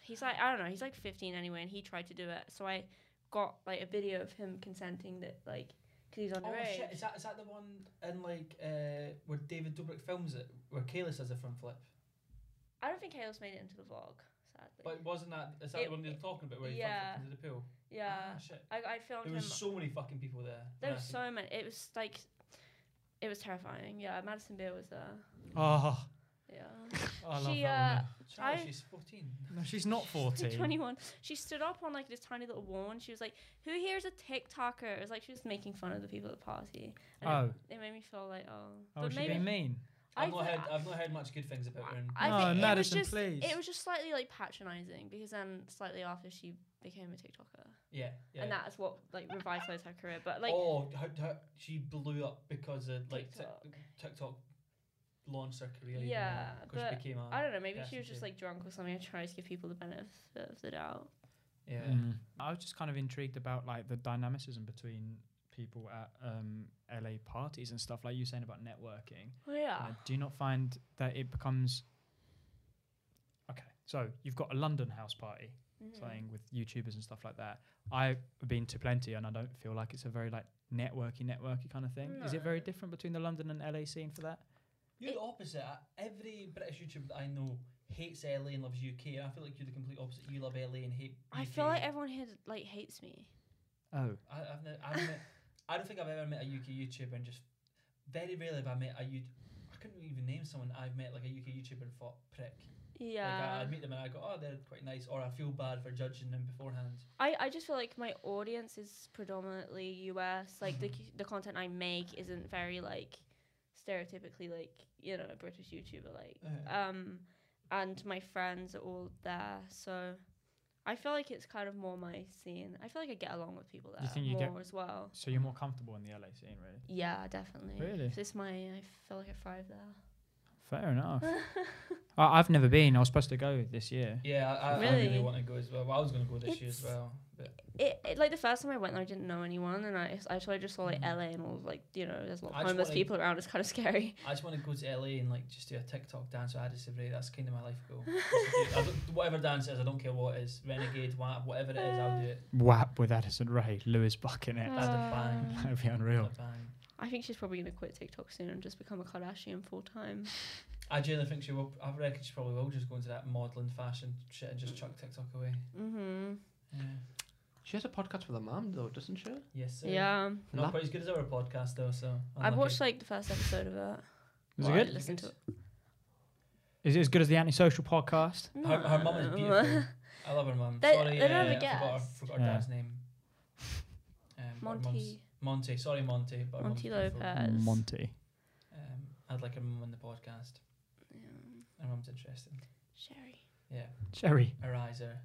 Speaker 2: he's like I don't know, he's like 15 anyway, and he tried to do it. So I got like a video of him consenting that like because he's on the
Speaker 4: Oh
Speaker 2: road.
Speaker 4: shit! Is that is that the one in like uh, where David Dobrik films it, where Kayla does a front flip?
Speaker 2: I don't think Chaos made it into the vlog, sadly.
Speaker 4: But wasn't that is that
Speaker 2: It-
Speaker 4: the one they were talking about where he
Speaker 2: yeah.
Speaker 4: front flipped into the pool?
Speaker 2: yeah,
Speaker 4: Ah, shit.
Speaker 2: I, I filmed
Speaker 4: There
Speaker 2: him.
Speaker 4: was so many fucking people there.
Speaker 2: there
Speaker 4: when I
Speaker 2: was
Speaker 4: seen-
Speaker 2: so many. It was like, it was terrifying. Yeah, Madison Beer was there.
Speaker 1: oh,
Speaker 2: Yeah,
Speaker 1: I love
Speaker 2: She,
Speaker 1: that
Speaker 2: uh,
Speaker 4: Charlie,
Speaker 2: I-
Speaker 4: she's fourteen.
Speaker 1: woman. No, she's not
Speaker 2: She's like *laughs*
Speaker 1: 14.
Speaker 2: 21. She stood up on like this tiny little wall and she was like, "Who here is a TikToker?" It was like she was making fun of the people at the party. And it-
Speaker 1: Oh.
Speaker 2: it, made me feel like, oh,
Speaker 1: Oh, she being mean.
Speaker 2: I
Speaker 4: I've not
Speaker 2: thi-
Speaker 4: heard.
Speaker 2: I-
Speaker 4: I've not heard much good things about her. And
Speaker 2: I
Speaker 1: No,
Speaker 2: think it was
Speaker 1: Oh, Madison,
Speaker 2: just
Speaker 1: please.
Speaker 2: it was just slightly like patronizing because then slightly after she became a TikToker,
Speaker 4: yeah, yeah.
Speaker 2: and that's what like revitalized her career. But like,
Speaker 4: oh, how, how, she blew up because of like Tik-
Speaker 2: TikTok.
Speaker 4: TikTok launched her career.
Speaker 2: Yeah,
Speaker 4: because
Speaker 2: but
Speaker 4: she became a.
Speaker 2: I don't know. Maybe she
Speaker 4: person
Speaker 2: was just
Speaker 4: too.
Speaker 2: like drunk or something. I tried to give people the benefit of the doubt.
Speaker 4: Yeah.
Speaker 1: Mm. I was just kind of intrigued about like the dynamicism between people at um, LA parties and stuff, like you saying about networking.
Speaker 2: Well, yeah.
Speaker 1: Uh, do you not find that it becomes okay? So you've got a London house party
Speaker 2: Mm-hmm. Hmm.
Speaker 1: playing with YouTubers and stuff like that. I've been to plenty, and I don't feel like it's a very like networky, networky kind of thing. Is it very
Speaker 2: No.
Speaker 1: different between the London and LA scene for that?
Speaker 4: You're
Speaker 2: It-
Speaker 4: the opposite. I- Every British YouTuber that I know hates LA and loves UK, and I feel like you're the complete opposite. You love LA and hate.
Speaker 2: I
Speaker 4: UK.
Speaker 2: feel like everyone here like hates me.
Speaker 1: Oh,
Speaker 4: I, I've never, I've met, I don't think I've ever met a UK YouTuber and just very rarely have I met a U. I couldn't even name someone I've met like a UK YouTuber and thought prick. Like I,
Speaker 2: Yeah.
Speaker 4: I'd meet them and I go, oh, they're quite nice, or I feel bad for judging them beforehand.
Speaker 2: I, I just feel like my audience is predominantly US. Like the c- the content I make isn't very like stereotypically like you know a British YouTuber like
Speaker 4: Uh,
Speaker 2: um and my friends are all there so. I feel like it's kind of more my scene. I feel like I get along with people there
Speaker 1: You think you get-
Speaker 2: more as well.
Speaker 1: so you're more comfortable in the LA scene, really?
Speaker 2: Yeah, definitely.
Speaker 1: Really?
Speaker 2: This is my. I feel like I thrive there.
Speaker 1: Fair enough. I, I've never been. I was supposed to go this year.
Speaker 4: yeah, I, I really,
Speaker 2: Really?
Speaker 4: want to go as well. well I was going to go this year as
Speaker 2: It's-
Speaker 4: well. But
Speaker 2: It, it like the first time I went there, I didn't know anyone, and I I sort of just saw like
Speaker 4: Mhm.
Speaker 2: LA and all of, like you know there's a lot
Speaker 4: I
Speaker 2: of
Speaker 4: just
Speaker 2: homeless
Speaker 4: wanna-
Speaker 2: people around. It's kind of scary.
Speaker 4: I just want to go to LA and like just do a TikTok dance with Addis Abray. That's kind of my life goal. Just to do- I don't- whatever dance it is, I don't care what it is, renegade, WAP, whatever it is, I'll do it.
Speaker 1: WAP with Addison Ray, Lewis Buck in it.
Speaker 2: Oh.
Speaker 4: That's a bang.
Speaker 1: *laughs* That'd be
Speaker 4: That's
Speaker 1: unreal.
Speaker 4: a bang.
Speaker 2: Uh, I think she's probably gonna quit TikTok soon and just become a Kardashian full time.
Speaker 4: I genuinely think she will. I reckon she probably will just go into that modelling fashion shit and just chuck TikTok away.
Speaker 2: Mm-hmm.
Speaker 4: Yeah.
Speaker 3: She has a podcast with her mum though, doesn't she?
Speaker 4: Yes. Sir.
Speaker 2: Yeah,
Speaker 4: Not
Speaker 3: Lap-
Speaker 4: quite as good as our podcast though. So
Speaker 2: I watched like the first episode of it.
Speaker 1: Was
Speaker 2: Well, I
Speaker 1: it good?
Speaker 2: listened to it.
Speaker 1: Is it as good as the antisocial podcast?
Speaker 4: Her, her mum is
Speaker 2: No. *laughs*
Speaker 4: beautiful. I love her mum.
Speaker 2: They-
Speaker 4: Sorry,
Speaker 2: they
Speaker 4: uh,
Speaker 2: never
Speaker 4: forgot her,
Speaker 2: guessed.
Speaker 4: forgot her
Speaker 1: Yeah.
Speaker 4: dad's name. Um, but her mum's-
Speaker 2: Monty
Speaker 4: Monty. Sorry, Monty. But her mum's
Speaker 2: Monty
Speaker 4: beautiful.
Speaker 2: Lopez. Yes.
Speaker 1: Monty.
Speaker 4: Um, I'd like her mum on the podcast.
Speaker 2: yeah.
Speaker 4: Her mum's interesting.
Speaker 2: Sherry.
Speaker 4: Yeah,
Speaker 1: Sherry.
Speaker 4: her eyes are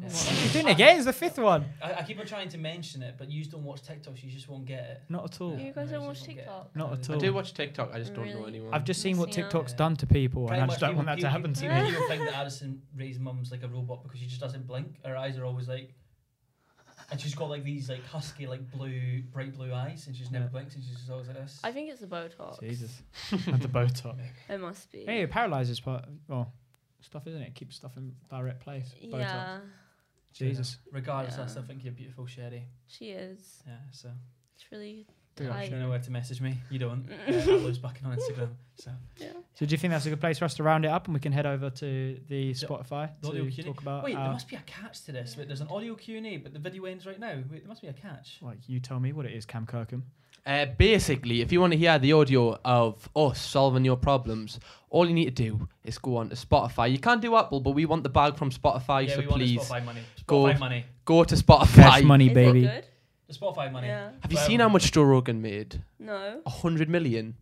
Speaker 1: You're doing it again. It's the fifth one.
Speaker 4: I, I keep on trying to mention it, but you don't watch TikToks. You just won't get it.
Speaker 1: Not at all.
Speaker 4: Yeah,
Speaker 2: You guys
Speaker 4: no,
Speaker 2: don't
Speaker 4: you
Speaker 2: watch
Speaker 4: just won't get it.
Speaker 2: TikTok?
Speaker 1: Not at
Speaker 3: I
Speaker 1: all.
Speaker 3: do watch TikTok. I just don't know
Speaker 2: Really?
Speaker 3: anyone.
Speaker 1: I've just seen what
Speaker 2: Seen it.
Speaker 1: TikTok's
Speaker 4: Yeah.
Speaker 1: done to people,
Speaker 4: Pretty
Speaker 1: Oh, and I
Speaker 4: much
Speaker 1: just don't
Speaker 4: people-
Speaker 1: want that to
Speaker 4: people-
Speaker 1: happen to
Speaker 4: people-
Speaker 1: me.
Speaker 4: People think that Addison Ray's mum's like a robot because she just doesn't blink. Her eyes are always like, and she's got like these like husky like blue bright blue eyes, and she's never
Speaker 1: Yeah.
Speaker 4: blinks, and she's just always like this.
Speaker 2: I think it's the Botox.
Speaker 1: Jesus. and the Botox.
Speaker 4: *laughs*
Speaker 2: It must be.
Speaker 1: Hey, it paralyzes part. Well, stuff, isn't it? it? Keeps stuff in direct place. Botox.
Speaker 2: yeah,
Speaker 1: Jesus.
Speaker 4: Regardless,
Speaker 2: Yeah.
Speaker 4: I still think you're beautiful, Sherry.
Speaker 2: she is.
Speaker 4: Yeah. So
Speaker 2: It's really.
Speaker 1: Do you
Speaker 2: I-
Speaker 4: you know where to message me.
Speaker 2: *laughs*
Speaker 4: You don't. uh,
Speaker 2: Mm.
Speaker 4: at Lewis Bucking on Instagram.
Speaker 1: *laughs*
Speaker 4: So
Speaker 2: Yeah.
Speaker 1: So do you think that's a good place for us to round it up, and we can head over to the Spotify
Speaker 4: the audio
Speaker 1: to
Speaker 4: Q&A.
Speaker 1: talk about? uh,
Speaker 4: wait, there
Speaker 1: our-
Speaker 4: must be a catch to this. Wait, there's an audio Q and A, but the video ends right now. Wait, there must be a catch.
Speaker 1: like you tell me what it is, Cam Kirkham.
Speaker 3: Uh, basically, if you want to hear the audio of us solving your problems, all you need to do is go on to Spotify. You can't do Apple, but we want the bag from Spotify,
Speaker 4: yeah,
Speaker 3: so
Speaker 4: we
Speaker 3: please
Speaker 4: want the Spotify money. Spotify
Speaker 3: go-
Speaker 4: money.
Speaker 3: go to Spotify.
Speaker 1: Cash money,
Speaker 2: is
Speaker 1: baby.
Speaker 2: it good?
Speaker 4: The Spotify money.
Speaker 2: Yeah.
Speaker 3: Have you
Speaker 4: Well,
Speaker 3: seen how much Joe Rogan made?
Speaker 2: No.
Speaker 3: A hundred million.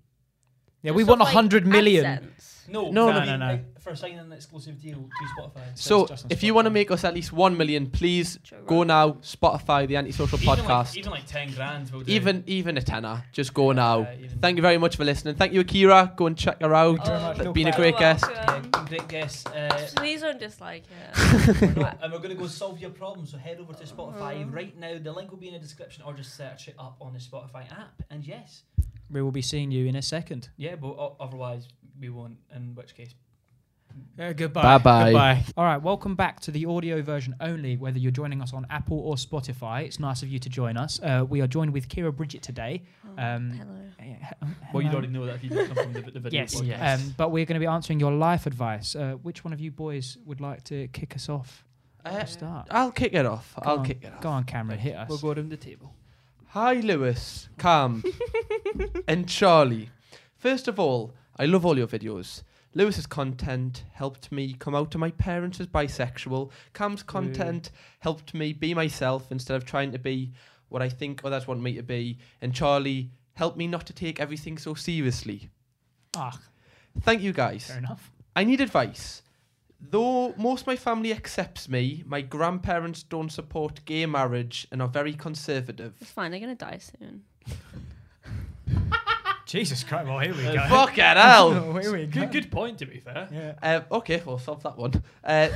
Speaker 1: Yeah,
Speaker 2: Just
Speaker 1: we
Speaker 2: sort
Speaker 1: want
Speaker 2: of
Speaker 1: a
Speaker 2: like
Speaker 1: hundred million.
Speaker 2: AdSense.
Speaker 4: No,
Speaker 3: No,
Speaker 4: no,
Speaker 1: no,
Speaker 4: no,
Speaker 1: no.
Speaker 4: For signing an exclusive deal to Spotify.
Speaker 1: So
Speaker 3: So,
Speaker 1: it's just on
Speaker 3: if you want to
Speaker 1: Spotify.
Speaker 3: make us at least one million, please
Speaker 2: Joe
Speaker 3: go
Speaker 2: Rogan.
Speaker 3: now. Spotify, the Antisocial
Speaker 4: even
Speaker 3: Podcast.
Speaker 4: Like, even like ten grand will do.
Speaker 3: even even a tenner, just go now.
Speaker 4: Yeah, even-
Speaker 3: Thank you very much for listening. Thank you, Akira. Go and check her
Speaker 1: Thank
Speaker 3: out.
Speaker 1: you very
Speaker 2: Oh,
Speaker 1: much.
Speaker 2: you're
Speaker 1: No
Speaker 3: Been a
Speaker 1: clap.
Speaker 3: great guest.
Speaker 4: Yeah,
Speaker 2: welcome.
Speaker 4: great guess. Uh,
Speaker 2: Please don't dislike it.
Speaker 1: *laughs*
Speaker 4: and we're gonna go solve your problem. So head over to Spotify right now. The link will be in the description, or just search it up on the Spotify app. And yes,
Speaker 1: We will be seeing you in a second.
Speaker 4: yeah, but o- otherwise we won't. In which case,
Speaker 1: Yeah, goodbye.
Speaker 3: Bye-bye.
Speaker 1: Goodbye. All right, welcome back to the audio version only, whether you're joining us on Apple or Spotify. It's nice of you to join us. Uh, we are joined with Kira Bridget today. Um,
Speaker 2: Oh, Hello.
Speaker 1: Well, you'd
Speaker 4: know that if you come from the, the video.
Speaker 1: Yes. Um, but we're going to be answering your life advice. Uh, which one of you boys would like to kick us off?
Speaker 3: Uh,
Speaker 1: Start.
Speaker 3: I'll kick it off.
Speaker 1: Go
Speaker 3: I'll
Speaker 1: on.
Speaker 3: kick it off.
Speaker 1: Go on, Cameron, hit us.
Speaker 4: we'll go around the table.
Speaker 3: Hi, Lewis, Cam, and Charlie. First of all, I love all your videos. Lewis's content helped me come out to my parents as bisexual. Cam's content helped me be myself instead of trying to be what I think others want me to be. And Charlie helped me not to take everything so seriously.
Speaker 1: Ah,
Speaker 3: Thank you guys.
Speaker 1: fair enough.
Speaker 3: I need advice. Though most of my family accepts me, my grandparents don't support gay marriage and are very conservative.
Speaker 2: It's fine. They're gonna die
Speaker 4: *laughs*
Speaker 2: soon.
Speaker 1: Jesus Christ! Well, *laughs* here we go.
Speaker 3: Fuck it, hell!
Speaker 1: here we go.
Speaker 4: Good, good point. To be fair.
Speaker 1: Yeah.
Speaker 3: Uh, okay, we'll solve that one. Uh,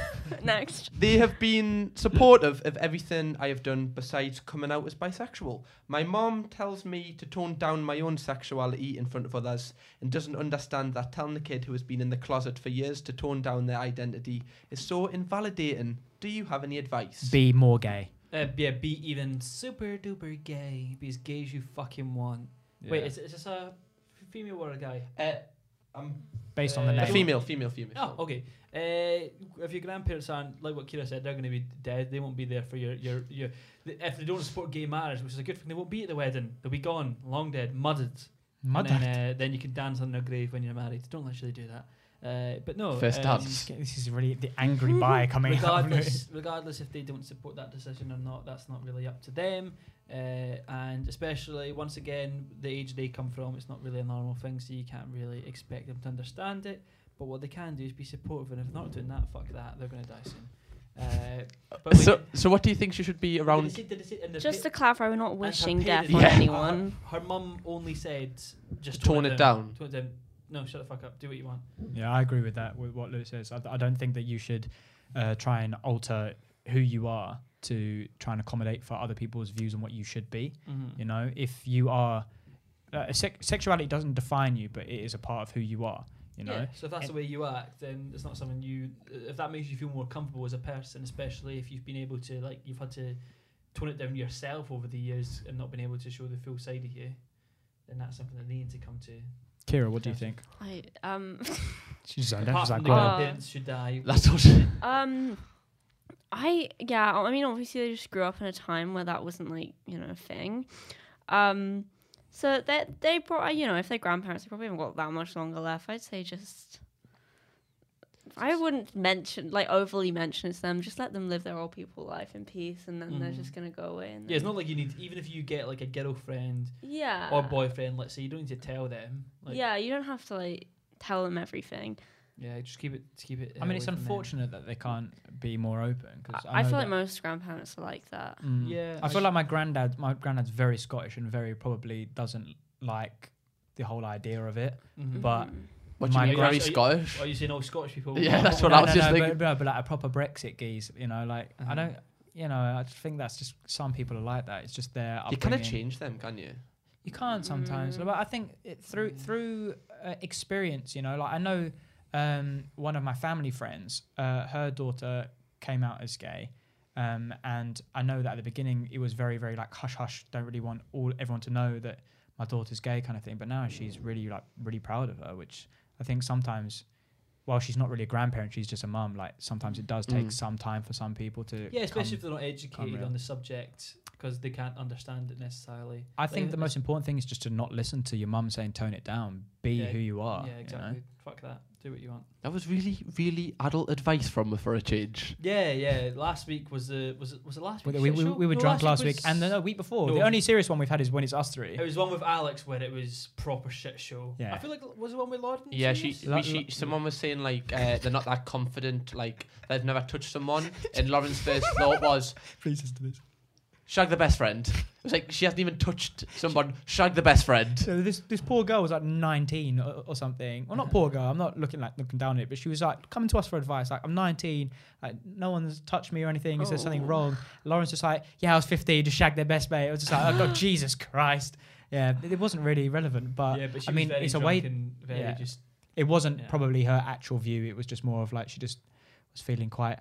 Speaker 2: Next.
Speaker 3: they have been supportive of everything I have done besides coming out as bisexual. My mom tells me to tone down my own sexuality in front of others and doesn't understand that telling a kid who has been in the closet for years to tone down their identity is so invalidating. Do you have any advice?
Speaker 1: Be more gay.
Speaker 4: Uh, yeah, be even super duper gay. Be as gay as you fucking want. Wait, is, is this a female or a guy?
Speaker 3: Uh, um,
Speaker 1: Based on the
Speaker 4: Uh,
Speaker 1: name.
Speaker 3: a female, female, female.
Speaker 4: Oh, okay. Uh, if your grandparents aren't like what Kira said, they're going to be dead. They won't be there for your your your. th- If they don't support gay marriage, which is a good thing, they won't be at the wedding. They'll be gone, long dead, mudded.
Speaker 1: Mother.
Speaker 4: And then, uh, then you can dance on their grave when you're married. Don't actually do that. Uh, but no.
Speaker 3: First
Speaker 4: um,
Speaker 3: dance.
Speaker 1: This is really the angry bi coming out.
Speaker 4: Regardless, regardless if they don't support that decision or not, that's not really up to them. Uh, and especially once again, the age they come from, it's not really a normal thing, so you can't really expect them to understand it. But what they can do is be supportive, and if they're not doing that, fuck that, they're gonna die soon.
Speaker 3: *laughs*
Speaker 4: Uh, but
Speaker 3: So,
Speaker 4: wait,
Speaker 3: so what do you think she should be
Speaker 4: did
Speaker 3: around?
Speaker 4: it say- did it say in the
Speaker 2: Just
Speaker 4: pa-
Speaker 2: to clarify, we're not
Speaker 4: and her
Speaker 2: wishing
Speaker 4: parents-
Speaker 2: death
Speaker 3: Yeah.
Speaker 2: on
Speaker 3: Yeah.
Speaker 4: *laughs*
Speaker 2: anyone.
Speaker 4: Her, her mum only said, just
Speaker 3: Tone it down.
Speaker 4: Tone it down. No, shut the fuck up. Do what you want.
Speaker 1: Yeah, I agree with that. With what Luke says, I, I don't think that you should uh, try and alter who you are to try and accommodate for other people's views on what you should be.
Speaker 2: Mm-hmm.
Speaker 1: You know, if you are uh, sex sexuality doesn't define you, but it is a part of who you are. You know,
Speaker 4: Yeah, so if that's the way you act, then it's not something you. If that makes you feel more comfortable as a person, especially if you've been able to, like, you've had to tone it down yourself over the years and not been able to show the full side of you, then that's something that they need to come to.
Speaker 1: Kira, what do you think?
Speaker 2: I um *laughs*
Speaker 1: She's zoned out. She's
Speaker 4: Apart from
Speaker 1: like,
Speaker 4: the
Speaker 3: "Oh,
Speaker 1: "Go on."
Speaker 2: Uh,
Speaker 4: grandparents should die.
Speaker 3: That's all. She,
Speaker 2: um I yeah. I mean, obviously, they just grew up in a time where that wasn't like you know a thing. Um, so that they probably you know if their grandparents they probably haven't got that much longer left. I'd say just. I wouldn't mention like overly mention it to them. Just let them live their old people life in peace, and then they're
Speaker 4: Mm.
Speaker 2: just gonna go away. And
Speaker 4: Yeah, it's
Speaker 2: then-
Speaker 4: not like you need. Even if you get like a girlfriend
Speaker 2: yeah
Speaker 4: or boyfriend, let's say, you don't need to tell them. Like,
Speaker 2: yeah, you don't have to like tell them everything.
Speaker 4: Yeah, just keep it. Keep it.
Speaker 1: I mean, it's
Speaker 4: away from them.
Speaker 1: unfortunate that they can't be more open. Cause
Speaker 2: I,
Speaker 1: know
Speaker 2: I feel
Speaker 1: that-
Speaker 2: like most grandparents are like that.
Speaker 1: Mm.
Speaker 4: Yeah,
Speaker 1: I
Speaker 4: I
Speaker 1: feel
Speaker 4: sh-
Speaker 1: like my granddad, my granddad's very Scottish and very probably doesn't like the whole idea of it.
Speaker 4: Mhm.
Speaker 1: But
Speaker 2: Mhm.
Speaker 3: What do you
Speaker 1: My
Speaker 3: mean, very
Speaker 4: grandson-
Speaker 3: Scottish?
Speaker 4: Are you saying all Scottish people?
Speaker 3: *laughs* Yeah, that's what
Speaker 1: No,
Speaker 3: I was
Speaker 1: no,
Speaker 3: just
Speaker 1: no,
Speaker 3: thinking.
Speaker 1: But, but, but like a proper Brexit geese, you know, like I
Speaker 4: Mhm.
Speaker 1: don't, you know, I just think that's just some people are like that. It's just their.
Speaker 3: You kind of
Speaker 1: upbringing.
Speaker 3: change them, can you?
Speaker 1: You can't sometimes,
Speaker 2: Mm.
Speaker 1: but I think it, through
Speaker 4: Mm.
Speaker 1: through uh, experience, you know, like I know um, one of my family friends, uh, her daughter came out as gay, um, and I know that at the beginning it was very very like hush hush, don't really want all everyone to know that my daughter's gay kind of thing. But now she's really like really proud of her, which I think sometimes. While she's not really a grandparent, she's just a mum. Like sometimes it does take
Speaker 3: Mm.
Speaker 1: some time for some people to.
Speaker 4: Yeah, especially
Speaker 1: come-
Speaker 4: if they're not educated
Speaker 1: real.
Speaker 4: on the subject because they can't understand it necessarily.
Speaker 1: I
Speaker 4: Like,
Speaker 1: think the
Speaker 4: it's-
Speaker 1: most important thing is just to not listen to your mum saying tone it down. Be
Speaker 4: Yeah,
Speaker 1: who you are.
Speaker 4: Yeah,
Speaker 1: you know?
Speaker 4: exactly. Fuck that. Do what you want.
Speaker 3: That was really, really adult advice from her for a change.
Speaker 4: Yeah, yeah. Last week was the was it was it last
Speaker 1: We,
Speaker 4: week?
Speaker 1: we, we, we were drunk last week, and the no,
Speaker 4: then
Speaker 1: week before.
Speaker 4: No,
Speaker 1: the
Speaker 4: we- Oh,
Speaker 1: only serious one we've had is when it's us three.
Speaker 4: it was one with Alex where it was proper shit show.
Speaker 1: Yeah.
Speaker 4: I feel like was it one with Lauren?
Speaker 3: Yeah, she,
Speaker 1: La-
Speaker 3: we, she
Speaker 1: la-
Speaker 3: someone was saying like uh, they're not that confident, like they've never touched
Speaker 4: *laughs*
Speaker 3: someone. And Lauren's first thought was,
Speaker 1: Please listen to this.
Speaker 3: "Shag the best friend." It was like she hasn't even touched someone. Shag the best friend.
Speaker 1: So this this poor girl was like 19 or, or something. Well, not poor girl. I'm not looking like looking down at it, but she was like coming to us for advice. Like I'm 19. Like no one's touched me or anything. Is there something
Speaker 2: Oh.
Speaker 1: wrong? Lauren's just like, yeah, I was 15. Just shagged their best mate. I was just like, oh
Speaker 4: *gasps*
Speaker 1: god, Jesus Christ. Yeah, it it wasn't really relevant, but
Speaker 4: yeah, but she
Speaker 1: I mean,
Speaker 4: was very
Speaker 1: it's a
Speaker 4: drunk
Speaker 1: way.
Speaker 4: and very
Speaker 1: yeah.
Speaker 4: just
Speaker 1: it wasn't
Speaker 4: Yeah.
Speaker 1: probably her actual view. It was just more of like she just was feeling quite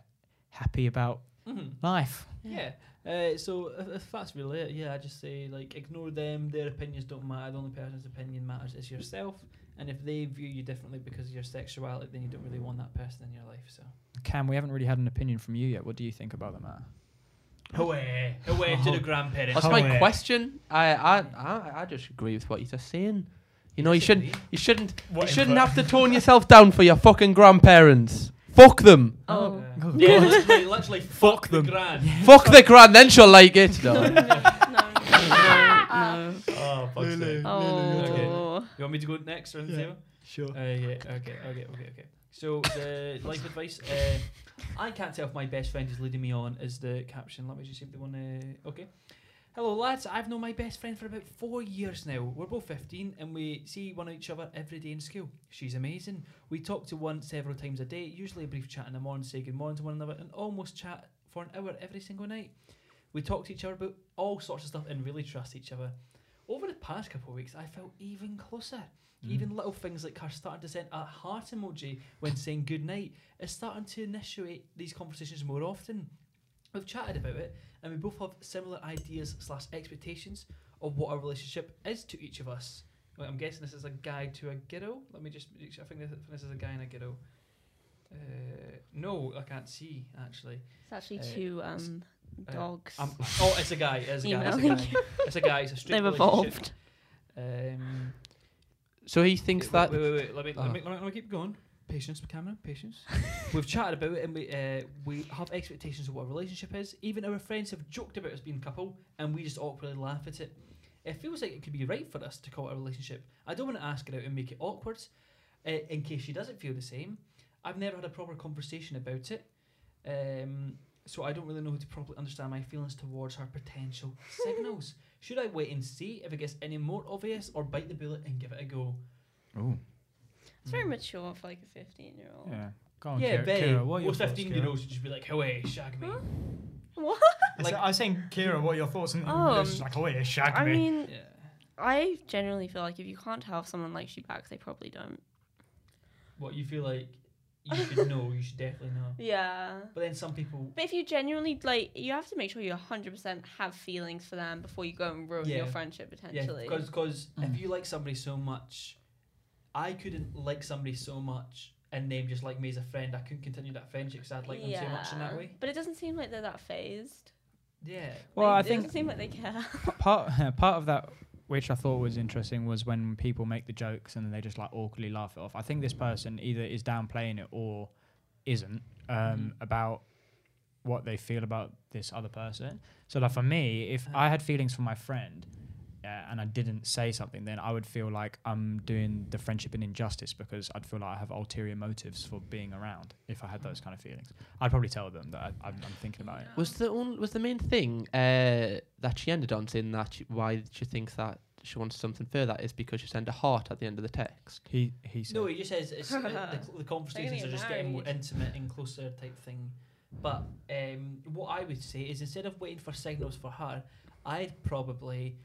Speaker 1: happy about
Speaker 4: Mhm.
Speaker 1: life.
Speaker 4: Yeah. Uh, so if, if that's really it, yeah, I just say like ignore them. Their opinions don't matter. The only person's opinion matters is yourself. And if they view you differently because of your sexuality, then you don't really want that person in your life. So.
Speaker 1: Cam, we haven't really had an opinion from you yet. What do you think about the matter? Oh,
Speaker 4: Away, away to the grandparents.
Speaker 3: That's
Speaker 1: Hold
Speaker 3: my
Speaker 1: on.
Speaker 3: question. I, I, I, I just agree with what you're saying. You know, you shouldn't, you shouldn't, you
Speaker 1: What
Speaker 3: shouldn't
Speaker 1: input? *laughs*
Speaker 3: have to tone yourself down for your fucking grandparents. Fuck them.
Speaker 2: Oh.
Speaker 1: Oh,
Speaker 4: Yeah,
Speaker 1: God.
Speaker 4: literally, literally fuck,
Speaker 1: them.
Speaker 4: the grand.
Speaker 3: Fuck the grand, then she'll like it.
Speaker 2: *laughs*
Speaker 3: No.
Speaker 4: *laughs*
Speaker 2: no, no, no.
Speaker 4: Oh, fuck's sake. Okay.
Speaker 2: Oh.
Speaker 4: You want me to go next or the table? Sure. Uh, Okay, okay, okay, okay, okay. So the life advice. Uh, I can't tell if my best friend is leading me on. Is the caption? Let me just see if they want to. Okay. Hello, lads. I've known my best friend for about four years now. We're both 15 and we see one each other every day in school. She's amazing. We talk to one several times a day, usually a brief chat in the morning, say good morning to one another, and almost chat for an hour every single night. We talk to each other about all sorts of stuff and really trust each other. Over the past couple of weeks, I felt even closer.
Speaker 2: Mm.
Speaker 4: Even little things like her starting to send a heart emoji when saying goodnight is starting to initiate these conversations more often. We've chatted about it, and we both have similar ideas slash expectations of what our relationship is to each of us. Well, I'm guessing this is a guy to a girl. Let me just. make sure- I think this, this is a guy and a girl. Uh, no, I can't see actually.
Speaker 2: It's actually
Speaker 4: Uh,
Speaker 2: two um,
Speaker 4: uh,
Speaker 2: dogs.
Speaker 4: Um, oh, it's a guy.
Speaker 2: *laughs*
Speaker 4: It's a guy. It's a
Speaker 2: Emailing.
Speaker 4: guy. It's a
Speaker 2: *laughs*
Speaker 4: guy. It's a straight
Speaker 2: They've
Speaker 4: relationship.
Speaker 1: Hmm.
Speaker 2: evolved.
Speaker 4: Um,
Speaker 3: So he thinks
Speaker 4: Wait,
Speaker 3: that.
Speaker 4: Wait, wait, wait. Let me,
Speaker 3: Oh.
Speaker 4: let me, let me, let me keep going. Patience, Cameron. Patience. *laughs* We've chatted about it, and we uh, we have expectations of what a relationship is. Even our friends have joked about us being a couple, and we just awkwardly laugh at it. It feels like it could be right for us to call it a relationship. I don't want to ask her out and make it awkward, uh, in case she doesn't feel the same. I've never had a proper conversation about it, um, so I don't really know how to properly understand my feelings towards her potential
Speaker 3: *laughs*
Speaker 4: signals. Should I wait and see if it gets any more obvious, or bite the bullet and give it a go?
Speaker 1: Ooh.
Speaker 2: It's very mature for like a 15 year old.
Speaker 1: Yeah. Go on,
Speaker 4: yeah,
Speaker 1: Kira.
Speaker 4: babe.
Speaker 1: Kira, Oh, what are your
Speaker 4: Most
Speaker 1: thoughts,
Speaker 4: 15 year
Speaker 1: Kira?
Speaker 4: olds should just be like, away, shag me.
Speaker 2: Huh? *laughs* What?
Speaker 4: Like-
Speaker 1: I was saying, Kira, what are your thoughts? And
Speaker 2: Oh,
Speaker 1: it's just like, oh, yeah, shag
Speaker 2: I
Speaker 1: me.
Speaker 2: mean,
Speaker 4: Yeah.
Speaker 2: I generally feel like if you can't tell if someone likes you back, they probably don't.
Speaker 4: What you feel like you should know, you should definitely
Speaker 2: *laughs*
Speaker 4: know.
Speaker 2: Yeah.
Speaker 4: But then some people.
Speaker 2: But if you genuinely like, you have to make sure you 100% have feelings for them before you go and ruin your
Speaker 4: Yeah.
Speaker 2: friendship
Speaker 4: Yeah,
Speaker 2: potentially.
Speaker 4: because
Speaker 1: Mm.
Speaker 4: if you like somebody so much, I couldn't like somebody so much and them just like me as a friend. I couldn't continue that friendship because I'd like them so much in that
Speaker 2: Yeah.
Speaker 4: way.
Speaker 2: But it doesn't seem like they're that phased.
Speaker 4: Yeah.
Speaker 1: well,
Speaker 2: Like,
Speaker 1: I
Speaker 2: it
Speaker 1: think
Speaker 2: doesn't seem like they care.
Speaker 1: p- part *laughs* part of that which I thought was interesting was when people make the jokes and then they just like awkwardly laugh it off. I think this person either is downplaying it or isn't um,
Speaker 4: Mhm.
Speaker 1: about what they feel about this other person. So like for me, if I had feelings for my friend uh, and I didn't say something, then I would feel like I'm doing the friendship an injustice because I'd feel like I have ulterior motives for being around. If I had those kind of feelings, I'd probably tell them that I, I'm, I'm thinking about it.
Speaker 3: Was the only, was the main thing uh, that she ended on saying that she, why she thinks that she wants something further is because she sent a heart at the end of the text.
Speaker 1: He he said.
Speaker 4: No, he just says it's, uh,
Speaker 2: *laughs*
Speaker 4: the, the conversations
Speaker 2: get
Speaker 4: are just getting more
Speaker 2: married.
Speaker 4: intimate and closer type thing. But um, what I would say is instead of waiting for signals for her, I'd probably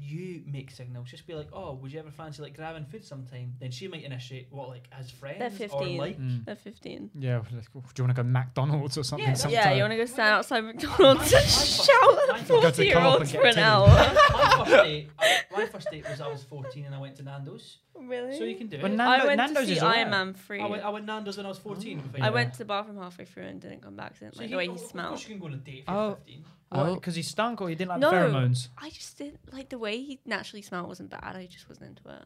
Speaker 4: you make signals. Just be like, oh, would you ever fancy like grabbing food sometime? Then she might initiate what like as friends or
Speaker 2: 15.
Speaker 4: like.
Speaker 1: Mm.
Speaker 2: They're 15.
Speaker 1: Yeah, well, like, "Oh, do you want to go McDonald's or something?
Speaker 4: Yeah,
Speaker 1: sometime?
Speaker 2: Yeah, you want to go stand outside McDonald's
Speaker 4: I- I
Speaker 2: and
Speaker 4: fucking-
Speaker 2: *laughs* shout
Speaker 4: I
Speaker 2: at
Speaker 4: fucking- Go to the
Speaker 2: 40 year
Speaker 1: co-op and
Speaker 2: olds
Speaker 1: get
Speaker 2: for an
Speaker 1: tin.
Speaker 2: hour?
Speaker 4: my first date, I- my first date was I was 14 and I went to Nando's,
Speaker 2: *laughs* really?
Speaker 4: so you can do it.
Speaker 1: But
Speaker 2: I
Speaker 1: Nando-
Speaker 2: went
Speaker 1: Nando's
Speaker 2: to
Speaker 1: is
Speaker 2: see Iron
Speaker 1: alright.
Speaker 2: Man 3.
Speaker 4: I went, oh, I went Nando's when I was 14. if
Speaker 2: Oh. I
Speaker 4: know.
Speaker 2: went to the bathroom halfway through and didn't come back. 'cause I didn't
Speaker 4: So
Speaker 2: like
Speaker 4: you
Speaker 2: the way
Speaker 4: can-
Speaker 2: he
Speaker 4: of course
Speaker 2: smelled.
Speaker 4: you can go on a date if
Speaker 1: Oh.
Speaker 4: you're 15.
Speaker 3: Oh.
Speaker 1: Because he stunk or he didn't like
Speaker 2: No.
Speaker 1: the pheromones.
Speaker 2: I just didn't like the way he naturally smelled wasn't bad. I just wasn't into it.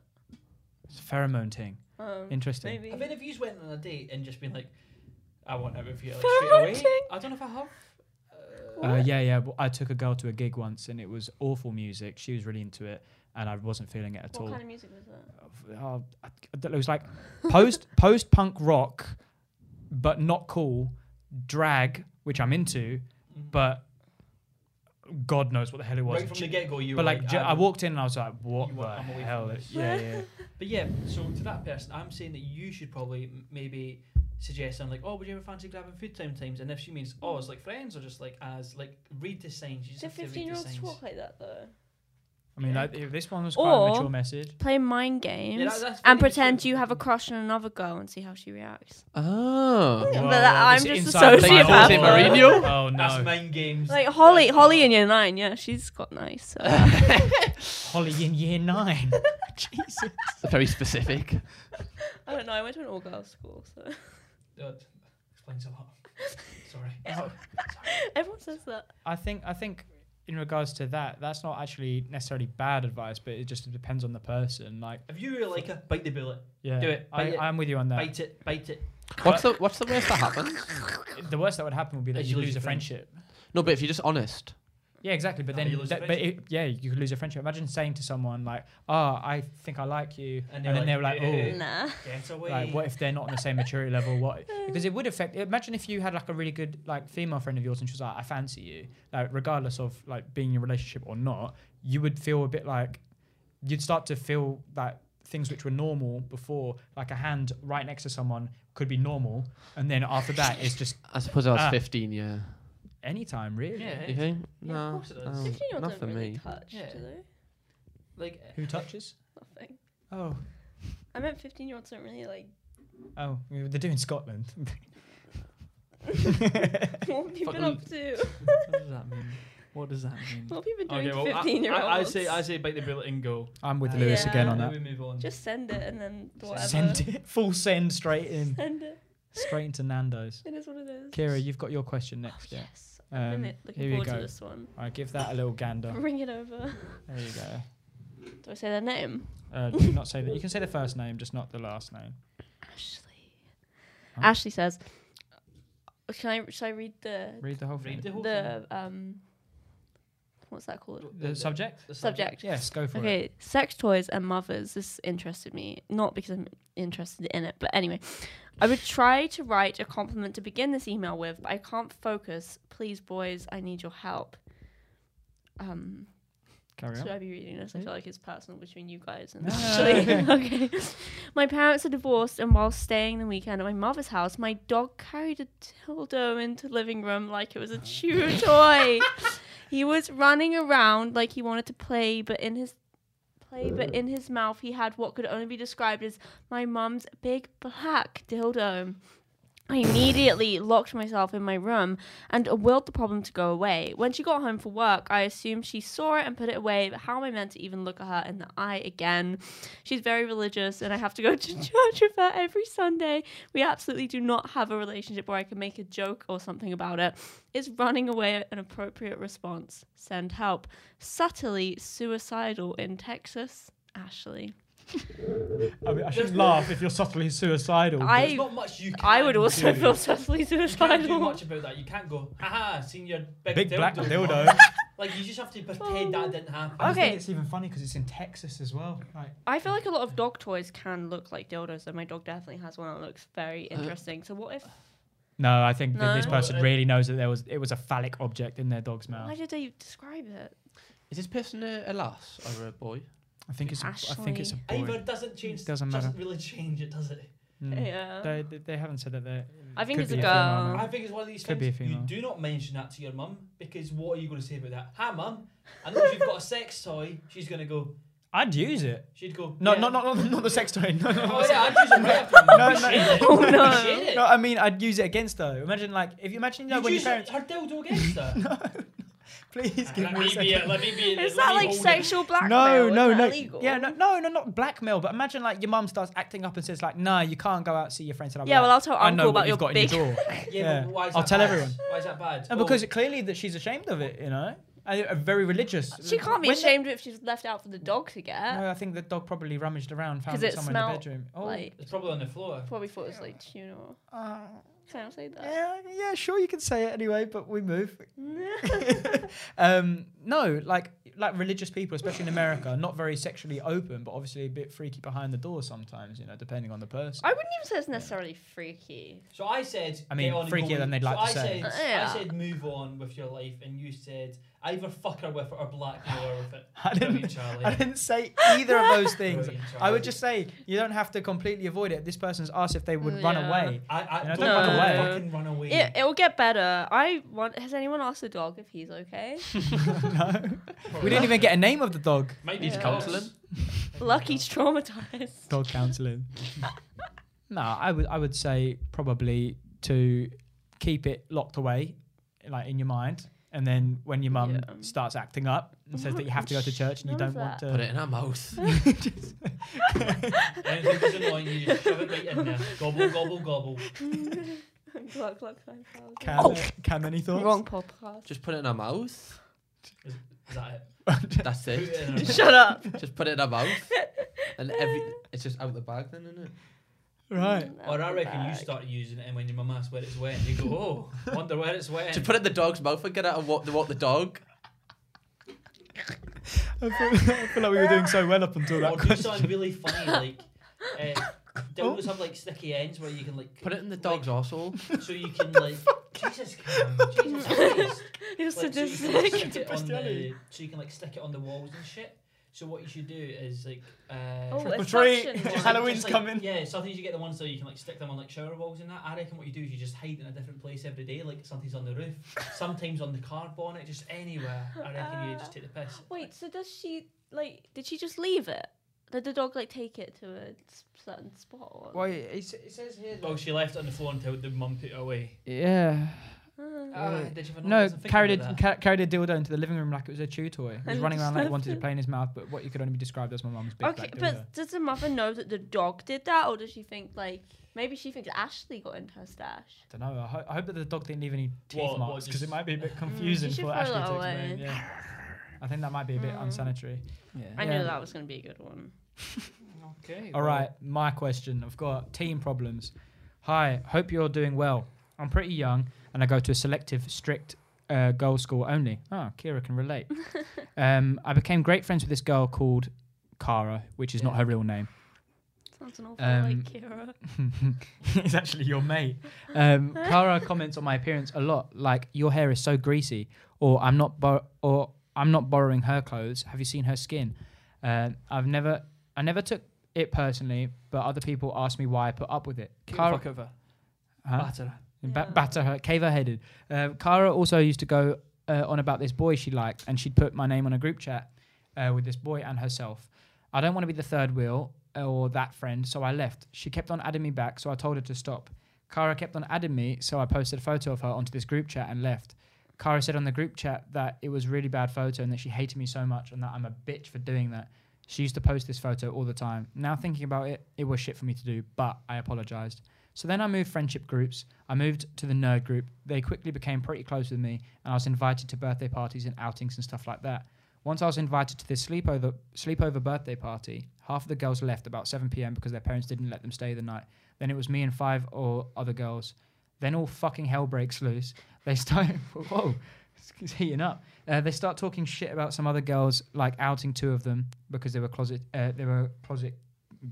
Speaker 1: It's a pheromone thing.
Speaker 2: Um,
Speaker 1: Interesting.
Speaker 2: Maybe.
Speaker 4: Have any of you went on a date and just been like, I want out of here like,
Speaker 2: Phone
Speaker 4: straight away?
Speaker 2: watching?
Speaker 4: I don't know if I have. Uh,
Speaker 1: Uh, yeah, yeah. but I took a girl to a gig once, and it was awful music. She was really into it, and I wasn't feeling it at
Speaker 2: What
Speaker 1: all.
Speaker 2: kind of music was that?
Speaker 1: oh, I- I don't know, it was like
Speaker 2: *laughs*
Speaker 1: post post punk rock, but not cool. Drag, which I'm into, but God knows what the hell it was.
Speaker 4: Mm. right from
Speaker 1: Ju-
Speaker 4: the get go, you
Speaker 1: but
Speaker 4: were um,
Speaker 1: like, ju- I
Speaker 4: don't-
Speaker 1: walked in and I was like, "What
Speaker 4: You
Speaker 1: the
Speaker 4: want- I'm away
Speaker 1: hell?"
Speaker 4: from
Speaker 1: is-
Speaker 4: this.
Speaker 1: Yeah, yeah. yeah.
Speaker 4: But yeah, so to that person, I'm saying that you should probably m- maybe suggest something like, oh, would you ever fancy grabbing food sometimes? And if she means, oh, it's like friends or just like as, like, read the signs. You just
Speaker 2: Do
Speaker 4: have to read
Speaker 2: 15 year
Speaker 4: the
Speaker 2: olds
Speaker 4: signs.
Speaker 2: talk like that though?
Speaker 1: I mean,
Speaker 4: Yeah.
Speaker 1: like, if this one was quite
Speaker 2: Or-
Speaker 1: a mature message.
Speaker 2: Play mind games
Speaker 4: Yeah, that- that's
Speaker 2: and
Speaker 4: pretty
Speaker 2: pretend
Speaker 4: mature.
Speaker 2: you have a crush on another girl and see how she reacts.
Speaker 3: Oh.
Speaker 2: Yeah,
Speaker 1: Whoa,
Speaker 2: but that-
Speaker 1: whoa,
Speaker 2: I'm
Speaker 1: this
Speaker 2: just a
Speaker 1: inside baseball.
Speaker 3: sociopath. Jose Mourinho?
Speaker 1: Oh
Speaker 4: That's
Speaker 1: no,
Speaker 4: mind games.
Speaker 2: Like Holly, Holly in year nine, yeah, she's got nice. uh,
Speaker 1: Holly in year nine. Jesus.
Speaker 3: *laughs* Very
Speaker 4: *laughs*
Speaker 3: specific.
Speaker 2: I don't know. I went to an all girls school, *laughs* so
Speaker 4: Uh, explains a lot. *laughs* Sorry.
Speaker 1: Oh.
Speaker 2: everyone says that.
Speaker 1: I think I think in regards to that, that's not actually necessarily bad advice, but it just depends on the person. Like,
Speaker 4: If you really like her, bite the bullet.
Speaker 1: yeah,
Speaker 4: Do it.
Speaker 1: I,
Speaker 4: Bite it.
Speaker 1: I'm with you on that.
Speaker 4: Bite it. Bite it.
Speaker 3: What's the what's the worst that happens?
Speaker 1: The worst that would happen would be that
Speaker 4: Is
Speaker 1: you
Speaker 4: you
Speaker 1: lose
Speaker 4: lose
Speaker 1: a
Speaker 4: your friend.
Speaker 1: friendship.
Speaker 3: No, but if you're just honest.
Speaker 1: Yeah, exactly. But
Speaker 4: Oh,
Speaker 1: then,
Speaker 4: you lose your
Speaker 1: that- but it, yeah, you could lose a friendship. Imagine saying to someone like, "Oh, I think I like you," and,
Speaker 4: And they're
Speaker 1: then they were like,
Speaker 4: like,
Speaker 1: "Oh."
Speaker 4: "Eh."
Speaker 2: Nah.
Speaker 4: Get away.
Speaker 1: Like, what if they're not on the same maturity level? What? Because it would affect. Imagine if you had like a really good like female friend of yours, and she was like, "I fancy you," like regardless of like being in a relationship or not, you would feel a bit like you'd start to feel like things which were normal before, like a hand right next to someone could be normal, and then after that, it's just
Speaker 3: I suppose I was
Speaker 1: Ah.
Speaker 3: 15. Yeah.
Speaker 1: anytime really.
Speaker 4: Eh. Yeah.
Speaker 3: You think?
Speaker 2: Yeah,
Speaker 3: no.
Speaker 2: of course
Speaker 4: it does.
Speaker 3: no,
Speaker 2: 15 year olds
Speaker 3: not for
Speaker 2: don't really
Speaker 3: me.
Speaker 2: touch,
Speaker 4: Yeah.
Speaker 2: do they?
Speaker 4: Like, eh,
Speaker 1: Who touches?
Speaker 2: Nothing.
Speaker 1: Oh,
Speaker 2: I meant 15 year olds don't really like. *laughs*
Speaker 1: oh, they're doing Scotland. *laughs*
Speaker 2: what have you been up to?
Speaker 4: what does that mean? What does that mean?
Speaker 2: What have you been doing
Speaker 4: Okay,
Speaker 2: to
Speaker 4: well,
Speaker 2: 15 year olds?
Speaker 4: I, I, I say, I say, bite the bullet and go.
Speaker 1: I'm with
Speaker 4: Uh,
Speaker 1: Lewis again on
Speaker 2: Yeah.
Speaker 4: then
Speaker 1: that.
Speaker 4: We move on.
Speaker 2: Just send it and then whatever.
Speaker 1: Send it, full send straight in,
Speaker 2: Send it.
Speaker 1: straight into Nando's.
Speaker 2: It is what it is.
Speaker 1: Kira, you've got your question next. yeah.
Speaker 2: Yes. I'm
Speaker 1: Um,
Speaker 2: in it. Looking
Speaker 1: here we
Speaker 2: forward
Speaker 1: go.
Speaker 2: to this one.
Speaker 1: All right, give that a little gander.
Speaker 2: *laughs* Bring it over.
Speaker 1: There you go.
Speaker 2: Do I say their name?
Speaker 1: Uh, do not say that. You can say the first name, just not the last name.
Speaker 2: Ashley.
Speaker 1: Huh?
Speaker 2: Ashley says, "Can I? Should I read the
Speaker 1: Read the whole thing.
Speaker 4: Read the whole
Speaker 2: the um? What's that called?
Speaker 4: thing.
Speaker 1: The subject?
Speaker 4: The
Speaker 2: Subject.
Speaker 1: Yes, go for it.
Speaker 2: Okay, sex toys and mothers. This interested me, not because I'm interested in it, but anyway. I would try to write a compliment to begin this email with, but I can't focus. Please, boys, I need your help. Um,
Speaker 1: Carry
Speaker 2: Should
Speaker 1: on.
Speaker 2: I be reading this? I feel like it's personal between you guys *laughs* and
Speaker 1: Oh, No.
Speaker 2: actually. *laughs* okay. My parents are divorced, and while staying the weekend at my mother's house, my dog carried a dildo into the living room like it was a chew toy. he was running around like he wanted to play, but in his play, but in his mouth he had what could only be described as my mum's big black dildo. I immediately locked myself in my room and willed the problem to go away. When she got home from work, I assumed she saw it and put it away, but how am I meant to even look at her in the eye again? She's very religious and I have to go to *laughs* church with her every Sunday. We absolutely do not have a relationship where I can make a joke or something about it. Is running away an appropriate response? Send help. Subtly suicidal in Texas. Ashley.
Speaker 1: I, mean, I shouldn't laugh if you're subtly suicidal.
Speaker 4: There's
Speaker 2: I-
Speaker 4: not much you can
Speaker 2: I would also *laughs*
Speaker 4: do.
Speaker 2: feel subtly
Speaker 4: You can't do
Speaker 2: suicidal.
Speaker 4: much about that. You can't go, haha, seen your big,
Speaker 1: Big
Speaker 4: dildo.
Speaker 1: black dildo.
Speaker 4: Like you just have to pretend that didn't happen.
Speaker 5: *laughs* I just think
Speaker 2: Oh. Okay.
Speaker 5: it's even funny because it's in Texas as well. Like,
Speaker 2: I feel like a lot of dog toys can look like dildos, and my dog definitely has one that looks very
Speaker 3: Uh.
Speaker 2: interesting. So what if?
Speaker 1: No, I think that this
Speaker 2: No.
Speaker 1: person
Speaker 4: Well,
Speaker 1: really knows that there was it was a phallic object in their dog's
Speaker 2: Why
Speaker 1: mouth.
Speaker 2: did they describe it?
Speaker 3: Is this person a, a lass or a boy?
Speaker 1: I think it's a, I think it's a boy.
Speaker 4: Either doesn't change.
Speaker 1: Doesn't
Speaker 4: Doesn't
Speaker 1: matter.
Speaker 4: really change it, does it?
Speaker 1: Mm.
Speaker 2: Yeah.
Speaker 1: They, they, they haven't said that they.
Speaker 2: I think
Speaker 1: could
Speaker 2: it's a
Speaker 1: be female now.
Speaker 2: girl.
Speaker 4: I think it's one of these
Speaker 1: Could be
Speaker 4: things.
Speaker 1: a
Speaker 4: You
Speaker 1: female.
Speaker 4: do not mention that to your mum because what are you going to say about that? Hi, mum. I know you've got a sex toy. She's going to go.
Speaker 1: I'd use it.
Speaker 4: She'd go.
Speaker 1: No,
Speaker 4: yeah.
Speaker 1: no, no, no, not the sex *laughs* toy. No, no,
Speaker 4: Oh yeah, I'd use it right after.
Speaker 1: No,
Speaker 4: No,
Speaker 1: no.
Speaker 2: Oh,
Speaker 4: no,
Speaker 2: no.
Speaker 1: no. I mean, I'd use it against her. Imagine like if you imagine you know,
Speaker 4: You'd
Speaker 1: when your
Speaker 4: use
Speaker 1: parents.
Speaker 4: her dildo against her.
Speaker 1: *laughs* Please give
Speaker 4: let
Speaker 1: me a
Speaker 4: me be it.
Speaker 1: second.
Speaker 4: Let me be it.
Speaker 2: Is
Speaker 4: let
Speaker 2: that
Speaker 4: me
Speaker 2: like
Speaker 4: hold it.
Speaker 2: sexual blackmail?
Speaker 1: No,
Speaker 2: Is
Speaker 1: no,
Speaker 2: that
Speaker 1: no.
Speaker 2: Legal?
Speaker 1: Yeah, no, no, no, not blackmail. But imagine like your mum starts acting up and says like, "Nah, you can't go out see your friends." And I'm
Speaker 2: Yeah,
Speaker 1: like,
Speaker 2: well, I'll tell
Speaker 1: I know
Speaker 2: Uncle
Speaker 1: what
Speaker 2: about
Speaker 1: you've got
Speaker 2: your big. *laughs*
Speaker 1: in your door.
Speaker 4: Yeah,
Speaker 1: Yeah.
Speaker 4: But why is
Speaker 1: I'll
Speaker 4: that
Speaker 1: tell
Speaker 4: bad?
Speaker 1: everyone.
Speaker 4: Why is that bad?
Speaker 1: And
Speaker 4: Oh,
Speaker 1: because clearly that she's ashamed of it, you know, and uh, very religious.
Speaker 2: She can't be
Speaker 1: When the-
Speaker 2: ashamed if she's left out for the dog to get.
Speaker 1: No, I think the dog probably rummaged around, found
Speaker 2: 'Cause
Speaker 1: it
Speaker 2: it
Speaker 1: somewhere in the
Speaker 2: smelt
Speaker 1: bedroom. Oh,
Speaker 2: Like,
Speaker 4: it's probably on the floor.
Speaker 2: probably thought it was like tuna.
Speaker 1: uh,
Speaker 2: Can I say that?
Speaker 1: yeah, yeah, sure, you can say it anyway, but we move. um, no, like like religious people, especially in America, are not very sexually open, but obviously a bit freaky behind the door sometimes, you know, depending on the person.
Speaker 2: *laughs* I wouldn't even say it's necessarily freaky.
Speaker 4: So I said.
Speaker 1: I mean,
Speaker 4: get on and
Speaker 1: freakier
Speaker 4: go
Speaker 1: than
Speaker 4: with-
Speaker 1: they'd like
Speaker 4: so
Speaker 1: to
Speaker 4: I
Speaker 1: say.
Speaker 4: Said,
Speaker 2: Yeah.
Speaker 4: I said move on with your life, and you said either fuck her with it or blackmail her with it.
Speaker 1: *laughs* I didn't-
Speaker 4: Brilliant,
Speaker 1: *laughs*
Speaker 4: Charlie.
Speaker 1: I didn't say either of those things.
Speaker 4: Brilliant,
Speaker 1: I
Speaker 4: Charlie.
Speaker 1: would just say you don't have to completely avoid it. This person's asked if they would run
Speaker 2: Mm, Yeah.
Speaker 1: away.
Speaker 2: *laughs*
Speaker 1: *laughs*
Speaker 4: I, I
Speaker 1: You know,
Speaker 4: don't
Speaker 1: don't run
Speaker 4: run
Speaker 1: away.
Speaker 4: Fucking run away.
Speaker 2: It, it'll get better. I want. Has anyone asked the dog if he's okay?
Speaker 1: no,
Speaker 4: Probably
Speaker 1: we didn't even get a name of the dog.
Speaker 4: Might
Speaker 2: Needs
Speaker 4: need
Speaker 3: counselling.
Speaker 2: Lucky's traumatized. *laughs*
Speaker 1: dog counselling. no, I would I would say probably to keep it locked away, like in your mind, and then when your mum
Speaker 2: Yeah.
Speaker 1: starts acting up and says that you have to go to church and you
Speaker 2: None
Speaker 1: don't want
Speaker 2: of that.
Speaker 4: Uh.
Speaker 1: to,
Speaker 3: Put it in her mouth.
Speaker 4: Anything that's annoying you, just shove it right
Speaker 2: *laughs*
Speaker 4: in there. Gobble, gobble, gobble.
Speaker 2: Gluck, gluck, five thousand.
Speaker 1: can can any thoughts?
Speaker 2: Wrong podcast. *laughs*
Speaker 3: Just put it in her
Speaker 4: *laughs*
Speaker 3: mouth.
Speaker 4: Is that it?
Speaker 3: That's
Speaker 4: Put it
Speaker 3: it. *laughs*
Speaker 4: in her mouth.
Speaker 2: Shut up.
Speaker 3: just put it in her mouth.
Speaker 4: *laughs*
Speaker 3: And every it's just out the bag then, isn't it?
Speaker 1: *laughs* Right.
Speaker 4: Or I reckon you start using it, and when your mum asks where it's wet, you go, "Oh, wonder where it's wet."
Speaker 3: Just put it in the dog's mouth and get out and walk the walk the dog.
Speaker 1: I feel, I feel like we were doing so well up until that.
Speaker 4: or do
Speaker 1: question.
Speaker 4: something really funny, like uh, dildos have like sticky ends where you can like
Speaker 3: Oh. Put it in the dog's asshole.
Speaker 4: so you
Speaker 1: *laughs*
Speaker 4: can like Jesus Cam,
Speaker 2: *laughs*
Speaker 4: Jesus Christ.
Speaker 2: You're
Speaker 4: Like, so, you can,
Speaker 2: sadistic.
Speaker 4: like, stick it on
Speaker 1: Christianity.
Speaker 4: the, so you can like stick it on the walls and shit. So what you should do is like uh,
Speaker 2: Oh,
Speaker 1: Trick or
Speaker 2: it's
Speaker 1: treat.
Speaker 2: fashion.
Speaker 4: *laughs* just, like-
Speaker 1: Halloween's
Speaker 4: just, like,
Speaker 1: coming.
Speaker 4: Yeah, sometimes you get the ones that you can like stick them on like shower walls and that. I reckon what you do is you just hide in a different place every day. Like sometimes on the *laughs* roof, sometimes on the car bonnet, just anywhere. I reckon you just take the
Speaker 1: *laughs*
Speaker 4: piss.
Speaker 2: Wait, so does she like? Did she just leave it? Did the dog like take it to a s- certain spot? Or...
Speaker 3: Why it, it says here
Speaker 4: Well, she left it on the floor until the mum put it away.
Speaker 1: Yeah.
Speaker 2: Uh,
Speaker 4: Ah,
Speaker 3: Yeah.
Speaker 4: did you have
Speaker 1: No,
Speaker 4: another reason?
Speaker 1: carried
Speaker 4: Thinking
Speaker 1: a,
Speaker 4: about
Speaker 1: ca- carried a dildo into the living room like it was a chew toy. He was
Speaker 2: And
Speaker 1: running around like he wanted to
Speaker 2: stuffed
Speaker 1: play in his mouth, but what you could only be described as my mum's big
Speaker 2: okay,
Speaker 1: black dildo.
Speaker 2: but does the mother know that the dog did that, or does she think like maybe she thinks Ashley got into her stash?
Speaker 1: don't know. I, ho- I hope that the dog didn't leave any teeth
Speaker 4: What- what,
Speaker 1: marks because it
Speaker 4: just-
Speaker 1: might be a bit confusing
Speaker 2: Mm, should
Speaker 1: for
Speaker 2: throw
Speaker 1: Ashley
Speaker 2: that
Speaker 1: to
Speaker 2: away.
Speaker 1: explain. Yeah. I think that might be a bit
Speaker 2: Mm.
Speaker 1: unsanitary.
Speaker 2: I
Speaker 1: Yeah.
Speaker 2: knew that was gonna be a good one.
Speaker 4: that. Okay.
Speaker 1: All right, my question. I've got team problems. Hi, hope you're doing well. I'm pretty young and I go to a selective, strict uh, girl school only. Oh, Kira can relate. um, I became great friends with this girl called Kara, which is not
Speaker 3: Yeah.
Speaker 1: her real name.
Speaker 2: Sounds an awful
Speaker 1: Um,
Speaker 2: like Kira.
Speaker 1: it's actually your mate. Um, Cara comments on my appearance a lot, like your hair is so greasy, or I'm not bor- or I'm not borrowing her clothes. Have you seen her skin? Uh, I've never, I never took it personally, but other people asked me why I put up with it. Cara,
Speaker 4: over.
Speaker 1: Huh? Ba-
Speaker 2: Yeah.
Speaker 1: batter her, cave her headed. Uh, Cara also used to go uh, on about this boy she liked, and she'd put my name on a group chat uh, with this boy and herself. I don't want to be the third wheel or that friend, so I left. She kept on adding me back, so I told her to stop. Cara kept on adding me, so I posted a photo of her onto this group chat and left. Cara said on the group chat that it was a really bad photo and that she hated me so much and that I'm a bitch for doing that. She used to post this photo all the time. Now thinking about it, it was shit for me to do, but I apologized. So then I moved friendship groups. I moved to the nerd group. They quickly became pretty close with me, and I was invited to birthday parties and outings and stuff like that. Once I was invited to this sleepover sleepover birthday party, half of the girls left about 7 p.m. because their parents didn't let them stay the night. Then it was me and five or other girls. Then all fucking hell breaks loose. They start *laughs* whoa, It's- It's heating up. Uh, they start talking shit about some other girls, like outing two of them because they were closet, uh, they were closet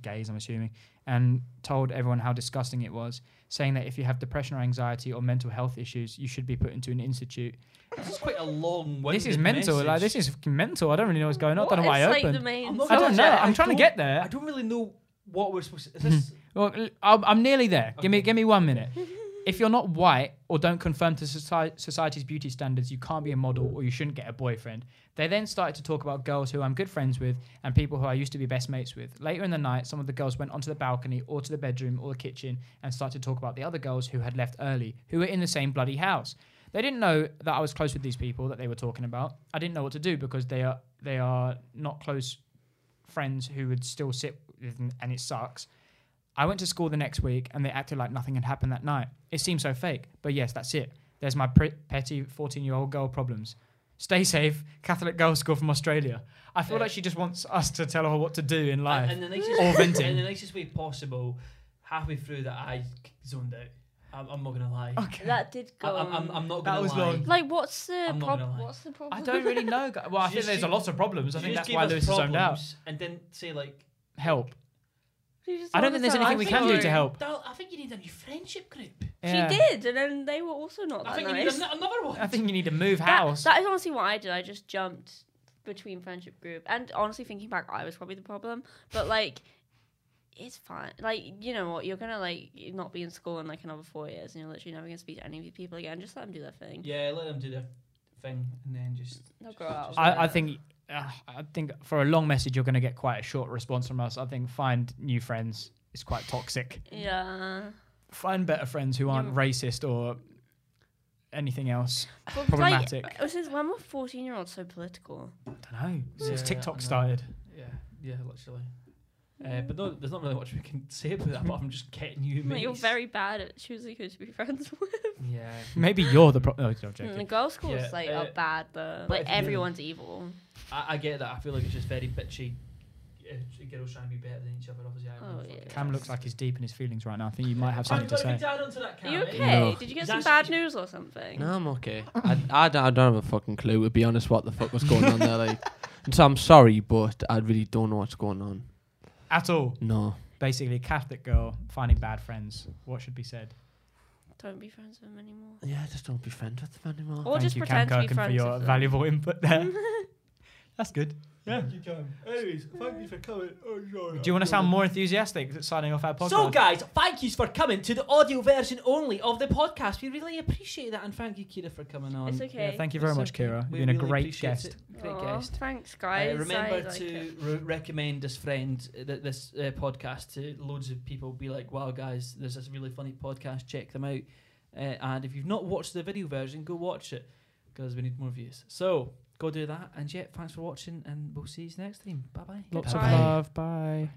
Speaker 1: gays, I'm assuming, and told everyone how disgusting it was, saying that if you have depression or anxiety or mental health issues, you should be put into an institute.
Speaker 4: This is quite a long way.
Speaker 1: this is mental. Like this is f- mental. I don't really know what's going on. I don't know
Speaker 2: What
Speaker 1: why
Speaker 2: is,
Speaker 1: I
Speaker 2: like, the
Speaker 1: opened.
Speaker 2: main
Speaker 4: I'm not
Speaker 1: I don't
Speaker 4: subject?
Speaker 1: know. I'm
Speaker 4: I
Speaker 1: trying to
Speaker 4: don't-
Speaker 1: get
Speaker 4: I
Speaker 1: there.
Speaker 4: don't really know what we're supposed
Speaker 1: *laughs*
Speaker 4: to. Is this
Speaker 1: Well, l- I'm, I'm nearly there. Give me
Speaker 4: Okay.
Speaker 1: give me one minute. *laughs* If you're not white or don't conform to soci- society's beauty standards, you can't be a model or you shouldn't get a boyfriend. They then started to talk about girls who I'm good friends with and people who I used to be best mates with. Later in the night, some of the girls went onto the balcony or to the bedroom or the kitchen and started to talk about the other girls who had left early, who were in the same bloody house. They didn't know that I was close with these people that they were talking about. I didn't know what to do because they are they are not close friends who would still sit with them, and it sucks. I went to school the next week and they acted like nothing had happened that night. It seemed so fake, but yes, that's it. There's my pre- petty 14 year old girl problems. Stay safe, Catholic girls school from Australia. I feel
Speaker 4: Yeah.
Speaker 1: like she just wants us to tell her what to do in life.
Speaker 4: in the nicest,
Speaker 1: Or venting.
Speaker 4: in the nicest way possible? Halfway through that, I zoned out. I'm, I'm not gonna lie.
Speaker 1: *laughs* okay.
Speaker 2: *laughs* that did
Speaker 4: I,
Speaker 2: go.
Speaker 4: I'm, I'm,
Speaker 2: on.
Speaker 4: I'm not
Speaker 1: That
Speaker 4: gonna
Speaker 1: was
Speaker 4: lie.
Speaker 1: long.
Speaker 2: like, what's the
Speaker 4: I'm not gonna
Speaker 2: problem?
Speaker 4: lie.
Speaker 2: What's the problem?
Speaker 1: I don't really know. gu- Well, I
Speaker 4: You
Speaker 1: think
Speaker 4: just
Speaker 1: there's a
Speaker 4: keep-
Speaker 1: lot of problems. I
Speaker 4: You
Speaker 1: think
Speaker 4: just
Speaker 1: that's
Speaker 4: gave
Speaker 1: why
Speaker 4: us
Speaker 1: Lewis is zoned out.
Speaker 4: problems And then say like,
Speaker 1: Help.
Speaker 2: You just
Speaker 1: I don't
Speaker 2: told
Speaker 1: think there's
Speaker 2: us that
Speaker 1: anything we
Speaker 2: last
Speaker 1: can do
Speaker 2: time.
Speaker 1: to help.
Speaker 4: "Dal, I think you need a new friendship group.
Speaker 1: Yeah.
Speaker 2: She did, and then they were also not
Speaker 4: I
Speaker 2: that
Speaker 4: think you
Speaker 2: nice.
Speaker 4: need an- another one.
Speaker 1: I think you need to move
Speaker 2: That-
Speaker 1: house.
Speaker 2: that is honestly what I did. I just jumped between friendship group, and honestly, thinking back, I was probably the problem. But like, it's fine. Like, you know what? You're gonna like not be in school in like another four years, and you're literally never gonna speak to any of these people again. Just let them do their thing.
Speaker 4: Yeah, let them do their thing and then just.
Speaker 2: They'll grow out.
Speaker 1: I, I think uh, I think for a long message you're going to get quite a short response from us. I think find new friends is quite toxic.
Speaker 2: Yeah.
Speaker 1: Find better friends who aren't
Speaker 2: Yeah.
Speaker 1: racist or anything else.
Speaker 2: But
Speaker 1: Problematic.
Speaker 2: Like, uh, since when were fourteen year olds so political?
Speaker 1: I don't know. Since
Speaker 4: Yeah,
Speaker 1: TikTok
Speaker 4: I know.
Speaker 1: started,
Speaker 4: Yeah, yeah, literally.
Speaker 2: Mm.
Speaker 4: Uh, but no, there's not really much we can *laughs* say about that. But I'm just getting you,
Speaker 2: Like,
Speaker 4: mate.
Speaker 2: *laughs* you're very bad at choosing who to be *laughs* friends with.
Speaker 4: Yeah.
Speaker 1: maybe you're the oh, problem. No, I'm joking.
Speaker 2: Mm, the girls' schools
Speaker 4: Yeah,
Speaker 2: like
Speaker 4: uh,
Speaker 2: are bad though.
Speaker 4: but
Speaker 2: Like
Speaker 4: if you-
Speaker 2: everyone's evil.
Speaker 4: I, I get that. I feel like it's just very bitchy. Uh, girls trying to be better than each other. Obviously, I
Speaker 2: Oh,
Speaker 4: don't fucking
Speaker 2: yeah.
Speaker 1: Cam looks like he's deep in his feelings right now. I think you might have
Speaker 4: Cam,
Speaker 1: something
Speaker 4: you
Speaker 1: to
Speaker 4: gotta be
Speaker 1: say.
Speaker 4: down onto that,
Speaker 2: Are
Speaker 4: Cam.
Speaker 2: you
Speaker 4: eh?
Speaker 2: okay?
Speaker 3: No.
Speaker 2: Did you get
Speaker 4: Is
Speaker 2: some
Speaker 4: that-
Speaker 2: bad news or something?
Speaker 3: No, I'm *laughs* okay. I, I, don't, I don't have a fucking clue, to be honest, what the fuck was going on there. Like, and so I'm sorry, but I really don't know what's going on.
Speaker 1: At all.
Speaker 3: No.
Speaker 1: Basically, Catholic girl finding bad friends. What should be said?
Speaker 2: Don't be friends with them anymore.
Speaker 3: Yeah, just don't be friends with them anymore.
Speaker 2: Or
Speaker 1: Thank
Speaker 2: just
Speaker 1: you, Cam
Speaker 2: pretend to be
Speaker 1: Kirkin, for
Speaker 2: friends
Speaker 1: your
Speaker 2: with them.
Speaker 1: valuable *laughs*
Speaker 4: *laughs*
Speaker 1: input there. That's good. Yeah.
Speaker 4: you can. Anyways, thank you for coming. Oh,
Speaker 1: Do you want to sound more enthusiastic at signing off our podcast?
Speaker 4: So, guys, thank yous for coming to the audio version only of the podcast. We really appreciate that, and thank you, Kira, for coming on.
Speaker 2: It's
Speaker 1: Yeah,
Speaker 2: okay.
Speaker 1: thank you very
Speaker 4: It's
Speaker 1: much,
Speaker 4: okay.
Speaker 1: Kira. You've
Speaker 4: We
Speaker 1: been a
Speaker 4: really
Speaker 1: great
Speaker 4: appreciate
Speaker 1: guest.
Speaker 4: it. Great
Speaker 2: Aw,
Speaker 4: guest.
Speaker 2: Thanks,
Speaker 4: Uh,
Speaker 2: guys. I
Speaker 4: remember
Speaker 2: like
Speaker 4: to
Speaker 2: it.
Speaker 4: re- recommend this friend, uh, th- this uh, podcast to loads of people. Be like, wow, guys, there's this really funny podcast. Check them out. Uh, and if you've not watched the video version, go watch it because we need more views. So go do that. And yeah, thanks for watching, and we'll see you next time. Bye bye.
Speaker 1: Lots of
Speaker 2: Goodbye.
Speaker 1: love. Bye.